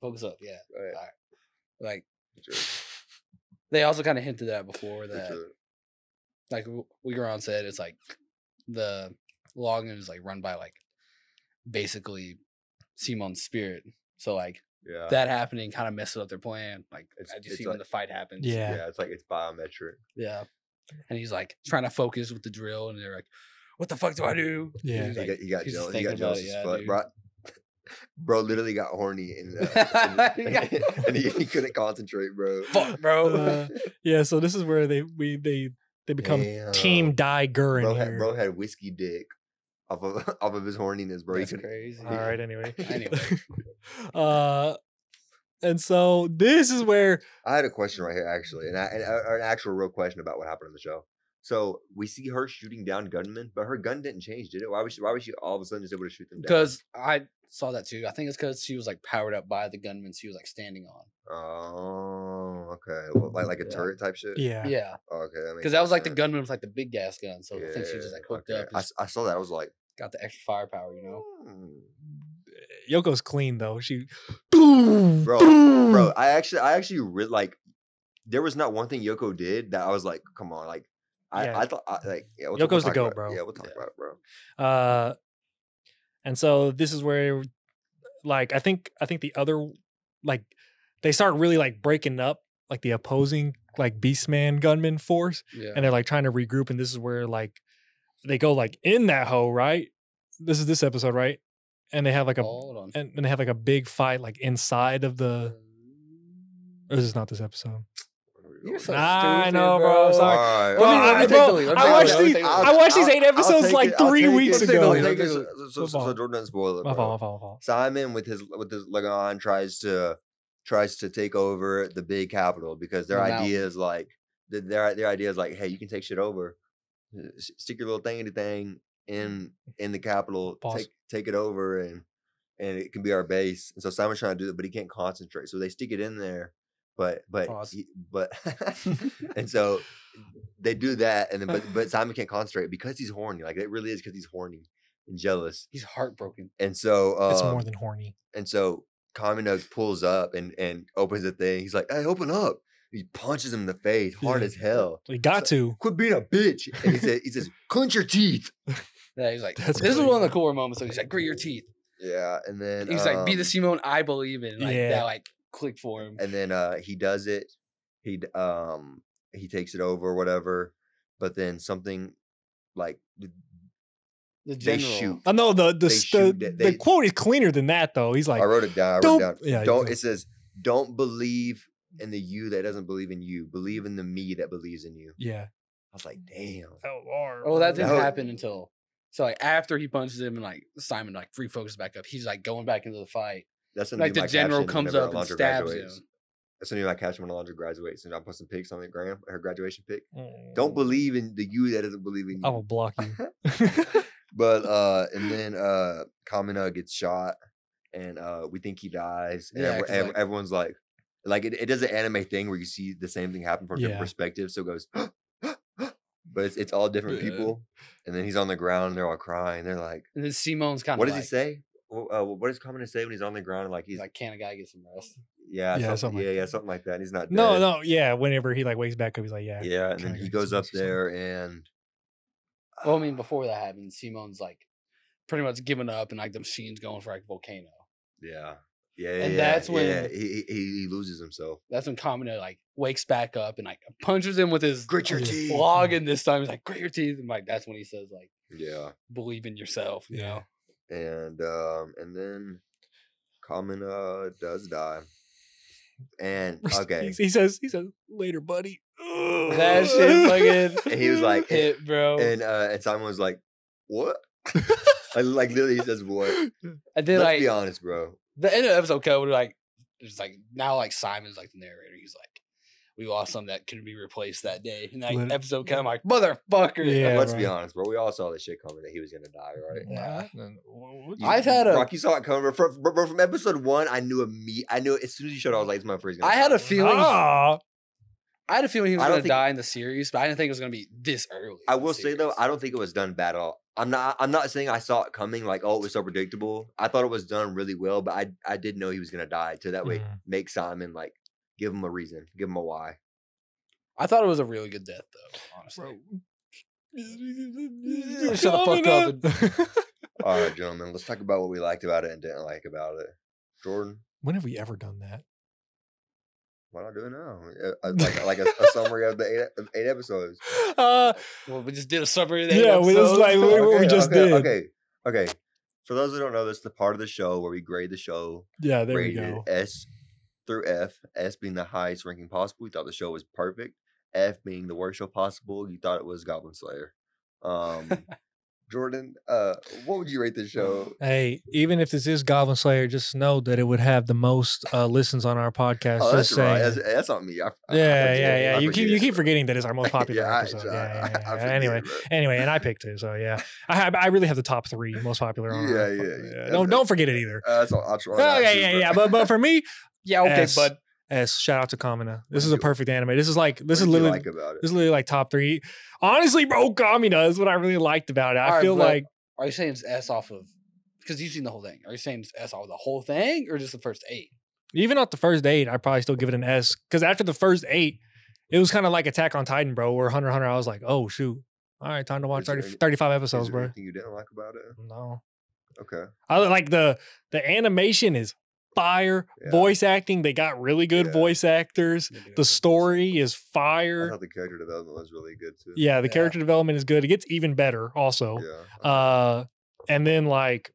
[SPEAKER 4] Focus up. Yeah.
[SPEAKER 3] go ahead.
[SPEAKER 4] Like
[SPEAKER 3] It's yours,
[SPEAKER 4] they also kind of hinted at before
[SPEAKER 3] it's
[SPEAKER 4] that
[SPEAKER 3] yours.
[SPEAKER 4] like w- we were on said it's like the login is like run by like basically Simon's spirit. So like
[SPEAKER 3] Yeah.
[SPEAKER 4] that happening kind of messes up their plan. Like
[SPEAKER 3] Uh It's-
[SPEAKER 4] as you
[SPEAKER 3] it's
[SPEAKER 4] see when
[SPEAKER 3] like-
[SPEAKER 4] the fight happens.
[SPEAKER 2] Yeah.
[SPEAKER 3] yeah, it's like it's biometric.
[SPEAKER 4] Yeah. And he's like trying to focus with the drill and they're like, What the fuck do I do? And
[SPEAKER 2] Yeah.
[SPEAKER 4] he's
[SPEAKER 3] He
[SPEAKER 4] like,
[SPEAKER 3] got, he got
[SPEAKER 4] he's just
[SPEAKER 3] jealous. He got
[SPEAKER 4] thinking about
[SPEAKER 3] jealous
[SPEAKER 4] it,
[SPEAKER 3] as
[SPEAKER 4] yeah,
[SPEAKER 3] fuck,
[SPEAKER 4] dude.
[SPEAKER 3] bro. Bro literally got horny and, uh, and, and- and he, he couldn't concentrate, bro.
[SPEAKER 4] Fuck, bro.
[SPEAKER 2] Uh, yeah, so this is where they we they they become
[SPEAKER 3] Damn.
[SPEAKER 2] Team Die Gurren
[SPEAKER 3] uh, Bro
[SPEAKER 2] here.
[SPEAKER 3] had, bro had whiskey dick off of off of his horniness, bro. He
[SPEAKER 4] That's
[SPEAKER 3] couldn't-
[SPEAKER 4] crazy.
[SPEAKER 2] All right, anyway.
[SPEAKER 4] Anyway.
[SPEAKER 2] uh, And so this is where
[SPEAKER 3] I had a question right here actually, and, I, and
[SPEAKER 4] Mm-hmm.
[SPEAKER 3] a- an actual real question about what happened on the show. So we see her shooting down gunmen, but her gun didn't change, did it? Why was she? Why was she all of a sudden just able to shoot them down?
[SPEAKER 4] Because I saw that too. I think it's because she was like powered up by the gunman she was like standing on.
[SPEAKER 3] Oh, okay, well, like like a
[SPEAKER 4] Yeah.
[SPEAKER 3] turret type shit.
[SPEAKER 2] yeah.
[SPEAKER 4] Yeah.
[SPEAKER 3] Oh, okay, that makes
[SPEAKER 4] Because that was like the
[SPEAKER 3] sense.
[SPEAKER 4] gunman with like the big gas gun. So I think she just like hooked
[SPEAKER 3] okay. I,
[SPEAKER 4] up and
[SPEAKER 3] s- I saw that. I was like,
[SPEAKER 4] got the extra firepower, you know?
[SPEAKER 3] "Hmm."
[SPEAKER 2] Yoko's clean though. She boom,
[SPEAKER 3] Bro,
[SPEAKER 2] boom.
[SPEAKER 3] bro. I actually, I actually re- like. There was not one thing Yoko did that I was like, "Come on!" Like, I,
[SPEAKER 2] Yeah.
[SPEAKER 3] I thought, I, like, yeah, we'll
[SPEAKER 2] Yoko's the
[SPEAKER 3] talk
[SPEAKER 2] go,
[SPEAKER 3] about it.
[SPEAKER 2] bro.
[SPEAKER 3] Yeah, we'll talk
[SPEAKER 4] Yeah.
[SPEAKER 3] about it, bro.
[SPEAKER 2] Uh, and so this is where, like, I think I think the other, like, they start really like breaking up like the opposing like Beastman gunman force,
[SPEAKER 4] Yeah.
[SPEAKER 2] and they're like trying to regroup. And this is where like they go like in that hole, right? This is this episode, right? And they have like a
[SPEAKER 4] Hold on.
[SPEAKER 2] and, and they have like a big fight like inside of the. Or is this not this episode?
[SPEAKER 3] Where we
[SPEAKER 4] You're
[SPEAKER 3] going?
[SPEAKER 4] so
[SPEAKER 2] Nah, I
[SPEAKER 4] stupid,
[SPEAKER 2] know, bro,
[SPEAKER 4] bro.
[SPEAKER 2] I'm sorry.
[SPEAKER 3] Alright,
[SPEAKER 2] Bro,
[SPEAKER 4] Let me-
[SPEAKER 3] alright.
[SPEAKER 4] let me
[SPEAKER 2] I,
[SPEAKER 4] take the
[SPEAKER 2] bro,
[SPEAKER 4] lead, let me
[SPEAKER 2] I
[SPEAKER 4] take
[SPEAKER 2] watched
[SPEAKER 4] the lead,
[SPEAKER 2] the
[SPEAKER 4] let me take the
[SPEAKER 2] I
[SPEAKER 4] lead.
[SPEAKER 2] watched these eight
[SPEAKER 3] I'll
[SPEAKER 2] episodes
[SPEAKER 3] take it-
[SPEAKER 2] like
[SPEAKER 3] I'll
[SPEAKER 2] three
[SPEAKER 3] take it.
[SPEAKER 2] weeks
[SPEAKER 3] Take the
[SPEAKER 2] ago.
[SPEAKER 3] lead, take
[SPEAKER 4] Take
[SPEAKER 3] it.
[SPEAKER 4] the lead.
[SPEAKER 3] So- so-
[SPEAKER 2] My
[SPEAKER 3] so- so
[SPEAKER 2] fault.
[SPEAKER 3] Jordan doesn't spoil it,
[SPEAKER 2] My
[SPEAKER 3] bro.
[SPEAKER 2] fault. My fault. My fault.
[SPEAKER 3] Simon with his with his Lagan tries to tries to take over the big capital because their
[SPEAKER 4] The mountain.
[SPEAKER 3] idea is like th- their their idea is like, hey, you can take shit over, Uh, s- stick your little thingity thing in in the capital,
[SPEAKER 2] Mm. Pause.
[SPEAKER 3] take take it over, and and it can be our base. And so Simon's trying to do it, but he can't concentrate, so they stick it in there, but but
[SPEAKER 4] Pause.
[SPEAKER 3] he- but and so. They do that, and then but but Simon can't concentrate because he's horny. Like it really is because he's horny and jealous,
[SPEAKER 4] He's heartbroken.
[SPEAKER 3] and so um,
[SPEAKER 2] It's more than horny.
[SPEAKER 3] and so Kamino pulls up and and opens the thing. He's like, "Hey, open up!" He punches him in the face, hard
[SPEAKER 2] Yeah.
[SPEAKER 3] as hell.
[SPEAKER 2] We got to.
[SPEAKER 3] Quit being a bitch. And he says, "He says, clench your teeth."
[SPEAKER 4] Yeah, he's like,
[SPEAKER 2] That's
[SPEAKER 4] this is
[SPEAKER 2] great.
[SPEAKER 4] one of the cooler moments. So he's like, grit your teeth.
[SPEAKER 3] Yeah, and then
[SPEAKER 4] He's like, be the
[SPEAKER 3] um,
[SPEAKER 4] Simone I believe in. Like
[SPEAKER 2] Yeah.
[SPEAKER 4] that, like click for him.
[SPEAKER 3] And then uh, he does it. He d- um he takes it over, or whatever. But then something like th-
[SPEAKER 4] The
[SPEAKER 3] they
[SPEAKER 4] general.
[SPEAKER 3] shoot.
[SPEAKER 2] I know the the
[SPEAKER 3] They
[SPEAKER 2] s-
[SPEAKER 3] shoot
[SPEAKER 2] the,
[SPEAKER 3] it,
[SPEAKER 2] the
[SPEAKER 3] they-
[SPEAKER 2] quote is cleaner than that though. He's like,
[SPEAKER 3] I wrote it down. I
[SPEAKER 2] "Don't-"
[SPEAKER 3] wrote it down.
[SPEAKER 2] Yeah, you
[SPEAKER 3] don't.
[SPEAKER 2] do.
[SPEAKER 3] It says, "Don't believe in the you that doesn't believe in you. Believe in the me that believes in you."
[SPEAKER 2] yeah.
[SPEAKER 3] I was like, "Damn."
[SPEAKER 4] Oh, that didn't
[SPEAKER 3] No.
[SPEAKER 4] happen until so like after he punches him and like Simon like refocuses back up. He's like going back into the fight.
[SPEAKER 3] That's gonna
[SPEAKER 4] Like
[SPEAKER 3] be
[SPEAKER 4] the
[SPEAKER 3] my
[SPEAKER 4] general
[SPEAKER 3] caption
[SPEAKER 4] comes
[SPEAKER 3] whenever
[SPEAKER 4] up and
[SPEAKER 3] Alondra
[SPEAKER 4] stabs him.
[SPEAKER 3] graduates. That's gonna be my caption when Alondra graduates, and I'll put some pics on the gram, her graduation pic. Don't believe in the you that doesn't believe in
[SPEAKER 2] I will
[SPEAKER 4] Oh.
[SPEAKER 3] you.
[SPEAKER 2] block you.
[SPEAKER 3] But uh, and then uh, Kamina gets shot, and uh, we think he dies, and
[SPEAKER 4] Yeah,
[SPEAKER 3] every-
[SPEAKER 4] 'cause,
[SPEAKER 3] ev-
[SPEAKER 4] like-
[SPEAKER 3] everyone's like, like it, it does an anime thing where you see the same thing happen from
[SPEAKER 2] Yeah.
[SPEAKER 3] different perspectives. So it goes, but it's it's all different
[SPEAKER 2] Yeah.
[SPEAKER 3] people, and then he's on the ground, and they're all crying. They're like,
[SPEAKER 4] And then Simone's kind of
[SPEAKER 3] what does
[SPEAKER 4] like,
[SPEAKER 3] he say? Wh- Uh, what does Kamina say when he's on the ground? Like
[SPEAKER 4] He's
[SPEAKER 3] he's
[SPEAKER 4] like, can a guy get some rest?
[SPEAKER 2] Yeah,
[SPEAKER 3] Yeah, yeah,
[SPEAKER 2] something
[SPEAKER 3] something,
[SPEAKER 2] like
[SPEAKER 3] yeah, yeah, something like that. and he's not.
[SPEAKER 2] no,
[SPEAKER 3] dead.
[SPEAKER 2] no, yeah. Whenever he like wakes back up, he's like, yeah.
[SPEAKER 3] Yeah, and
[SPEAKER 2] trying
[SPEAKER 3] then
[SPEAKER 2] to
[SPEAKER 3] he
[SPEAKER 2] get
[SPEAKER 3] goes
[SPEAKER 2] some
[SPEAKER 3] up
[SPEAKER 2] rest or something.
[SPEAKER 3] there and. ah,
[SPEAKER 4] Well, I mean, before that happened, Simone's like pretty much giving up and like the machine's going for like a volcano.
[SPEAKER 3] Yeah. Yeah,
[SPEAKER 4] And
[SPEAKER 3] yeah,
[SPEAKER 4] that's when-
[SPEAKER 3] yeah, he, he he loses himself.
[SPEAKER 4] That's when Kamina like wakes back up and like punches him with his
[SPEAKER 3] Grit your
[SPEAKER 2] yeah.
[SPEAKER 3] teeth. Mm.
[SPEAKER 4] log and this time he's like, grit your teeth. And like that's when he says like
[SPEAKER 3] Yeah,
[SPEAKER 4] believe in yourself, you
[SPEAKER 2] Yeah.
[SPEAKER 4] know.
[SPEAKER 3] and um, and then Kamina does die, and okay,
[SPEAKER 2] He, he says, he says, later, buddy.
[SPEAKER 4] That shit fucking
[SPEAKER 3] And he was like,
[SPEAKER 4] hit, bro.
[SPEAKER 3] and uh, and Simon was like, "What?" like, like literally, he says, "What?"
[SPEAKER 4] and then
[SPEAKER 3] Let's
[SPEAKER 4] like
[SPEAKER 3] be honest, bro.
[SPEAKER 4] the end of the episode code like it's like now like Simon's like the narrator. He's like, We lost something that couldn't be replaced that day. And like
[SPEAKER 2] Lit-
[SPEAKER 4] episode kind of like, motherfucker.
[SPEAKER 2] Yeah,
[SPEAKER 3] Let's be
[SPEAKER 2] bro.
[SPEAKER 3] honest, bro. We all saw this shit coming that he was gonna die, right?
[SPEAKER 4] Yeah.
[SPEAKER 3] You-
[SPEAKER 4] I've had a-
[SPEAKER 3] Brock, you saw it coming from, from, from episode one. I knew a me. I knew as soon as you showed, it, I was like, "This motherfucker's gonna."
[SPEAKER 4] I had
[SPEAKER 3] die.
[SPEAKER 4] a feeling
[SPEAKER 2] Ah,
[SPEAKER 4] I had a feeling he was
[SPEAKER 3] I don't
[SPEAKER 4] gonna
[SPEAKER 3] think-
[SPEAKER 4] die in the series, but I didn't think it was gonna be this early.
[SPEAKER 3] I
[SPEAKER 4] in the
[SPEAKER 3] will say though,
[SPEAKER 4] series.
[SPEAKER 3] I don't think it was done bad at all. I'm not. I'm not saying I saw it coming. Like, oh, it was so predictable. I thought it was done really well, but I I did know he was gonna die. So that way,
[SPEAKER 2] Mhm.
[SPEAKER 3] make Simon like give him a reason, give him a why.
[SPEAKER 4] I thought it was a really good death though, honestly.
[SPEAKER 2] bro.
[SPEAKER 4] Shut the fuck up
[SPEAKER 3] All right, gentlemen, let's talk about what we liked about it and didn't like about it. Jordan,
[SPEAKER 2] when have we ever done that?
[SPEAKER 3] why not do it now? Uh, uh, Like, like a, a summary of the eight, of eight episodes.
[SPEAKER 2] Uh,
[SPEAKER 4] Well, we just did a summary of that.
[SPEAKER 2] yeah, we just like we- what we just
[SPEAKER 3] okay,
[SPEAKER 2] did.
[SPEAKER 3] Okay, okay. For those who don't know, this is the part of the show where we grade the show
[SPEAKER 2] Yeah, there we
[SPEAKER 3] rated
[SPEAKER 2] go.
[SPEAKER 3] S through F. S being the highest ranking possible. We thought the show was perfect. F being the worst show possible. You thought it was Goblin Slayer. Um, Jordan, uh, what would you rate this show?
[SPEAKER 2] Hey, even if this is Goblin Slayer, just know that it would have the most uh, listens on our podcast.
[SPEAKER 3] oh, that's
[SPEAKER 2] just
[SPEAKER 3] right.
[SPEAKER 2] saying.
[SPEAKER 3] That's, that's on me. I, I- I
[SPEAKER 2] yeah,
[SPEAKER 3] forget.
[SPEAKER 2] yeah, yeah.
[SPEAKER 3] I
[SPEAKER 2] You keep
[SPEAKER 3] forget.
[SPEAKER 2] you keep forgetting that it's our most popular
[SPEAKER 3] yeah, I-
[SPEAKER 2] episode.
[SPEAKER 3] I-
[SPEAKER 2] yeah, yeah, yeah,
[SPEAKER 3] I
[SPEAKER 2] yeah.
[SPEAKER 3] forget,
[SPEAKER 2] Anyway,
[SPEAKER 3] bro.
[SPEAKER 2] anyway, and I picked it, so yeah, I I really have the top three most popular on. our-
[SPEAKER 3] Yeah, yeah, yeah.
[SPEAKER 2] Don't don't forget it either.
[SPEAKER 3] Uh, that's all. I'll try. that
[SPEAKER 2] Okay,
[SPEAKER 3] too,
[SPEAKER 2] Oh, yeah,
[SPEAKER 3] bro.
[SPEAKER 2] yeah. But but for me,
[SPEAKER 4] Yeah, okay,
[SPEAKER 2] Yes.
[SPEAKER 4] bud.
[SPEAKER 2] as shout out to Kamina. This
[SPEAKER 3] do
[SPEAKER 2] is
[SPEAKER 3] you-
[SPEAKER 2] a perfect anime. This is like
[SPEAKER 3] What
[SPEAKER 2] this
[SPEAKER 3] did
[SPEAKER 2] is
[SPEAKER 3] you
[SPEAKER 2] literally
[SPEAKER 3] like about
[SPEAKER 2] this
[SPEAKER 3] it.
[SPEAKER 2] is literally like top three. Honestly, bro, Kamina is what I really liked about it. I
[SPEAKER 4] All right,
[SPEAKER 2] feel
[SPEAKER 4] but-
[SPEAKER 2] like
[SPEAKER 4] Are you saying it's S off of? Because you've seen the whole thing. Are you saying it's S off of the whole thing or just the first eight?
[SPEAKER 2] even off the first eight, I probably still give it an S. Because after the first eight, it was kind of like Attack on Titan, bro. Where Hunter x Hunter, I was like, oh shoot, all right, time to watch
[SPEAKER 3] Is there
[SPEAKER 2] 30,
[SPEAKER 3] any-
[SPEAKER 2] 35
[SPEAKER 3] Is
[SPEAKER 2] episodes,
[SPEAKER 3] there
[SPEAKER 2] bro.
[SPEAKER 3] anything you didn't like about it?
[SPEAKER 2] No,
[SPEAKER 3] Okay.
[SPEAKER 2] I li- like the the animation is fire.
[SPEAKER 3] Yeah.
[SPEAKER 2] Voice acting, they got really good
[SPEAKER 3] Yeah.
[SPEAKER 2] voice actors. The story is
[SPEAKER 3] I
[SPEAKER 2] fire.
[SPEAKER 3] thought the character development was really good too.
[SPEAKER 2] Yeah, the
[SPEAKER 4] Yeah.
[SPEAKER 2] character development is good. It gets even better, also.
[SPEAKER 3] Yeah.
[SPEAKER 2] Uh, and then like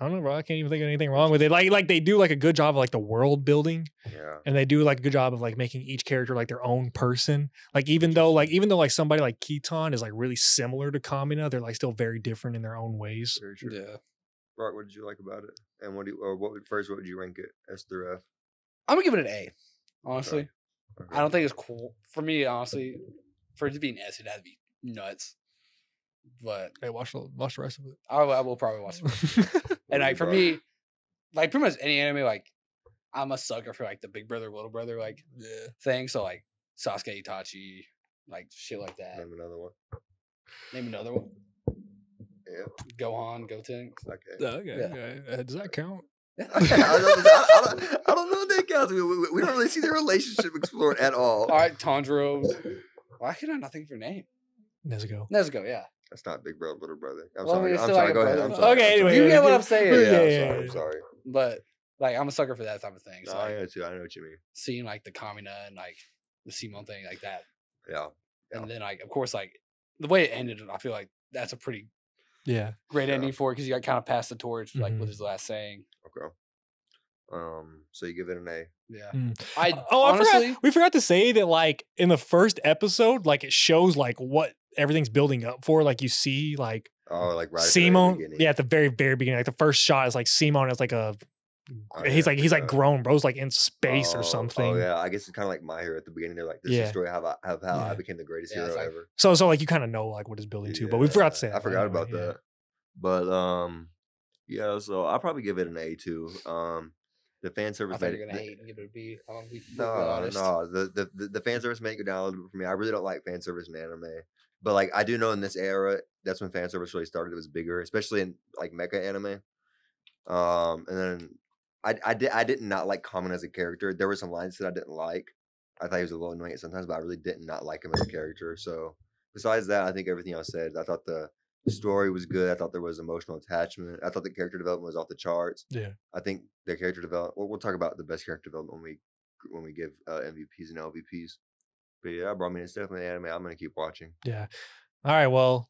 [SPEAKER 2] I don't know, bro. I can't even think of anything wrong with it. Like, like they do like a good job of like the world building,
[SPEAKER 3] yeah.
[SPEAKER 2] and they do like a good job of like making each character like their own person. Like even though like even though like somebody like Keaton is like really similar to Kamina, they're like still very different in their own ways.
[SPEAKER 3] Very true.
[SPEAKER 4] Yeah.
[SPEAKER 3] Rock, what did you like about it? And what do you, or what would, first, what would you rank it? S through F?
[SPEAKER 4] I'm gonna give it an A. Honestly,
[SPEAKER 3] Okay.
[SPEAKER 4] I don't think it's cool for me. Honestly, for it to be an S, it has to be nuts. But
[SPEAKER 2] Hey, watch the watch the rest of it.
[SPEAKER 4] I, will- I will probably watch. it.
[SPEAKER 3] What do
[SPEAKER 4] And like
[SPEAKER 3] you
[SPEAKER 4] for
[SPEAKER 3] got?
[SPEAKER 4] me, like pretty much any anime, like I'm a sucker for like the big brother, little brother, like
[SPEAKER 2] Yeah.
[SPEAKER 4] thing. So like Sasuke, Itachi, like shit like that.
[SPEAKER 3] Name another one.
[SPEAKER 4] Name another one.
[SPEAKER 3] Yeah.
[SPEAKER 4] Gohan, Goten.
[SPEAKER 3] Okay.
[SPEAKER 2] Oh, okay.
[SPEAKER 4] Yeah.
[SPEAKER 2] okay. Uh, does that count?
[SPEAKER 3] Okay, I, don't, I, don't, I don't know if that counts. We, we, we don't really see their relationship explored at all.
[SPEAKER 4] All right, Tanjiro. Why can I not think of your name?
[SPEAKER 2] Nezuko.
[SPEAKER 4] Nezuko, yeah.
[SPEAKER 3] That's not big brother, little brother. I'm
[SPEAKER 4] Well, I
[SPEAKER 3] sorry.
[SPEAKER 4] mean, it's
[SPEAKER 3] I'm
[SPEAKER 4] still
[SPEAKER 3] sorry.
[SPEAKER 4] like a
[SPEAKER 3] Go ahead.
[SPEAKER 4] brother.
[SPEAKER 3] I'm sorry.
[SPEAKER 2] Okay,
[SPEAKER 3] I'm sorry.
[SPEAKER 2] anyway,
[SPEAKER 4] you get what I'm
[SPEAKER 3] Yeah,
[SPEAKER 4] saying.
[SPEAKER 2] Yeah, yeah,
[SPEAKER 3] I'm sorry. I'm
[SPEAKER 2] yeah.
[SPEAKER 3] sorry.
[SPEAKER 4] But like I'm a sucker for that type of thing. So
[SPEAKER 3] No, I
[SPEAKER 4] like,
[SPEAKER 3] know too. I know what you mean.
[SPEAKER 4] seeing like the Kamina and like the Simon thing like that.
[SPEAKER 3] Yeah.
[SPEAKER 4] And then like of course like the way it ended, I feel like that's a pretty
[SPEAKER 2] Yeah.
[SPEAKER 4] great
[SPEAKER 3] Yeah.
[SPEAKER 4] ending for it because you got kind of passed the torch like
[SPEAKER 2] Mhm.
[SPEAKER 4] with his last saying.
[SPEAKER 3] Okay. Um. So you give it an A.
[SPEAKER 4] Yeah.
[SPEAKER 2] Mm.
[SPEAKER 4] Hmm. Uh, I
[SPEAKER 2] oh, I
[SPEAKER 4] honestly
[SPEAKER 2] forgot. We forgot to say that, like in the first episode, like it shows like what everything's building up for. Like you see, like
[SPEAKER 3] Oh, like right. at the very
[SPEAKER 2] Simon,
[SPEAKER 3] beginning.
[SPEAKER 2] yeah, at the very, very beginning, like the first shot is like Simon is like a,
[SPEAKER 3] Oh, yeah,
[SPEAKER 2] he's
[SPEAKER 3] I
[SPEAKER 2] like he's like
[SPEAKER 3] forgot.
[SPEAKER 2] grown, bro's like in space
[SPEAKER 3] Oh,
[SPEAKER 2] or something.
[SPEAKER 3] Oh yeah, I guess it's kind of like my hero at the beginning. They're like, "This is
[SPEAKER 2] Yeah.
[SPEAKER 3] the story of how I, of how I
[SPEAKER 2] Yeah.
[SPEAKER 3] became the greatest
[SPEAKER 4] Yeah, it's
[SPEAKER 3] hero
[SPEAKER 4] like-
[SPEAKER 3] ever."
[SPEAKER 2] So so like you kind of know like what it's building to, but we forgot to say.
[SPEAKER 3] Yeah, I
[SPEAKER 2] that, but
[SPEAKER 3] forgot
[SPEAKER 2] anyway,
[SPEAKER 3] about
[SPEAKER 2] yeah.
[SPEAKER 3] that. But um, yeah. So I'll probably give it an A too. Um, the fan
[SPEAKER 4] I
[SPEAKER 3] service.
[SPEAKER 4] thought
[SPEAKER 3] made
[SPEAKER 4] you were
[SPEAKER 3] it-
[SPEAKER 4] gonna
[SPEAKER 3] the-
[SPEAKER 4] hate and give it a B. I don't think we're
[SPEAKER 3] No,
[SPEAKER 4] honest.
[SPEAKER 3] no. The, the the the fan service make it down a little bit for me. I really don't like fan service in anime. But like I do know in this era, that's when fan service really started. It was bigger, especially in like mecha anime. Um, and then I I did I did not like Common as a character. There were some lines that I didn't like. I thought he was a little annoying sometimes, but I really did not like him as a character. So besides that, I think everything else said. I thought the story was good. I thought there was emotional attachment. I thought the character development was off the charts.
[SPEAKER 2] Yeah.
[SPEAKER 3] I think the character development. We'll, we'll talk about the best character development when we when we give uh, MVPs and LVPs. But yeah, bro, I mean, it's definitely anime. I'm gonna keep watching.
[SPEAKER 2] Yeah. All right. Well,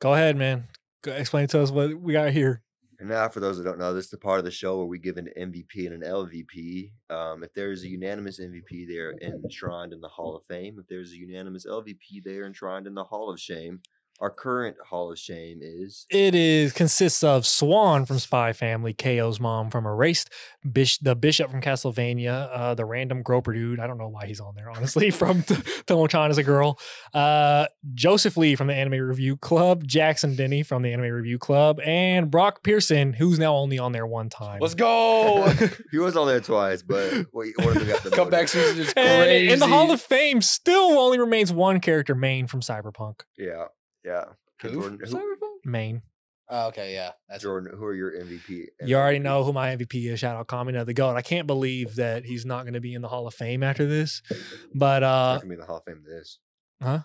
[SPEAKER 2] go ahead, man. Go explain to us what we got here.
[SPEAKER 3] And now, for those that don't know, this is the part of the show where we give an MVP and an LVP. Um, if there is a unanimous MVP, they are enshrined in the Hall of Fame. If there is a unanimous LVP, they are enshrined in the Hall of Shame. Our current Hall of Shame is
[SPEAKER 2] It is consists of Swan from Spy Family, KO's mom from Erased, Bish, the Bishop from Castlevania, uh, the random Groper dude. I don't know why he's on there, honestly. From T- Tomo-chan as a girl, uh, Joseph Lee from the Anime Review Club, Jackson Denny from the Anime Review Club, and Brock Pearson, who's now only on there one time.
[SPEAKER 4] Let's go.
[SPEAKER 3] he was on there twice, but we one of them got the
[SPEAKER 4] Comeback season is
[SPEAKER 2] And
[SPEAKER 4] crazy.
[SPEAKER 2] in the Hall of Fame, still only remains one character, Main from Cyberpunk.
[SPEAKER 3] Yeah, yeah.
[SPEAKER 4] Who?
[SPEAKER 3] Jordan, who,
[SPEAKER 4] Cyberpunk?
[SPEAKER 2] Main,
[SPEAKER 4] Oh, okay, yeah. That's
[SPEAKER 3] Jordan, who are your MVP?
[SPEAKER 2] you already
[SPEAKER 3] MVPs?
[SPEAKER 2] know who my MVP is. Shout out Kamina the goat. I can't believe that he's not going to be in the Hall of Fame after this. But
[SPEAKER 3] He's
[SPEAKER 2] uh,
[SPEAKER 3] not gonna be in the Hall of Fame this.
[SPEAKER 2] Huh?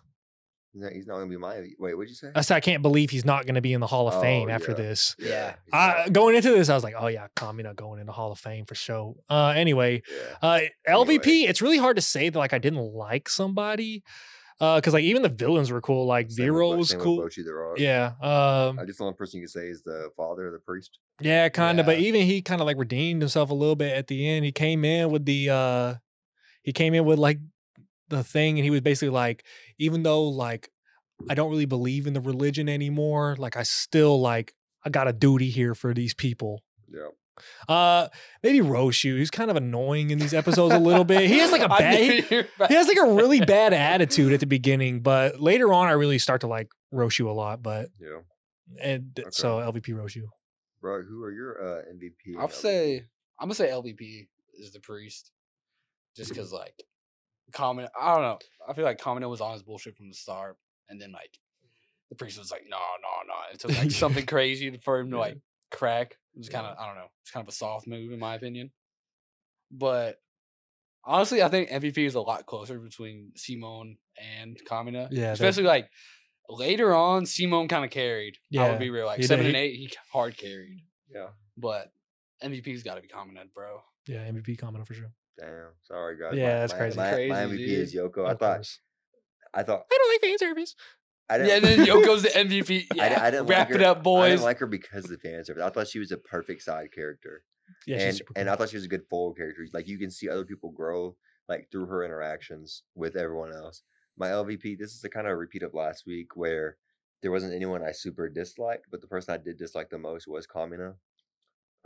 [SPEAKER 3] He's not, he's not gonna be my. Wait, what'd you say?
[SPEAKER 2] I said I can't believe he's not going to be in the Hall of
[SPEAKER 3] Oh,
[SPEAKER 2] Fame after
[SPEAKER 3] yeah.
[SPEAKER 2] this.
[SPEAKER 4] yeah.
[SPEAKER 3] he's
[SPEAKER 2] I,
[SPEAKER 3] not.
[SPEAKER 2] going into this, I was like, oh yeah, Kamina going in the Hall of Fame for sure. Uh, anyway,
[SPEAKER 3] yeah.
[SPEAKER 2] uh, LVP. It's really hard to say that like I didn't like somebody because like even the villains were cool. Like
[SPEAKER 3] Same with
[SPEAKER 2] Vero
[SPEAKER 3] Bo-
[SPEAKER 2] was
[SPEAKER 3] same with
[SPEAKER 2] cool.
[SPEAKER 3] Bochi the Rock.
[SPEAKER 2] Yeah. Um,
[SPEAKER 3] I guess the only person you can say is the father of the priest.
[SPEAKER 2] Yeah, kind of. But
[SPEAKER 4] Yeah.
[SPEAKER 2] even he kind of like redeemed himself a little bit at the end. He came in with the uh he came in with like the thing and he was basically like, even though like I don't really believe in the religion anymore. Like I still like I got a duty here for these people.
[SPEAKER 3] Yeah.
[SPEAKER 2] Uh maybe Roshu, who's kind of annoying in these episodes a little bit. He has like a
[SPEAKER 4] I
[SPEAKER 2] bad
[SPEAKER 4] knew
[SPEAKER 2] he,
[SPEAKER 4] you were about-
[SPEAKER 2] he has like a really bad attitude at the beginning, but later on I really start to like Roshu a lot, but
[SPEAKER 3] Yeah.
[SPEAKER 2] and
[SPEAKER 3] Okay.
[SPEAKER 2] so LVP Roshu.
[SPEAKER 3] Bro, who are your uh, MVP? and
[SPEAKER 4] I'll
[SPEAKER 2] E
[SPEAKER 3] LVP?
[SPEAKER 4] say I'm gonna say LVP is the priest, just
[SPEAKER 2] Mm-hmm.
[SPEAKER 4] because like Common. I don't know. I feel like Common was on his bullshit from the start, and then like the priest was like, no, no, no. It took like something crazy for him to
[SPEAKER 3] Yeah.
[SPEAKER 4] like crack. It was kind of I don't know. It's kind of a soft move in my opinion, but. Honestly, I think MVP is a lot closer between Simone and Kamina.
[SPEAKER 2] Yeah, they're-
[SPEAKER 4] especially like later on, Simone kind of carried. I
[SPEAKER 2] Yeah,
[SPEAKER 4] would be real. Like
[SPEAKER 2] he did.
[SPEAKER 4] seven and
[SPEAKER 2] He-
[SPEAKER 4] eight, he hard carried.
[SPEAKER 3] Yeah.
[SPEAKER 4] But MVP's got to be commented, bro.
[SPEAKER 2] Yeah, MVP comment for sure.
[SPEAKER 3] Damn. Sorry, guys.
[SPEAKER 2] Yeah, that's
[SPEAKER 3] my,
[SPEAKER 2] crazy.
[SPEAKER 3] My, my
[SPEAKER 4] Crazy,
[SPEAKER 3] MVP is Yoko. I
[SPEAKER 2] Of
[SPEAKER 3] thought.
[SPEAKER 2] course.
[SPEAKER 3] I thought.
[SPEAKER 2] I don't like fan service.
[SPEAKER 3] I didn't.
[SPEAKER 4] Yeah, then Yoko's the MVP.
[SPEAKER 3] I, di-
[SPEAKER 4] Yeah,
[SPEAKER 3] I didn't
[SPEAKER 4] wrap
[SPEAKER 3] like
[SPEAKER 4] it
[SPEAKER 3] her.
[SPEAKER 4] up,
[SPEAKER 3] I
[SPEAKER 4] boys.
[SPEAKER 3] didn't like her because of the fan service. I thought she was a perfect side character,
[SPEAKER 2] Yeah, she's
[SPEAKER 3] and
[SPEAKER 2] super
[SPEAKER 3] and
[SPEAKER 2] cool.
[SPEAKER 3] I thought she was a good foil character. Like you can see other people grow like through her interactions with everyone else. My LVP. This is a kind of a repeat of last week where there wasn't anyone I super disliked, but the person I did dislike the most was Kamina.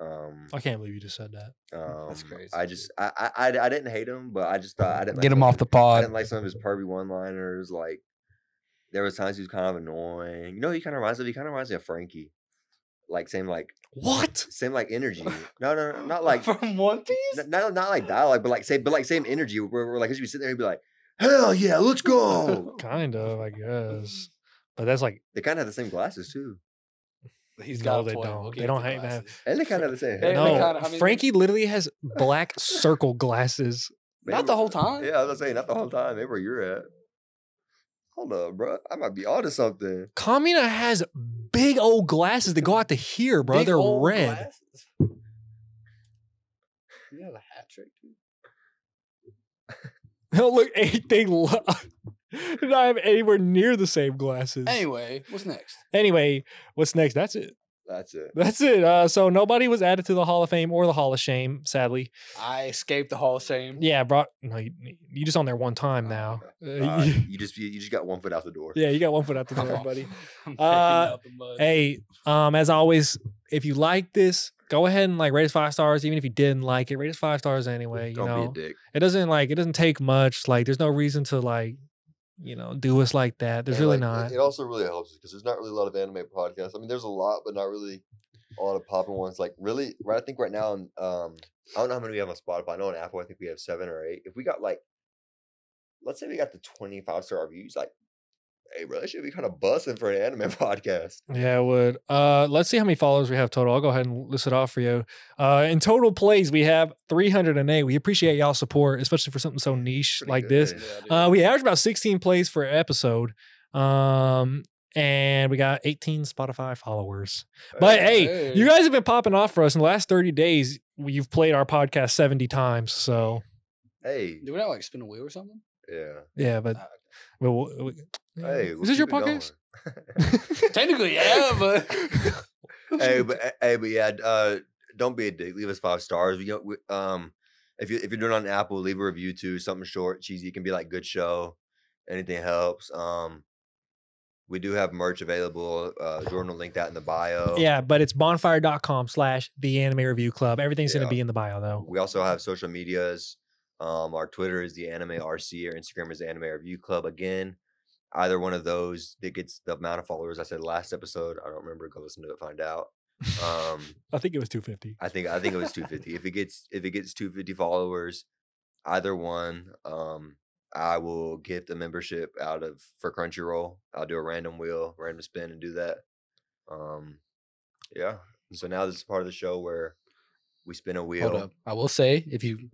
[SPEAKER 3] Um,
[SPEAKER 2] I can't believe you just said that.
[SPEAKER 3] um
[SPEAKER 4] That's crazy,
[SPEAKER 3] I
[SPEAKER 4] dude.
[SPEAKER 3] just I, I I- I didn't hate him, but I just thought I didn't
[SPEAKER 4] Get
[SPEAKER 3] like
[SPEAKER 4] him
[SPEAKER 3] some
[SPEAKER 4] off
[SPEAKER 3] of
[SPEAKER 4] the
[SPEAKER 3] his- I
[SPEAKER 4] pod.
[SPEAKER 3] didn't like some of his pervy one-liners. Like there was times he was kind of annoying. You know, who he kind of reminds of he kind of reminds me of Frankie. Like same like
[SPEAKER 2] What?
[SPEAKER 3] same like energy. No, no, no not like
[SPEAKER 4] from One Piece.
[SPEAKER 3] n- not not like dialogue, but like same but like same energy. Where we're like, 'cause you'd be sitting there and be like, "Hell yeah, let's go!"
[SPEAKER 2] Kind of, I guess. But that's like
[SPEAKER 3] They kind of have the same glasses too,
[SPEAKER 4] He's
[SPEAKER 2] No,
[SPEAKER 4] got. a
[SPEAKER 2] they
[SPEAKER 4] point.
[SPEAKER 2] don't.
[SPEAKER 4] We'll
[SPEAKER 2] They
[SPEAKER 4] give
[SPEAKER 2] don't
[SPEAKER 4] him
[SPEAKER 2] have-
[SPEAKER 4] glasses.
[SPEAKER 3] and they kind of have the same.
[SPEAKER 4] They-
[SPEAKER 3] hair.
[SPEAKER 4] they
[SPEAKER 2] no.
[SPEAKER 4] kinda- I mean-
[SPEAKER 2] Frankie literally has black circle glasses.
[SPEAKER 3] They
[SPEAKER 4] Not the
[SPEAKER 3] were-
[SPEAKER 4] whole time.
[SPEAKER 3] Yeah, I was saying not the whole time. They where you're at. Hold up, bro. I might be onto something.
[SPEAKER 2] Kamina has big old glasses that go out to here, bro.
[SPEAKER 4] Big
[SPEAKER 2] They're
[SPEAKER 4] old
[SPEAKER 2] red.
[SPEAKER 4] glasses. You have a hat trick, dude.
[SPEAKER 2] Don't look anything. Lo- and I have anywhere near the same glasses.
[SPEAKER 4] Anyway, what's next?
[SPEAKER 2] Anyway, what's next? That's it.
[SPEAKER 3] That's it.
[SPEAKER 2] That's it. Uh, so nobody was added to the Hall of Fame or the Hall of Shame, sadly.
[SPEAKER 4] I escaped the Hall of Fame.
[SPEAKER 2] Yeah, bro. No, you, you just on there one time
[SPEAKER 3] Oh,
[SPEAKER 2] now.
[SPEAKER 3] okay.
[SPEAKER 2] Uh,
[SPEAKER 3] All right. you just you, you just got one foot out the door.
[SPEAKER 2] yeah, you got one foot out the
[SPEAKER 4] Come
[SPEAKER 2] door,
[SPEAKER 4] on.
[SPEAKER 2] buddy.
[SPEAKER 4] I'm picking
[SPEAKER 2] Uh,
[SPEAKER 4] up the mud.
[SPEAKER 2] hey um as always if you like this go ahead and like rate us five stars even if you didn't like it rate us five stars anyway you
[SPEAKER 3] Don't
[SPEAKER 2] know
[SPEAKER 3] be a dick.
[SPEAKER 2] it doesn't like it doesn't take much like there's no reason to like you know do us like that there's
[SPEAKER 3] And,
[SPEAKER 2] really
[SPEAKER 3] like, uh,
[SPEAKER 2] not
[SPEAKER 3] It, it also really helps because there's not really a lot of anime podcasts. I mean, there's a lot, but not really a lot of popping ones. Like really, right? I think right now, on, um, I don't know how many we have on Spotify. I know on Apple, I think we have seven or eight. If we got like, let's say we got the 25 star reviews, like, hey, bro, that should be kind of busting for an anime podcast.
[SPEAKER 2] yeah it would uh let's see how many followers we have total i'll go ahead and list it off for you uh in total plays we have 308 we appreciate y'all support especially for something so niche
[SPEAKER 3] Pretty
[SPEAKER 2] like
[SPEAKER 3] good,
[SPEAKER 2] this
[SPEAKER 3] yeah.
[SPEAKER 4] Yeah, dude.
[SPEAKER 2] Uh, we average about 16 plays per episode. Um, and we got 18 Spotify followers. But hey, you
[SPEAKER 4] Hey.
[SPEAKER 2] guys have been popping off for us in the last 30 days. You've played our podcast 70 times. So
[SPEAKER 3] hey,
[SPEAKER 4] Do we not like spin a wheel or something?
[SPEAKER 3] yeah,
[SPEAKER 2] yeah, but,
[SPEAKER 4] Ah,
[SPEAKER 2] but we- we-
[SPEAKER 3] hey, we'll
[SPEAKER 2] is this your
[SPEAKER 3] keep it going.
[SPEAKER 2] podcast?
[SPEAKER 4] Technically, yeah, but
[SPEAKER 3] hey, but eh, hey, but yeah, uh, don't be a dick. Leave us five stars. We, don't- we um, if you if you're doing it on Apple, leave a review too. Something short, cheesy. It can be like good show. Anything helps. Um, we do have merch available. Uh, Jordan will link that in the bio.
[SPEAKER 2] yeah, but it's bonfire.com slash the anime review club. Everything's going
[SPEAKER 3] Yeah.
[SPEAKER 2] to be in the bio though.
[SPEAKER 3] We also have social medias. Um, our Twitter is the Anime RC. Our Instagram is the Anime Review Club. Again, either one of those that gets the amount of followers I said last episode. I don't remember. Go listen to it. Find out. Um.
[SPEAKER 2] I think it was 250.
[SPEAKER 3] I think I think it was 250. if it gets if it gets 250 followers, either one, um, I will get the membership out of for Crunchyroll. I'll do a random wheel, random spin, and do that. Um, yeah. So now this is part of the show where we spin a wheel.
[SPEAKER 4] Hold up. I will say, if you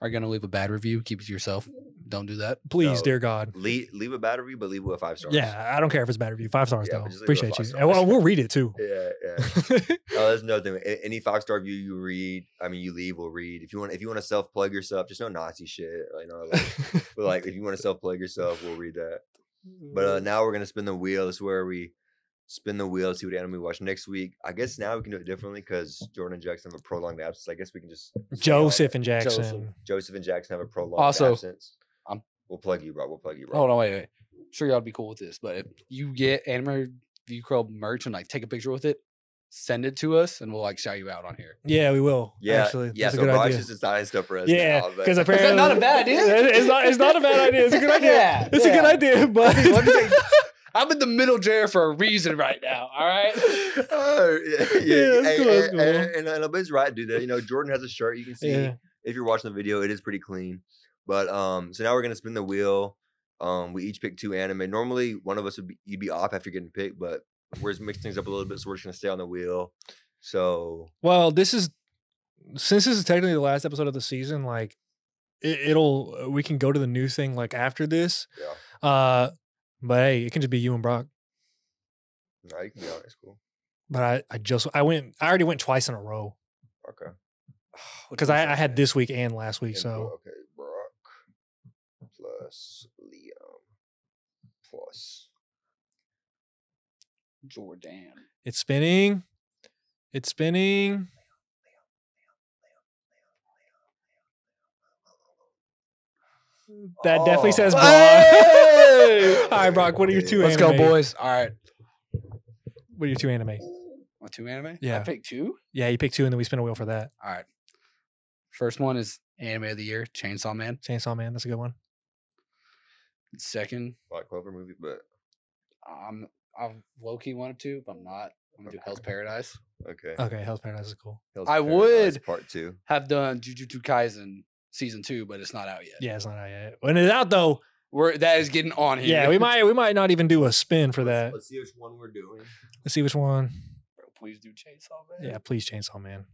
[SPEAKER 4] are going to leave a bad review, keep it to yourself. Don't do that.
[SPEAKER 2] Please,
[SPEAKER 3] No.
[SPEAKER 2] dear God.
[SPEAKER 3] Leave leave a battery, but leave it with five stars.
[SPEAKER 2] Yeah, I don't care if it's a bad review. Five stars
[SPEAKER 3] Yeah, but
[SPEAKER 2] though.
[SPEAKER 3] just leave it
[SPEAKER 2] Appreciate you.
[SPEAKER 3] five
[SPEAKER 2] And we'll,
[SPEAKER 3] stars.
[SPEAKER 2] we'll read it too.
[SPEAKER 3] Yeah, yeah. Oh, there's another thing. A- Any five star review you read, I mean, you leave, we'll read. If you want, if you want to self plug yourself, just no Nazi shit. Like, no, like, but like, if you want to self plug yourself, we'll read that. But
[SPEAKER 4] Mm-hmm.
[SPEAKER 3] uh, now we're gonna spin the wheel. This is where we spin the wheel, see what anime we watch next week. I guess now we can do it differently because Jordan and Jackson have a prolonged absence. I guess we can just stay on it.
[SPEAKER 2] Joseph and Jackson.
[SPEAKER 3] Joseph and Jackson have a prolonged
[SPEAKER 4] Also,
[SPEAKER 3] absence.
[SPEAKER 4] I'm-
[SPEAKER 3] we'll plug you, bro. We'll plug you, bro.
[SPEAKER 4] Hold on, wait, wait. sure y'all would be cool with this, but if you get Anime Review Club merch and like take a picture with it, send it to us and we'll like shout you out on here.
[SPEAKER 2] Yeah, we will.
[SPEAKER 3] Yeah,
[SPEAKER 2] actually,
[SPEAKER 3] yeah.
[SPEAKER 2] That's
[SPEAKER 3] So
[SPEAKER 2] a good
[SPEAKER 3] Raj
[SPEAKER 2] idea.
[SPEAKER 3] is designing stuff for us.
[SPEAKER 2] Yeah,
[SPEAKER 3] now, but-
[SPEAKER 2] because
[SPEAKER 4] that
[SPEAKER 2] apparently
[SPEAKER 4] not a bad idea?
[SPEAKER 2] It- It's not. It's not a bad idea. It's a good idea.
[SPEAKER 4] Yeah,
[SPEAKER 2] it's a good
[SPEAKER 4] yeah.
[SPEAKER 2] idea, but
[SPEAKER 4] Let me take- I'm in the middle chair for a reason right now. All right.
[SPEAKER 3] Oh, yeah, yeah.
[SPEAKER 2] Yeah, that's
[SPEAKER 3] Hey,
[SPEAKER 2] cool, that's
[SPEAKER 3] and-
[SPEAKER 2] cool.
[SPEAKER 3] And, and, and Abed's right, dude. You know, Jordan has a shirt. You can see
[SPEAKER 2] yeah,
[SPEAKER 3] if you're watching the video, it is pretty clean. But um, so now we're gonna spin the wheel. Um, we each pick two anime. Normally, one of us would be you'd be off after getting picked, but we're just mixing things up a little bit, so we're just gonna stay on the wheel. So
[SPEAKER 2] well, this is since this is technically the last episode of the season. Like, it, it'll we can go to the new thing like after this.
[SPEAKER 3] yeah,
[SPEAKER 2] Uh, but hey, it can just be you and Brock.
[SPEAKER 3] no, you can be on. It's cool.
[SPEAKER 2] But I, I just I went I already went twice in a row
[SPEAKER 3] Okay. What
[SPEAKER 2] because
[SPEAKER 3] do we
[SPEAKER 2] I, I
[SPEAKER 3] say?
[SPEAKER 2] had this week and last week.
[SPEAKER 3] And
[SPEAKER 2] So
[SPEAKER 3] Bro- okay, Brock plus Liam plus
[SPEAKER 4] Jordan.
[SPEAKER 2] it's spinning, it's spinning. That definitely
[SPEAKER 3] Oh.
[SPEAKER 2] says Brock. All right, Brock. What are your two?
[SPEAKER 4] Let's
[SPEAKER 2] anime?
[SPEAKER 4] go, boys. All right.
[SPEAKER 2] What are your two anime?
[SPEAKER 4] Want two anime? I
[SPEAKER 2] Yeah.
[SPEAKER 4] picked two.
[SPEAKER 2] Yeah, you pick two, and then we spin a wheel for that.
[SPEAKER 4] All right. First one is anime of the year, Chainsaw Man.
[SPEAKER 2] Chainsaw Man, that's a good one.
[SPEAKER 4] Second,
[SPEAKER 3] Black Clover movie, but
[SPEAKER 4] I'm I'm low key wanted to, but I'm not. I'm gonna do Hell's
[SPEAKER 3] Okay.
[SPEAKER 4] Paradise.
[SPEAKER 3] okay.
[SPEAKER 2] Okay, Hell's Paradise is cool.
[SPEAKER 3] Hell's
[SPEAKER 4] I
[SPEAKER 3] Paradise
[SPEAKER 4] would-
[SPEAKER 3] part two.
[SPEAKER 4] Have done Jujutsu Kaisen season two, but it's not out yet.
[SPEAKER 2] Yeah, it's not out yet. When it's out though,
[SPEAKER 4] We're that is getting on here.
[SPEAKER 2] yeah, we might we might not even do a spin for that.
[SPEAKER 3] Let's, let's see which one we're doing.
[SPEAKER 2] Let's see which one.
[SPEAKER 4] Bro, please do Chainsaw Man.
[SPEAKER 2] Yeah, please Chainsaw Man.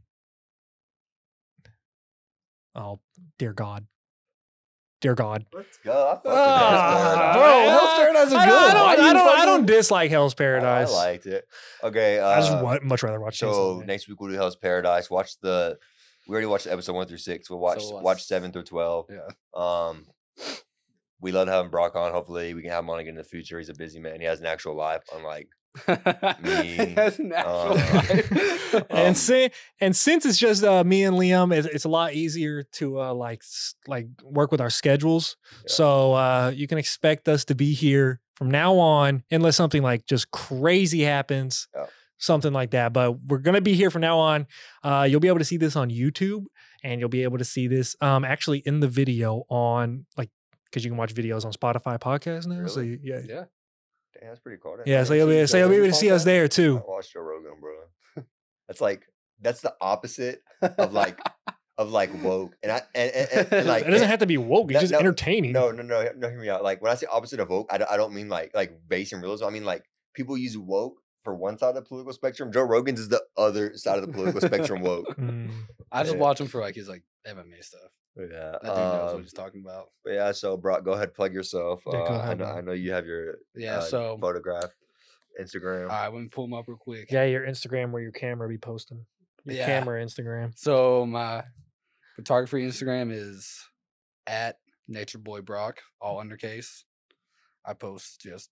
[SPEAKER 2] Oh dear God, dear God.
[SPEAKER 3] Let's go. I fuck with Hell's
[SPEAKER 2] Ah,
[SPEAKER 3] Paradise.
[SPEAKER 4] Bro, Hell's Paradise is
[SPEAKER 2] I,
[SPEAKER 4] good.
[SPEAKER 2] I don't,
[SPEAKER 4] Why
[SPEAKER 2] I
[SPEAKER 4] do
[SPEAKER 2] don't,
[SPEAKER 4] you
[SPEAKER 2] I don't,
[SPEAKER 4] fucking-
[SPEAKER 2] dislike Hell's
[SPEAKER 3] I-
[SPEAKER 2] Paradise.
[SPEAKER 3] I
[SPEAKER 2] I,
[SPEAKER 3] liked it. Okay. Uh,
[SPEAKER 2] just want, much rather watch Chainsaw
[SPEAKER 3] So
[SPEAKER 2] Man.
[SPEAKER 3] next week we'll do Hell's Paradise. Watch the. We already watched episode one through six. We'll watch
[SPEAKER 4] So, uh,
[SPEAKER 3] watch seven through twelve.
[SPEAKER 4] Yeah.
[SPEAKER 3] Um, we love having Brock on. Hopefully, we can have him on again in the future. He's a busy man. He has an actual life, unlike Me,
[SPEAKER 4] That's an actual
[SPEAKER 3] uh,
[SPEAKER 4] life.
[SPEAKER 2] and
[SPEAKER 3] um,
[SPEAKER 2] si- and since it's just uh, me and Liam, it's, it's a lot easier to uh, like s- like work with our schedules. So uh, you can expect us to be here from now on, unless something like just crazy happens,
[SPEAKER 3] Yeah.
[SPEAKER 2] something like that. But we're gonna be here from now on. Uh, you'll be able to see this on YouTube, and you'll be able to see this um, actually in the video on like because you can watch videos on Spotify podcast now. So
[SPEAKER 3] Really?
[SPEAKER 2] you- yeah,
[SPEAKER 4] yeah.
[SPEAKER 3] Damn, that's pretty cool. I didn't
[SPEAKER 2] yeah.
[SPEAKER 3] know
[SPEAKER 2] So
[SPEAKER 3] you
[SPEAKER 2] you'll
[SPEAKER 3] could
[SPEAKER 2] be
[SPEAKER 3] do
[SPEAKER 2] so you'll be
[SPEAKER 3] Joe
[SPEAKER 2] able
[SPEAKER 3] Rogan
[SPEAKER 2] to see us
[SPEAKER 3] podcast.
[SPEAKER 2] there
[SPEAKER 3] I
[SPEAKER 2] too.
[SPEAKER 3] watched Joe Rogan, bro. That's like that's the opposite of like of like woke, and I and, and, and, and like
[SPEAKER 2] it doesn't have to be woke. It's
[SPEAKER 3] that-
[SPEAKER 2] just
[SPEAKER 3] no,
[SPEAKER 2] entertaining.
[SPEAKER 3] No, no, no, no. Hear me out. Like when I say opposite of woke, I, don't- I don't mean like like base and realism. I mean like people use woke for one side of the political spectrum. Joe Rogan's is the other side of the political spectrum. Woke.
[SPEAKER 2] Mm.
[SPEAKER 4] I just
[SPEAKER 3] Yeah.
[SPEAKER 4] watch him for like his like MMA stuff.
[SPEAKER 3] Yeah.
[SPEAKER 4] I think knows what
[SPEAKER 3] um,
[SPEAKER 4] he's talking about.
[SPEAKER 3] but yeah. So, Brock, go ahead, plug yourself.
[SPEAKER 2] Yeah, go
[SPEAKER 3] uh, I
[SPEAKER 2] ahead,
[SPEAKER 3] know.
[SPEAKER 2] man.
[SPEAKER 3] I know you have your
[SPEAKER 4] Yeah,
[SPEAKER 3] uh,
[SPEAKER 4] so all
[SPEAKER 3] photograph, Instagram.
[SPEAKER 4] right, let me pull him up real quick.
[SPEAKER 2] Yeah, your Instagram where your camera be posting. Your
[SPEAKER 4] Yeah.
[SPEAKER 2] camera Instagram.
[SPEAKER 4] So my photography Instagram is at Nature Boy Brock, all undercase. I post just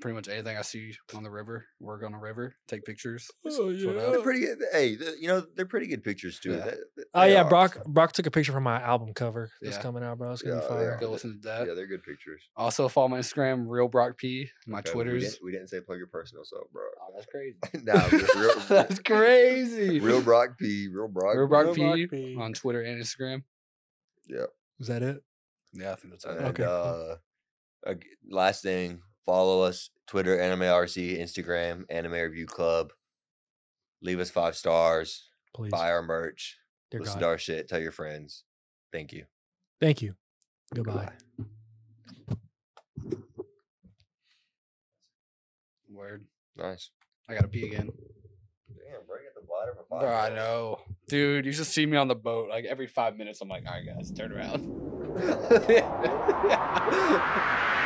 [SPEAKER 4] pretty much anything I see on the river, work on the river, take pictures.
[SPEAKER 2] Oh
[SPEAKER 4] sort
[SPEAKER 2] yeah.
[SPEAKER 4] of.
[SPEAKER 3] They're pretty good. Hey, th- you know they're pretty good pictures too.
[SPEAKER 4] Yeah.
[SPEAKER 3] They- they-
[SPEAKER 2] Oh
[SPEAKER 3] they
[SPEAKER 2] yeah,
[SPEAKER 3] are,
[SPEAKER 2] Brock
[SPEAKER 3] so-
[SPEAKER 2] Brock took a picture from my album cover that's
[SPEAKER 4] Yeah.
[SPEAKER 2] coming out, bro. It's gonna
[SPEAKER 3] Yeah,
[SPEAKER 2] be
[SPEAKER 3] they
[SPEAKER 2] fire.
[SPEAKER 3] are.
[SPEAKER 4] Go listen to that.
[SPEAKER 3] Yeah, they're good pictures.
[SPEAKER 4] Also follow my Instagram, real Brock P. My
[SPEAKER 3] Okay, we
[SPEAKER 4] Twitter's.
[SPEAKER 3] didn't, we didn't say plug your personal, so bro.
[SPEAKER 4] Oh, that's crazy.
[SPEAKER 3] nah, real, real,
[SPEAKER 4] that's crazy.
[SPEAKER 3] real Brock P. Real Brock.
[SPEAKER 4] Real
[SPEAKER 3] P.
[SPEAKER 4] Brock
[SPEAKER 2] Real
[SPEAKER 4] P.
[SPEAKER 2] Brock P.
[SPEAKER 4] on Twitter and Instagram.
[SPEAKER 2] Is that it?
[SPEAKER 4] Yeah, I think that's it.
[SPEAKER 3] And,
[SPEAKER 2] Okay, cool.
[SPEAKER 3] uh, ag- last thing, follow us Twitter, Anime RC, Instagram, Anime Review Club. Leave us five stars.
[SPEAKER 2] Please.
[SPEAKER 3] Buy our merch.
[SPEAKER 2] Dear
[SPEAKER 3] listen
[SPEAKER 2] God.
[SPEAKER 3] to our shit. Tell your friends. Thank you.
[SPEAKER 2] Thank you. Goodbye.
[SPEAKER 4] Word.
[SPEAKER 3] Nice.
[SPEAKER 4] I gotta pee again.
[SPEAKER 3] Damn, bring it the bladder for
[SPEAKER 4] Bro, I know. Dude, you should see me on the boat. Like every five minutes, I'm like, all right, guys, turn around.